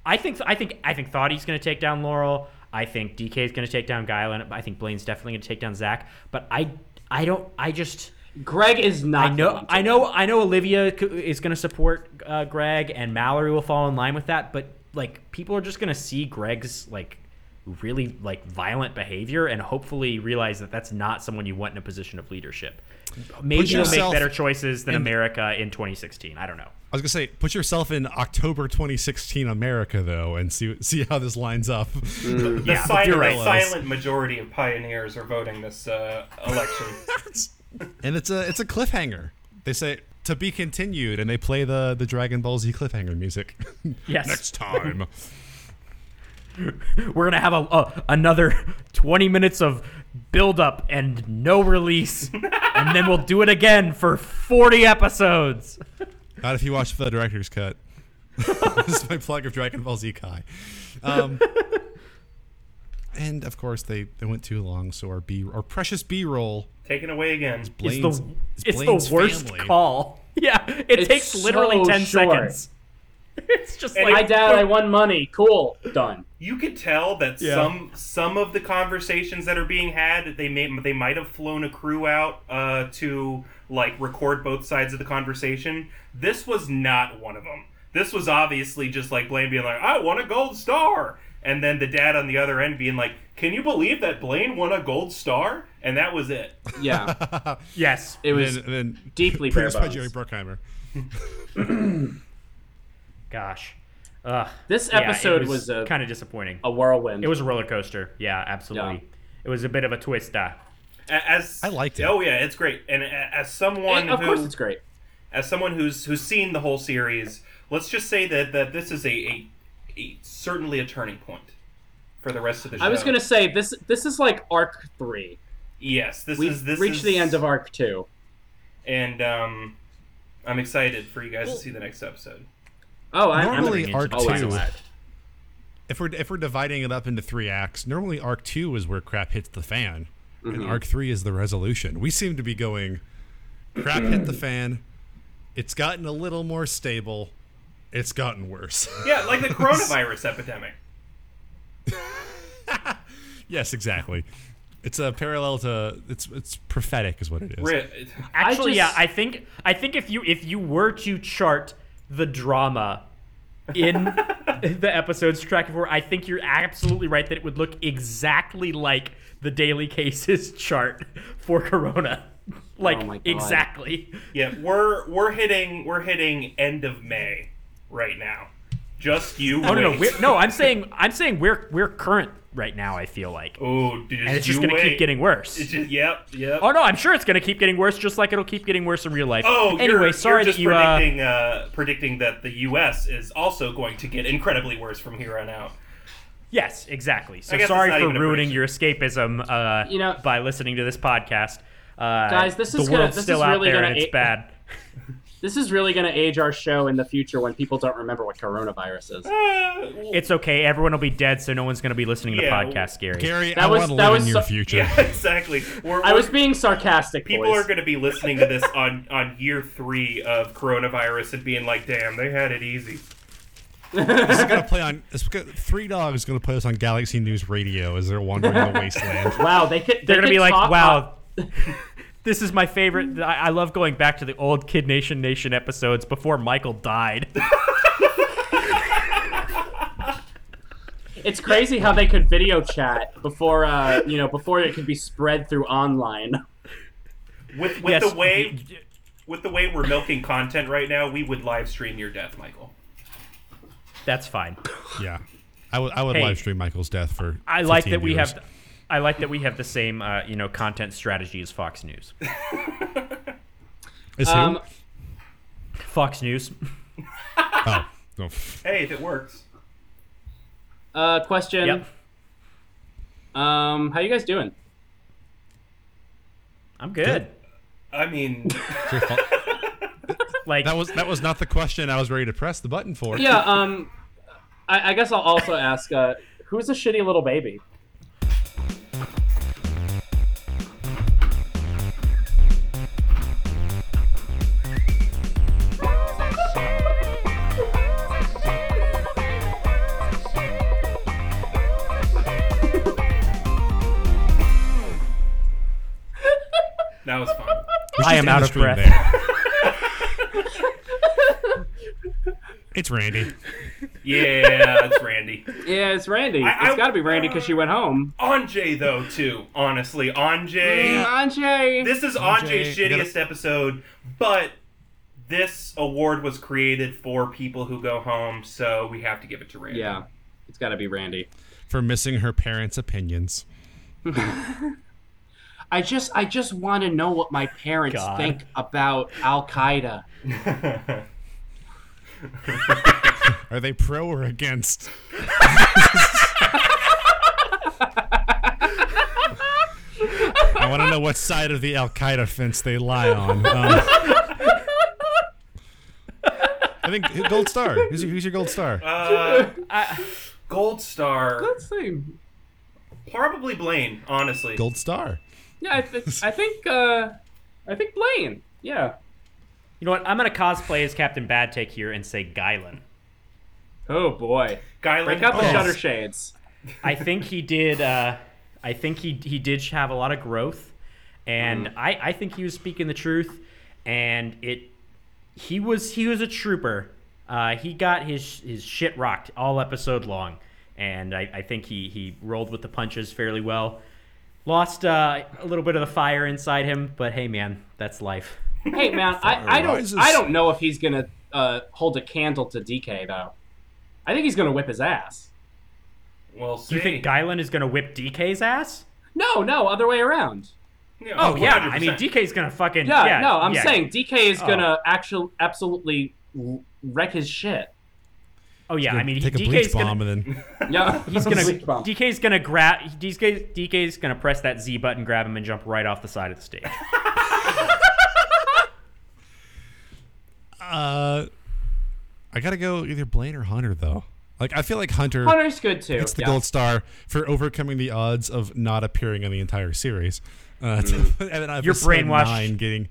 Speaker 4: I think. I think. I think Thoughty's gonna take down Laurel. I think DK's gonna take down Guylin. I think Blaine's definitely gonna take down Zach. But I. I don't. I just.
Speaker 2: Greg is not.
Speaker 4: I
Speaker 2: going
Speaker 4: know,
Speaker 2: to
Speaker 4: I know, I know. Olivia c- is going to support uh, Greg, and Mallory will fall in line with that. But like, people are just going to see Greg's like really like violent behavior, and hopefully realize that that's not someone you want in a position of leadership. Maybe you'll make
Speaker 1: yourself
Speaker 4: better choices than America in 2016. I don't know.
Speaker 1: I was gonna say, put yourself in October 2016 America though, and see see how this lines up.
Speaker 3: The silent,
Speaker 1: you're right.
Speaker 3: silent majority of pioneers are voting this uh, election.
Speaker 1: and it's a it's a cliffhanger. They say to be continued, and they play the the Dragon Ball Z cliffhanger music.
Speaker 4: Yes.
Speaker 1: Next time.
Speaker 4: We're gonna have a, a another 20 minutes of build up and no release, and then we'll do it again for 40 episodes.
Speaker 1: Not if you watch the director's cut. this is my plug of Dragon Ball Z Kai. Um, and of course, they, they went too long, so our B our precious B roll.
Speaker 3: Taken away again.
Speaker 4: It's
Speaker 1: Blaine's,
Speaker 4: the it's
Speaker 1: Blaine's
Speaker 4: the worst
Speaker 1: family.
Speaker 4: call. Yeah, it
Speaker 2: It's
Speaker 4: takes literally
Speaker 2: so
Speaker 4: ten
Speaker 2: short.
Speaker 4: seconds. It's just
Speaker 3: And
Speaker 2: I
Speaker 4: like
Speaker 2: doubt I won money. Cool. Done.
Speaker 3: You could tell that some some of the conversations that are being had, they may they might have flown a crew out uh, to like record both sides of the conversation. This was not one of them. This was obviously just like Blaine being like, "I won a gold star," and then the dad on the other end being like, "Can you believe that Blaine won a gold star?" And that was it.
Speaker 2: Yeah.
Speaker 4: yes.
Speaker 2: It was.
Speaker 1: And then, and then
Speaker 2: deeply
Speaker 1: produced by
Speaker 2: bare
Speaker 1: Jerry
Speaker 2: bones.
Speaker 1: Bruckheimer.
Speaker 4: Gosh, Ugh.
Speaker 2: This
Speaker 4: Yeah, it
Speaker 2: episode was,
Speaker 4: was,
Speaker 2: a,
Speaker 4: kind of disappointing.
Speaker 2: a whirlwind.
Speaker 4: It was a roller coaster. Yeah, absolutely.
Speaker 2: Yeah.
Speaker 4: It was a bit of a twist. Uh,
Speaker 3: A- As
Speaker 1: I liked it.
Speaker 3: Oh yeah, it's great. And a- as someone
Speaker 2: And Eh, of
Speaker 3: who
Speaker 2: course, it's great.
Speaker 3: as someone who's who's seen the whole series, let's just say that that this is a, a, a certainly a turning point for the rest of the show.
Speaker 2: I was gonna say this. This is like arc three.
Speaker 3: yes, this
Speaker 2: We've
Speaker 3: is this
Speaker 2: reached
Speaker 3: is,
Speaker 2: the end of arc two.
Speaker 3: and um, I'm excited for you guys to see the next episode.
Speaker 2: Oh, I, I'm
Speaker 1: Normally,
Speaker 4: gonna
Speaker 1: Arc
Speaker 4: need to
Speaker 2: always
Speaker 4: check
Speaker 1: Two.
Speaker 4: this out.
Speaker 1: If we're if we're dividing it up into three acts, normally Arc Two is where crap hits the fan, and Arc Three is the resolution. We seem to be going crap hit the fan. It's gotten a little more stable. It's gotten worse.
Speaker 3: Yeah, like the coronavirus epidemic.
Speaker 1: Yes, exactly. It's a parallel to it's it's prophetic is what it is.
Speaker 3: Re-
Speaker 4: Actually,
Speaker 2: just-
Speaker 4: yeah, I think I think if you if you were to chart the drama in the episodes track of war, I think you're absolutely right that it would look exactly like the daily cases chart for corona.
Speaker 3: Oh
Speaker 4: Like
Speaker 2: my God.
Speaker 4: exactly.
Speaker 3: Yeah, we're we're hitting we're hitting end of May right now. Just you.
Speaker 4: Oh no, no,
Speaker 3: wait.
Speaker 4: we're, no. I'm saying I'm saying we're we're current right now. I feel like,
Speaker 3: Oh, dude,
Speaker 4: and it's just gonna keep getting worse.
Speaker 3: It's just, yep, yep.
Speaker 4: Oh no, I'm sure it's gonna keep getting worse, just like it'll keep getting worse in real life.
Speaker 3: Oh,
Speaker 4: anyway,
Speaker 3: you're,
Speaker 4: sorry
Speaker 3: you're just
Speaker 4: that you. Uh,
Speaker 3: predicting, uh... predicting that the U.S. is also going to get incredibly worse from here on out.
Speaker 4: Yes, exactly. So
Speaker 3: guess it's
Speaker 4: sorry
Speaker 3: not
Speaker 4: for
Speaker 3: even a
Speaker 4: ruining
Speaker 3: prediction.
Speaker 4: your escapism uh,
Speaker 2: You know-
Speaker 4: by listening to this podcast. Uh,
Speaker 2: Guys, this is
Speaker 4: the
Speaker 2: gonna-
Speaker 4: world's
Speaker 2: this is
Speaker 4: still out
Speaker 2: really
Speaker 4: there
Speaker 2: gonna
Speaker 4: and it's
Speaker 2: a-
Speaker 4: bad.
Speaker 2: This is really gonna age our show in the future when people don't remember what coronavirus is.
Speaker 4: It's okay. Everyone will be dead, so no one's going to be listening to the
Speaker 3: Yeah,
Speaker 4: podcast, Gary.
Speaker 1: Gary,
Speaker 2: That
Speaker 1: I
Speaker 2: was-
Speaker 1: want to
Speaker 2: that
Speaker 1: live in
Speaker 2: was
Speaker 1: your
Speaker 2: so-
Speaker 1: future.
Speaker 3: Yeah, exactly. We're,
Speaker 2: I was
Speaker 3: we're-
Speaker 2: being sarcastic.
Speaker 3: people
Speaker 2: boys.
Speaker 3: are going to be listening to this on on year three of coronavirus and being like, "Damn, they had it easy."
Speaker 1: this is gonna play on. It's gonna, Three Dog is gonna play this on Galaxy News Radio as they're wandering the wasteland.
Speaker 2: Wow, they could.
Speaker 4: They're
Speaker 2: they
Speaker 4: gonna
Speaker 2: could
Speaker 4: be like,
Speaker 2: talk
Speaker 4: wow. This is my favorite. I, I love going back to the old Kid Nation Nation episodes before Michael died.
Speaker 2: It's crazy how they could video chat before, uh, you know, before it could be spread through online.
Speaker 3: With with
Speaker 4: Yes.
Speaker 3: the way with the way we're milking content right now, we would live stream your death, Michael.
Speaker 4: That's fine.
Speaker 1: Yeah, I would I would
Speaker 4: Hey.
Speaker 1: live stream Michael's death for.
Speaker 4: I like
Speaker 1: 15
Speaker 4: that we
Speaker 1: viewers.
Speaker 4: have. I like that we have the same, uh, you know, content strategy as Fox News.
Speaker 1: Is who?
Speaker 2: Um,
Speaker 4: Fox News.
Speaker 1: oh, no. pff.
Speaker 3: Hey, if it works.
Speaker 2: Uh, question.
Speaker 4: Yep.
Speaker 2: Um, how you guys doing?
Speaker 4: I'm good.
Speaker 3: I mean,
Speaker 1: It's your fault.
Speaker 4: Like
Speaker 1: That was that was not the question I was ready to press the button for.
Speaker 2: Yeah. Um, I, I guess I'll also ask, uh, who's a shitty little baby?
Speaker 3: that was fun.
Speaker 1: We should
Speaker 4: I am
Speaker 1: end
Speaker 4: out
Speaker 1: the
Speaker 4: of
Speaker 1: stream
Speaker 4: breath.
Speaker 1: there. it's Randy.
Speaker 3: Yeah, it's Randy.
Speaker 2: Yeah, it's Randy.
Speaker 3: I-
Speaker 2: it's
Speaker 3: I-
Speaker 2: got to be Randy because she went home.
Speaker 3: Anjay though too, honestly, Anjay.
Speaker 2: Anjay.
Speaker 3: This is
Speaker 1: Anjay,
Speaker 3: Anjay's
Speaker 1: we gotta-
Speaker 3: shittiest episode, but this award was created for people who go home, so we have to give it to Randy.
Speaker 2: yeah, it's got to be Randy.
Speaker 1: for missing her parents' opinions.
Speaker 2: I just, I just want to know what my parents
Speaker 4: God.
Speaker 2: think about Al Qaeda.
Speaker 1: Are they pro or against? I want to know what side of the Al Qaeda fence they lie on. Um, I think gold star. Who's your, who's your gold star?
Speaker 3: Uh, Gold Star,
Speaker 2: Same.
Speaker 3: probably Blaine, honestly.
Speaker 1: Gold star.
Speaker 2: Yeah, I, th- I think, uh, I think Blaine. Yeah.
Speaker 4: you know what? I'm gonna cosplay as Captain Bad Take here and say Guylin.
Speaker 2: Oh boy.
Speaker 3: Guyland,
Speaker 2: Break out the
Speaker 1: Oh.
Speaker 2: shutter shades.
Speaker 4: I think he did. Uh, I think he he did have a lot of growth, and I I think he was speaking the truth, and it he was he was a trooper. Uh, he got his his shit rocked all episode long, and I, I think he he rolled with the punches fairly well. Lost uh, a little bit of the fire inside him, but hey man, that's life.
Speaker 2: Hey man, I, I don't
Speaker 1: rises.
Speaker 2: I don't know if he's gonna uh, hold a candle to DK though. I think he's gonna whip his ass.
Speaker 3: We'll see.
Speaker 4: Do you think Guylin is gonna whip DK's ass?
Speaker 2: No, no, other way around.
Speaker 3: Yeah,
Speaker 4: Oh yeah, I
Speaker 3: 100%.
Speaker 4: mean DK's gonna fucking
Speaker 2: Yeah,
Speaker 4: yeah.
Speaker 2: no, I'm
Speaker 4: yeah.
Speaker 2: saying DK is
Speaker 4: Oh.
Speaker 2: gonna actually absolutely w- wreck his shit.
Speaker 4: Oh yeah, I mean he-
Speaker 1: take a
Speaker 4: DK's
Speaker 1: bleach
Speaker 4: gonna
Speaker 1: bomb and then
Speaker 2: Yeah,
Speaker 4: He's gonna DK's gonna grab DK DK's gonna press that Z button, grab him, and jump right off the side of the stage.
Speaker 1: uh, I gotta go either Blaine or Hunter though. Like I feel like Hunter.
Speaker 2: Hunter's good too.
Speaker 1: It's the
Speaker 2: yeah.
Speaker 1: gold star for overcoming the odds of not appearing on the entire series. Uh, and then
Speaker 4: Mm. You're
Speaker 1: episode
Speaker 4: brainwashed.
Speaker 1: Nine getting,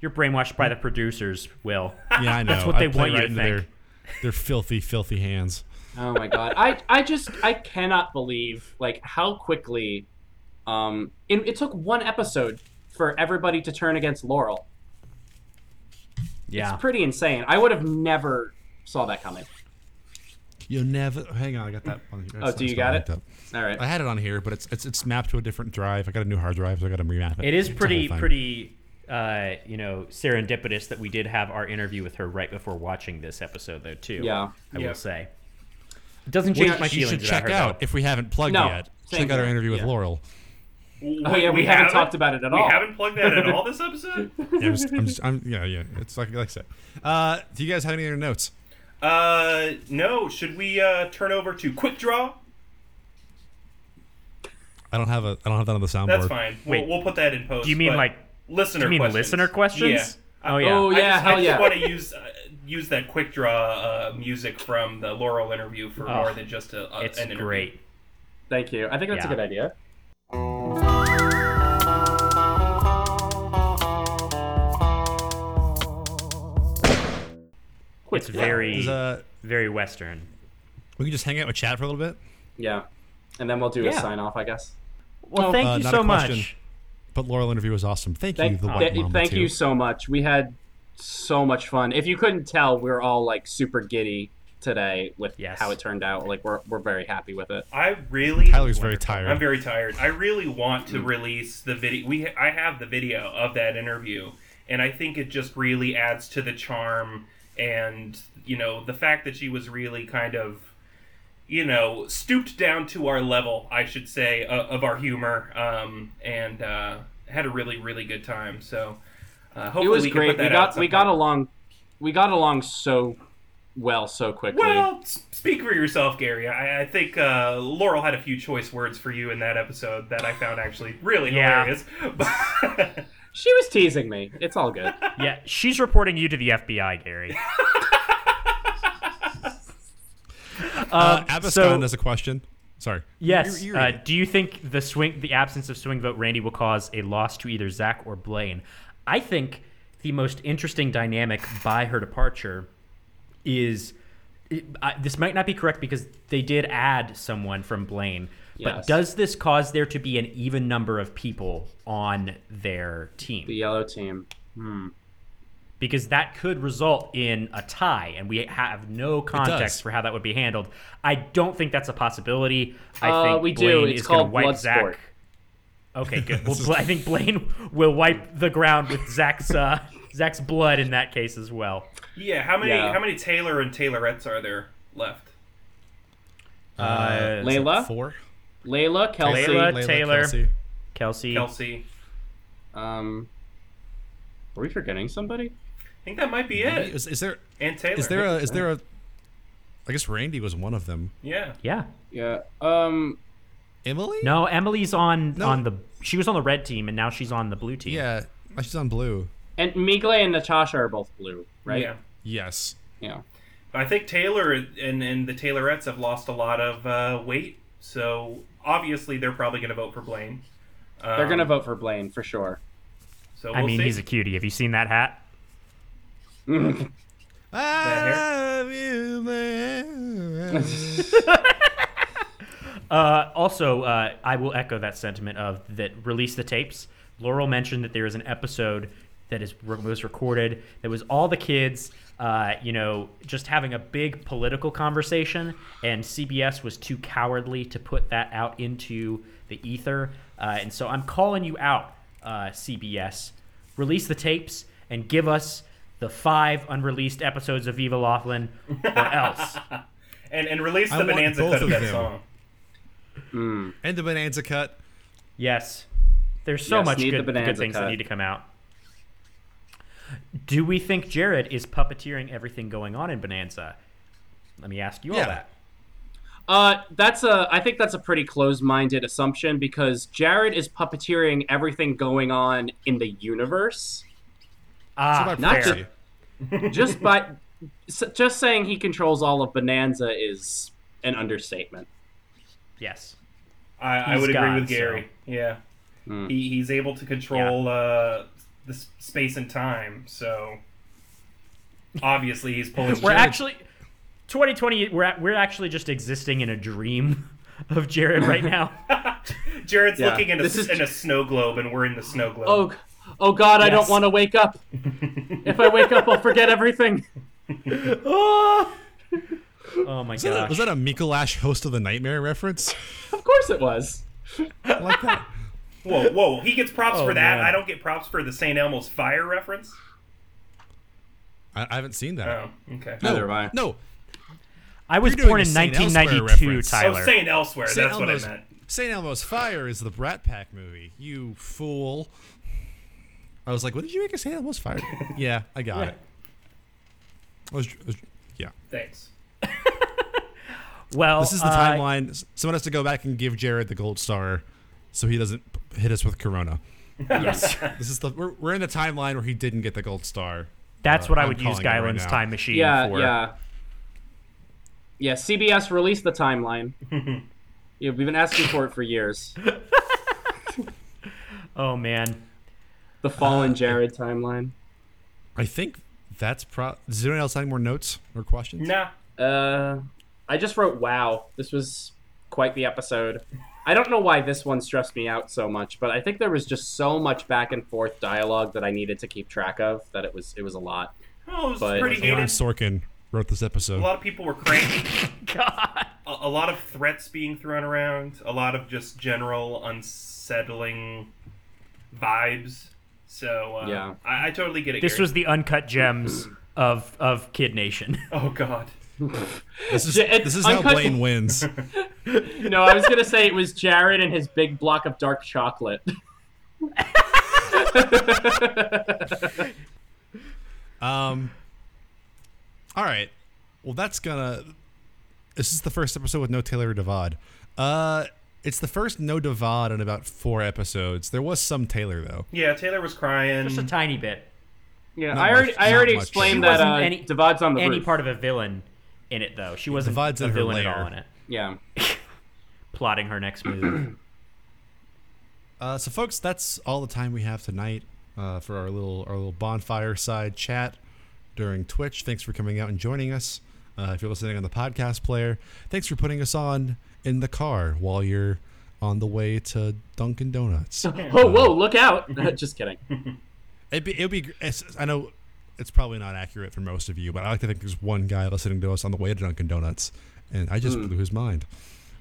Speaker 4: You're brainwashed by the producers, Will.
Speaker 1: yeah, I know.
Speaker 4: That's what they
Speaker 1: I play
Speaker 4: want you
Speaker 1: right
Speaker 4: to
Speaker 1: into Their,
Speaker 4: think.
Speaker 1: their filthy, filthy hands.
Speaker 2: Oh my god, I I just I cannot believe like how quickly, um, it, it took one episode for everybody to turn against Laurel.
Speaker 4: Yeah,
Speaker 2: It's pretty insane. I would have never saw that coming.
Speaker 1: You never. Hang on, I got that. One.
Speaker 2: Oh, do you got it?
Speaker 1: Up.
Speaker 2: All right.
Speaker 1: I had it on here, but it's it's it's mapped to a different drive. I got a new hard drive, so I got to remap it.
Speaker 4: it is
Speaker 1: It's a
Speaker 4: pretty
Speaker 1: whole thing.
Speaker 4: pretty. Uh, you know, serendipitous that we did have our interview with her right before watching this episode, though. Too.
Speaker 2: Yeah.
Speaker 4: I
Speaker 3: Yeah.
Speaker 4: will say. It doesn't
Speaker 1: Which
Speaker 4: change my
Speaker 1: you
Speaker 4: feelings
Speaker 1: should
Speaker 4: about
Speaker 1: check
Speaker 4: her,
Speaker 1: out
Speaker 4: though.
Speaker 1: if we haven't plugged
Speaker 2: No,
Speaker 1: yet.
Speaker 2: same
Speaker 1: Check out our
Speaker 2: here.
Speaker 1: interview with
Speaker 4: Yeah.
Speaker 1: Laurel.
Speaker 2: Oh yeah, we, haven't talked about it at
Speaker 3: We
Speaker 2: all.
Speaker 3: haven't plugged that at all this episode.
Speaker 1: Yeah, I'm, just, I'm, just, I'm yeah yeah. It's like like I said. Uh, do you guys have any other notes?
Speaker 3: Uh, no. Should we uh, turn over to quick draw?
Speaker 1: I don't have a I don't have that on the soundboard.
Speaker 3: That's fine. We'll,
Speaker 4: Wait.
Speaker 3: we'll put that in post.
Speaker 4: Do you mean
Speaker 3: but
Speaker 4: like?
Speaker 3: listener?
Speaker 4: Do you mean
Speaker 3: questions.
Speaker 4: listener questions?
Speaker 3: Yeah.
Speaker 4: Oh yeah.
Speaker 2: Oh,
Speaker 3: I
Speaker 2: yeah,
Speaker 3: just,
Speaker 2: hell
Speaker 3: I just
Speaker 2: yeah.
Speaker 3: want to use uh, use that quick draw uh, music from the Laurel interview for
Speaker 4: Oh,
Speaker 3: more than just a, a
Speaker 4: it's
Speaker 3: an interview.
Speaker 4: great.
Speaker 2: Thank you. I think that's
Speaker 4: Yeah.
Speaker 2: a good idea.
Speaker 4: It's very.
Speaker 1: Does, uh,
Speaker 4: Very Western.
Speaker 1: We can just hang out with chat for a little bit.
Speaker 2: Yeah, and then we'll do
Speaker 4: Yeah.
Speaker 2: a sign off, I guess.
Speaker 4: Well,
Speaker 2: Oh,
Speaker 4: thank
Speaker 1: Uh,
Speaker 4: you
Speaker 1: not
Speaker 4: so
Speaker 1: a question,
Speaker 4: much.
Speaker 1: But Laurel interview was awesome. Thank, you,
Speaker 2: Thank,
Speaker 1: the White
Speaker 2: th-
Speaker 1: Mama,
Speaker 2: thank
Speaker 1: too.
Speaker 2: you so much. We had so much fun. If you couldn't tell, we are all like super giddy today with
Speaker 4: Yes.
Speaker 2: how it turned out. Like we're we're very happy with it.
Speaker 3: I really.
Speaker 1: Tyler's very tired.
Speaker 3: I'm very tired. I really want
Speaker 2: Mm.
Speaker 3: to release the video. We I have the video of that interview, and I think it just really adds to the charm and you know the fact that she was really kind of you know stooped down to our level, I should say, uh, of our humor, um, and uh, had a really really good time. So uh, hopefully
Speaker 2: It was
Speaker 3: we can
Speaker 2: great.
Speaker 3: put
Speaker 2: We
Speaker 3: that
Speaker 2: got
Speaker 3: out
Speaker 2: we got
Speaker 3: sometime.
Speaker 2: along, we got along so well so quickly.
Speaker 3: Well, s- speak for yourself, Gary. I, I think uh, Laurel had a few choice words for you in that episode that I found actually really
Speaker 4: Yeah.
Speaker 3: hilarious. But-
Speaker 2: she was teasing me. It's all good.
Speaker 4: Yeah, she's reporting you to the FBI, Gary.
Speaker 1: Uh,
Speaker 4: Um,
Speaker 1: Abascon
Speaker 4: so-
Speaker 1: has a question. Sorry.
Speaker 4: Yes.
Speaker 1: You- you
Speaker 4: uh,
Speaker 1: read it.
Speaker 4: do you think the swing, the absence of swing vote Randy will cause a loss to either Zach or Blaine? I think the most interesting dynamic by her departure is it, I, this might not be correct because they did add someone from Blaine,
Speaker 2: Yes.
Speaker 4: but does this cause there to be an even number of people on their team?
Speaker 2: The yellow team.
Speaker 4: because that could result in a tie, and we have no
Speaker 1: does.
Speaker 4: context for how that would be handled. I don't think that's a possibility. I
Speaker 2: Uh,
Speaker 4: think
Speaker 2: we do.
Speaker 4: Blaine
Speaker 2: It's
Speaker 4: is going to
Speaker 2: called
Speaker 4: wipe
Speaker 2: Bloodsport.
Speaker 4: Zach. Okay, good. Well, Bla- I think Blaine will wipe the ground with Zach's uh, Zach's blood in that case as well.
Speaker 3: yeah, how many
Speaker 2: Yeah.
Speaker 3: how many Taylor and Taylorettes are there left?
Speaker 4: Uh,
Speaker 2: Layla,
Speaker 1: Four.
Speaker 2: Layla, Kelsey.
Speaker 4: Layla, Taylor.
Speaker 1: Kelsey.
Speaker 4: Kelsey.
Speaker 3: Kelsey.
Speaker 2: Um, are we forgetting somebody?
Speaker 3: I think that might be it.
Speaker 1: Is, is there
Speaker 3: And Taylor.
Speaker 1: is there a is there a? I guess Randy was one of them.
Speaker 3: Yeah.
Speaker 4: Yeah.
Speaker 2: Yeah. Um.
Speaker 1: Emily?
Speaker 4: No, Emily's on
Speaker 1: No.
Speaker 4: on the. She was on the red team, and now she's on the blue team.
Speaker 1: Yeah, oh, she's on blue.
Speaker 2: And Migle and Natasha are both blue, right?
Speaker 3: Yeah.
Speaker 1: Yes.
Speaker 2: Yeah.
Speaker 3: I think Taylor and, and the Taylorettes have lost a lot of uh, weight, so obviously they're probably going to vote for Blaine. Um,
Speaker 2: They're gonna vote for Blaine for sure.
Speaker 3: So we'll
Speaker 4: I mean,
Speaker 3: see.
Speaker 4: he's a cutie. Have you seen that hat?
Speaker 1: I
Speaker 3: hair?
Speaker 1: love you, man.
Speaker 4: Uh, also, uh, I will echo that sentiment of that release the tapes. Laurel mentioned that there is an episode that is was recorded that was all the kids, uh, you know, just having a big political conversation, and CBS was too cowardly to put that out into the ether. Uh, and so I'm calling you out, uh, CBS. Release the tapes and give us the five unreleased episodes of Viva Laughlin, or else.
Speaker 3: and, and release
Speaker 1: I
Speaker 3: the
Speaker 1: want
Speaker 3: Bonanza
Speaker 1: both
Speaker 3: cut of
Speaker 1: of
Speaker 3: that
Speaker 1: them.
Speaker 3: song.
Speaker 1: and the bonanza cut.
Speaker 4: Yes. There's so
Speaker 2: Yes,
Speaker 4: much
Speaker 2: need the
Speaker 4: good, good
Speaker 2: bonanza
Speaker 4: things
Speaker 2: cut.
Speaker 4: that need to come out. Do we think Jared is puppeteering everything going on in Bonanza? Let me ask you
Speaker 1: Yeah.
Speaker 4: all that.
Speaker 2: Uh, that's a. I think that's a pretty closed-minded assumption because Jared is puppeteering everything going on in the universe.
Speaker 4: Ah,
Speaker 2: Not
Speaker 4: fair.
Speaker 2: just just by s- just saying he controls all of Bonanza is an understatement.
Speaker 4: yes.
Speaker 3: I, I
Speaker 4: He's
Speaker 3: would agree
Speaker 4: God,
Speaker 3: with Gary. Yeah,
Speaker 2: Hmm.
Speaker 3: he, he's able to control uh, the s- space and time. So obviously, he's pulling.
Speaker 4: We're actually 2020. We're at, we're actually just existing in a dream of Jared right now.
Speaker 3: Jared's
Speaker 2: Yeah.
Speaker 3: looking in a,
Speaker 2: This
Speaker 3: s-
Speaker 2: is-
Speaker 3: in a snow globe, and we're in the snow globe.
Speaker 2: Oh, oh God! I don't
Speaker 4: Yes.
Speaker 2: want to wake up. if I wake up, I'll forget everything.
Speaker 4: oh my
Speaker 1: Was that, a,
Speaker 4: gosh!
Speaker 1: was that a Mikolash host of the Nightmare reference?
Speaker 2: Of course it was.
Speaker 1: I like that.
Speaker 3: Whoa, whoa! He gets props
Speaker 4: Oh,
Speaker 3: for that.
Speaker 4: man.
Speaker 3: I don't get props for the St. Elmo's fire reference.
Speaker 1: I, I haven't seen that.
Speaker 3: Oh, okay.
Speaker 1: No,
Speaker 2: Neither have I.
Speaker 1: no.
Speaker 4: I was
Speaker 1: you're doing
Speaker 4: born
Speaker 1: a
Speaker 4: in
Speaker 1: Saint Elsewhere
Speaker 4: 1992,
Speaker 1: reference.
Speaker 4: Tyler.
Speaker 3: Oh, St. Elsewhere.
Speaker 1: St.
Speaker 3: that's
Speaker 1: Elmo's,
Speaker 3: what I meant.
Speaker 1: St. Elmo's Fire is the Brat Pack movie. You fool. I was like, what did you make of St. Elmo's Fire? yeah, I got it. I was- I was- yeah.
Speaker 3: Thanks.
Speaker 4: well,
Speaker 1: This is the
Speaker 4: uh,
Speaker 1: timeline. S- Someone has to go back and give Jared the gold star so he doesn't p- hit us with Corona.
Speaker 4: uh, Yes,
Speaker 1: This is the we're, we're in the timeline where he didn't get the gold star.
Speaker 4: that's
Speaker 1: Uh,
Speaker 4: what I
Speaker 1: I'm
Speaker 4: would use
Speaker 1: calling it right
Speaker 4: Guyland's
Speaker 1: now.
Speaker 4: time machine
Speaker 2: Yeah,
Speaker 4: for.
Speaker 2: yeah, yeah. CBS released the timeline. yeah, we've been asking for it for years.
Speaker 4: Oh man.
Speaker 2: The fallen Jared timeline.
Speaker 1: I think that's pro. Does anyone else have any more notes or questions?
Speaker 3: Nah,
Speaker 2: Uh, I just wrote wow. This was quite the episode. I don't know why this one stressed me out so much, but I think there was just so much back and forth dialogue that I needed to keep track of that it was it was a lot.
Speaker 3: Oh, it was
Speaker 2: But-
Speaker 3: pretty
Speaker 1: Aaron
Speaker 3: gated.
Speaker 1: Sorkin wrote this
Speaker 3: A
Speaker 1: episode.
Speaker 3: lot of people were cranky. God. A, a lot of threats being thrown around. A lot of just general unsettling vibes. So uh,
Speaker 2: Yeah.
Speaker 3: I, I totally get it.
Speaker 4: This
Speaker 3: Gary.
Speaker 4: was the uncut gems of of Kid Nation.
Speaker 3: Oh God.
Speaker 1: This is,
Speaker 2: Ja- it's
Speaker 1: this is how
Speaker 2: uncut-
Speaker 1: Blaine wins.
Speaker 2: No, I was gonna say it was Jared and his big block of dark chocolate.
Speaker 1: Um, all right. Well, that's gonna. This is the first episode with no Taylor or Devad. Uh, it's the first no Devad in about four episodes. There was some Taylor though.
Speaker 3: Yeah, Taylor was crying.
Speaker 4: Just a tiny bit.
Speaker 2: Yeah,
Speaker 1: Not
Speaker 2: I already
Speaker 1: much-
Speaker 2: I
Speaker 1: not
Speaker 2: already
Speaker 1: much.
Speaker 2: explained
Speaker 1: She
Speaker 2: that
Speaker 4: wasn't
Speaker 2: uh,
Speaker 4: any-
Speaker 2: Devad's on the
Speaker 4: Any
Speaker 2: roof.
Speaker 4: part of a villain in it though. She wasn't
Speaker 1: Divides
Speaker 4: a
Speaker 1: at her
Speaker 4: villain at
Speaker 1: layer.
Speaker 4: all in it.
Speaker 2: Yeah.
Speaker 4: Plotting her next move.
Speaker 1: Uh, so folks, that's all the time we have tonight uh, for our little our little bonfire side chat during Twitch. Thanks for coming out and joining us. Uh, if you're listening on the podcast player, thanks for putting us on in the car while you're on the way to Dunkin' Donuts.
Speaker 2: Oh, whoa! Look out! just kidding.
Speaker 1: It'd be, it'd be, it's, I know it's probably not accurate for most of you, but I like to think there's one guy listening to us on the way to Dunkin' Donuts, and I
Speaker 2: Hmm.
Speaker 1: just blew his mind.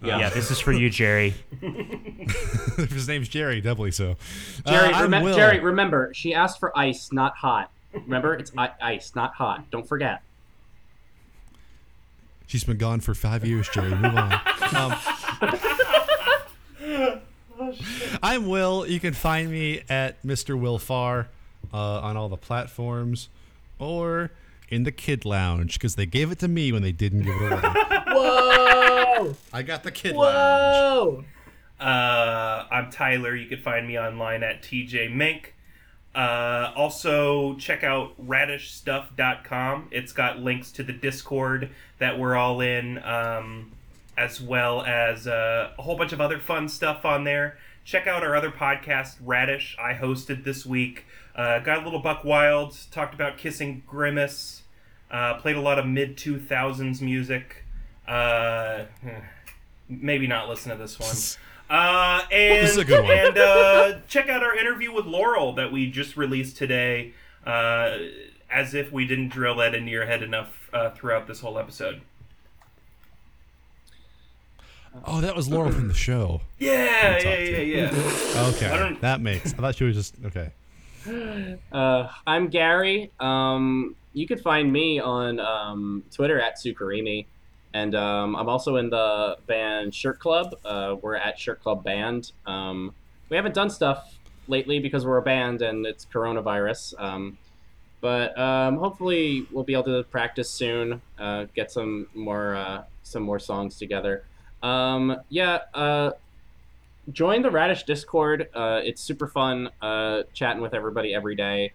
Speaker 2: Yeah.
Speaker 4: yeah, this is for you, Jerry.
Speaker 1: if his name's Jerry, doubly so. Uh,
Speaker 2: Jerry,
Speaker 1: I'm
Speaker 2: remem-
Speaker 1: Will.
Speaker 2: Jerry, remember, she asked for ice, not hot. Remember, it's I- ice, not hot. Don't forget.
Speaker 1: She's been gone for five years, Jerry. Move on. Um,
Speaker 2: Oh,
Speaker 1: I'm Will. You can find me at Mr. Will Farr uh, on all the platforms or in the kid lounge because they gave it to me when they didn't give it away.
Speaker 2: Whoa!
Speaker 1: I got the kid lounge.
Speaker 3: Uh, I'm Tyler. You can find me online at TJ Mink. Uh, also, check out radishstuff.com. It's got links to the Discord that we're all in, um, as well as uh, a whole bunch of other fun stuff on there. Check out our other podcast, Radish. I hosted this week. Uh, got a little buck wild. Talked about kissing grimace. Uh, played a lot of mid two thousands music. Uh, maybe not listen to this one. Uh, and
Speaker 1: This is a good one.
Speaker 3: and uh, check out our interview with Laurel that we just released today. Uh, as if we didn't drill that into your head enough uh, throughout this whole episode.
Speaker 1: Oh, that was Laurel from the show.
Speaker 3: Yeah,
Speaker 1: Talk
Speaker 3: yeah,
Speaker 1: to
Speaker 3: yeah, yeah.
Speaker 1: Okay,
Speaker 3: don't-
Speaker 1: that makes. I thought she was just okay.
Speaker 2: Uh, I'm Gary. Um, you could find me on um, Twitter at Sukarimi. And um, I'm also in the band Shirt Club. Uh, we're at Shirt Club Band. Um, we haven't done stuff lately because we're a band and it's coronavirus. Um, but um, hopefully we'll be able to practice soon. Uh, get some more uh, some more songs together. Um, yeah. Uh, join the radish discord uh, it's super fun uh, chatting with everybody every day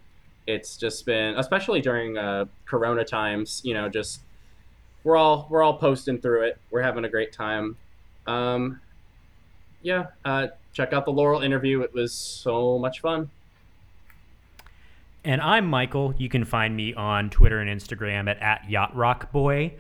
Speaker 2: it's just been especially during uh, corona times you know just we're all we're all posting through it we're having a great time um, yeah uh, check out the laurel interview it was so much fun
Speaker 4: And I'm Michael. You can find me on Twitter and Instagram at, at YachtRockBoy.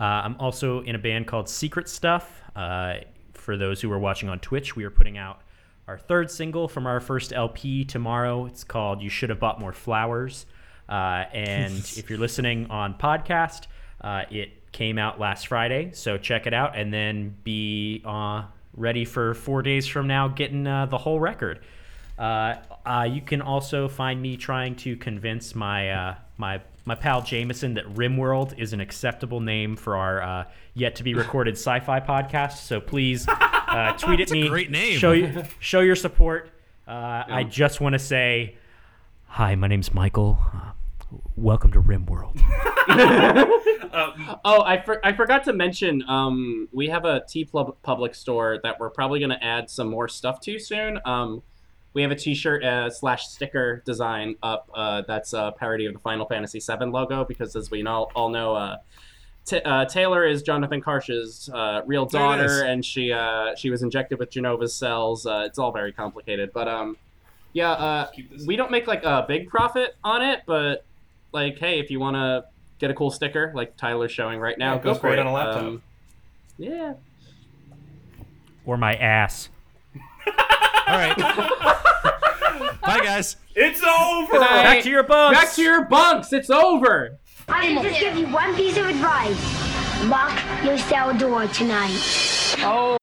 Speaker 4: Uh, I'm also in a band called Secret Stuff. Uh, for those who are watching on Twitch, we are putting out our third single from our first LP tomorrow. It's called You Should Have Bought More Flowers. Uh, and if you're listening on podcast, uh, it came out last Friday. So check it out and then be uh, ready for four days from now getting uh, the whole record. Uh, uh, you can also find me trying to convince my uh, my my pal Jameson that RimWorld is an acceptable name for our uh, yet to be recorded sci-fi podcast. So please uh, tweet at me.
Speaker 1: great name.
Speaker 4: Show you, show your support. Uh, I just want to say, hi, my name's Michael. Uh, welcome to RimWorld.
Speaker 2: oh i, for, I forgot to mention um, we have a t Pub- public store that we're probably going to add some more stuff to soon um, we have a t-shirt uh, slash sticker design up uh, that's a parody of the final fantasy VII logo because as we all, all know uh, T- uh, Taylor is Jonathan Karsh's uh, real
Speaker 1: There it is.
Speaker 2: daughter, and she uh, she was injected with Genova's cells. Uh, it's all very complicated, but um, yeah, uh,
Speaker 3: Keep this.
Speaker 2: we don't make like a big profit on it, but like, hey, if you want to get a cool sticker like Tyler's showing right now.
Speaker 3: Yeah, go for it on a laptop.
Speaker 2: Um, yeah.
Speaker 8: Or my ass.
Speaker 1: All right. Bye, guys.
Speaker 3: It's over.
Speaker 2: Good night.
Speaker 8: Back to your bunks.
Speaker 2: Back to your bunks. It's over.
Speaker 7: I can just give you one piece of advice. Lock your cell door tonight.
Speaker 9: Oh.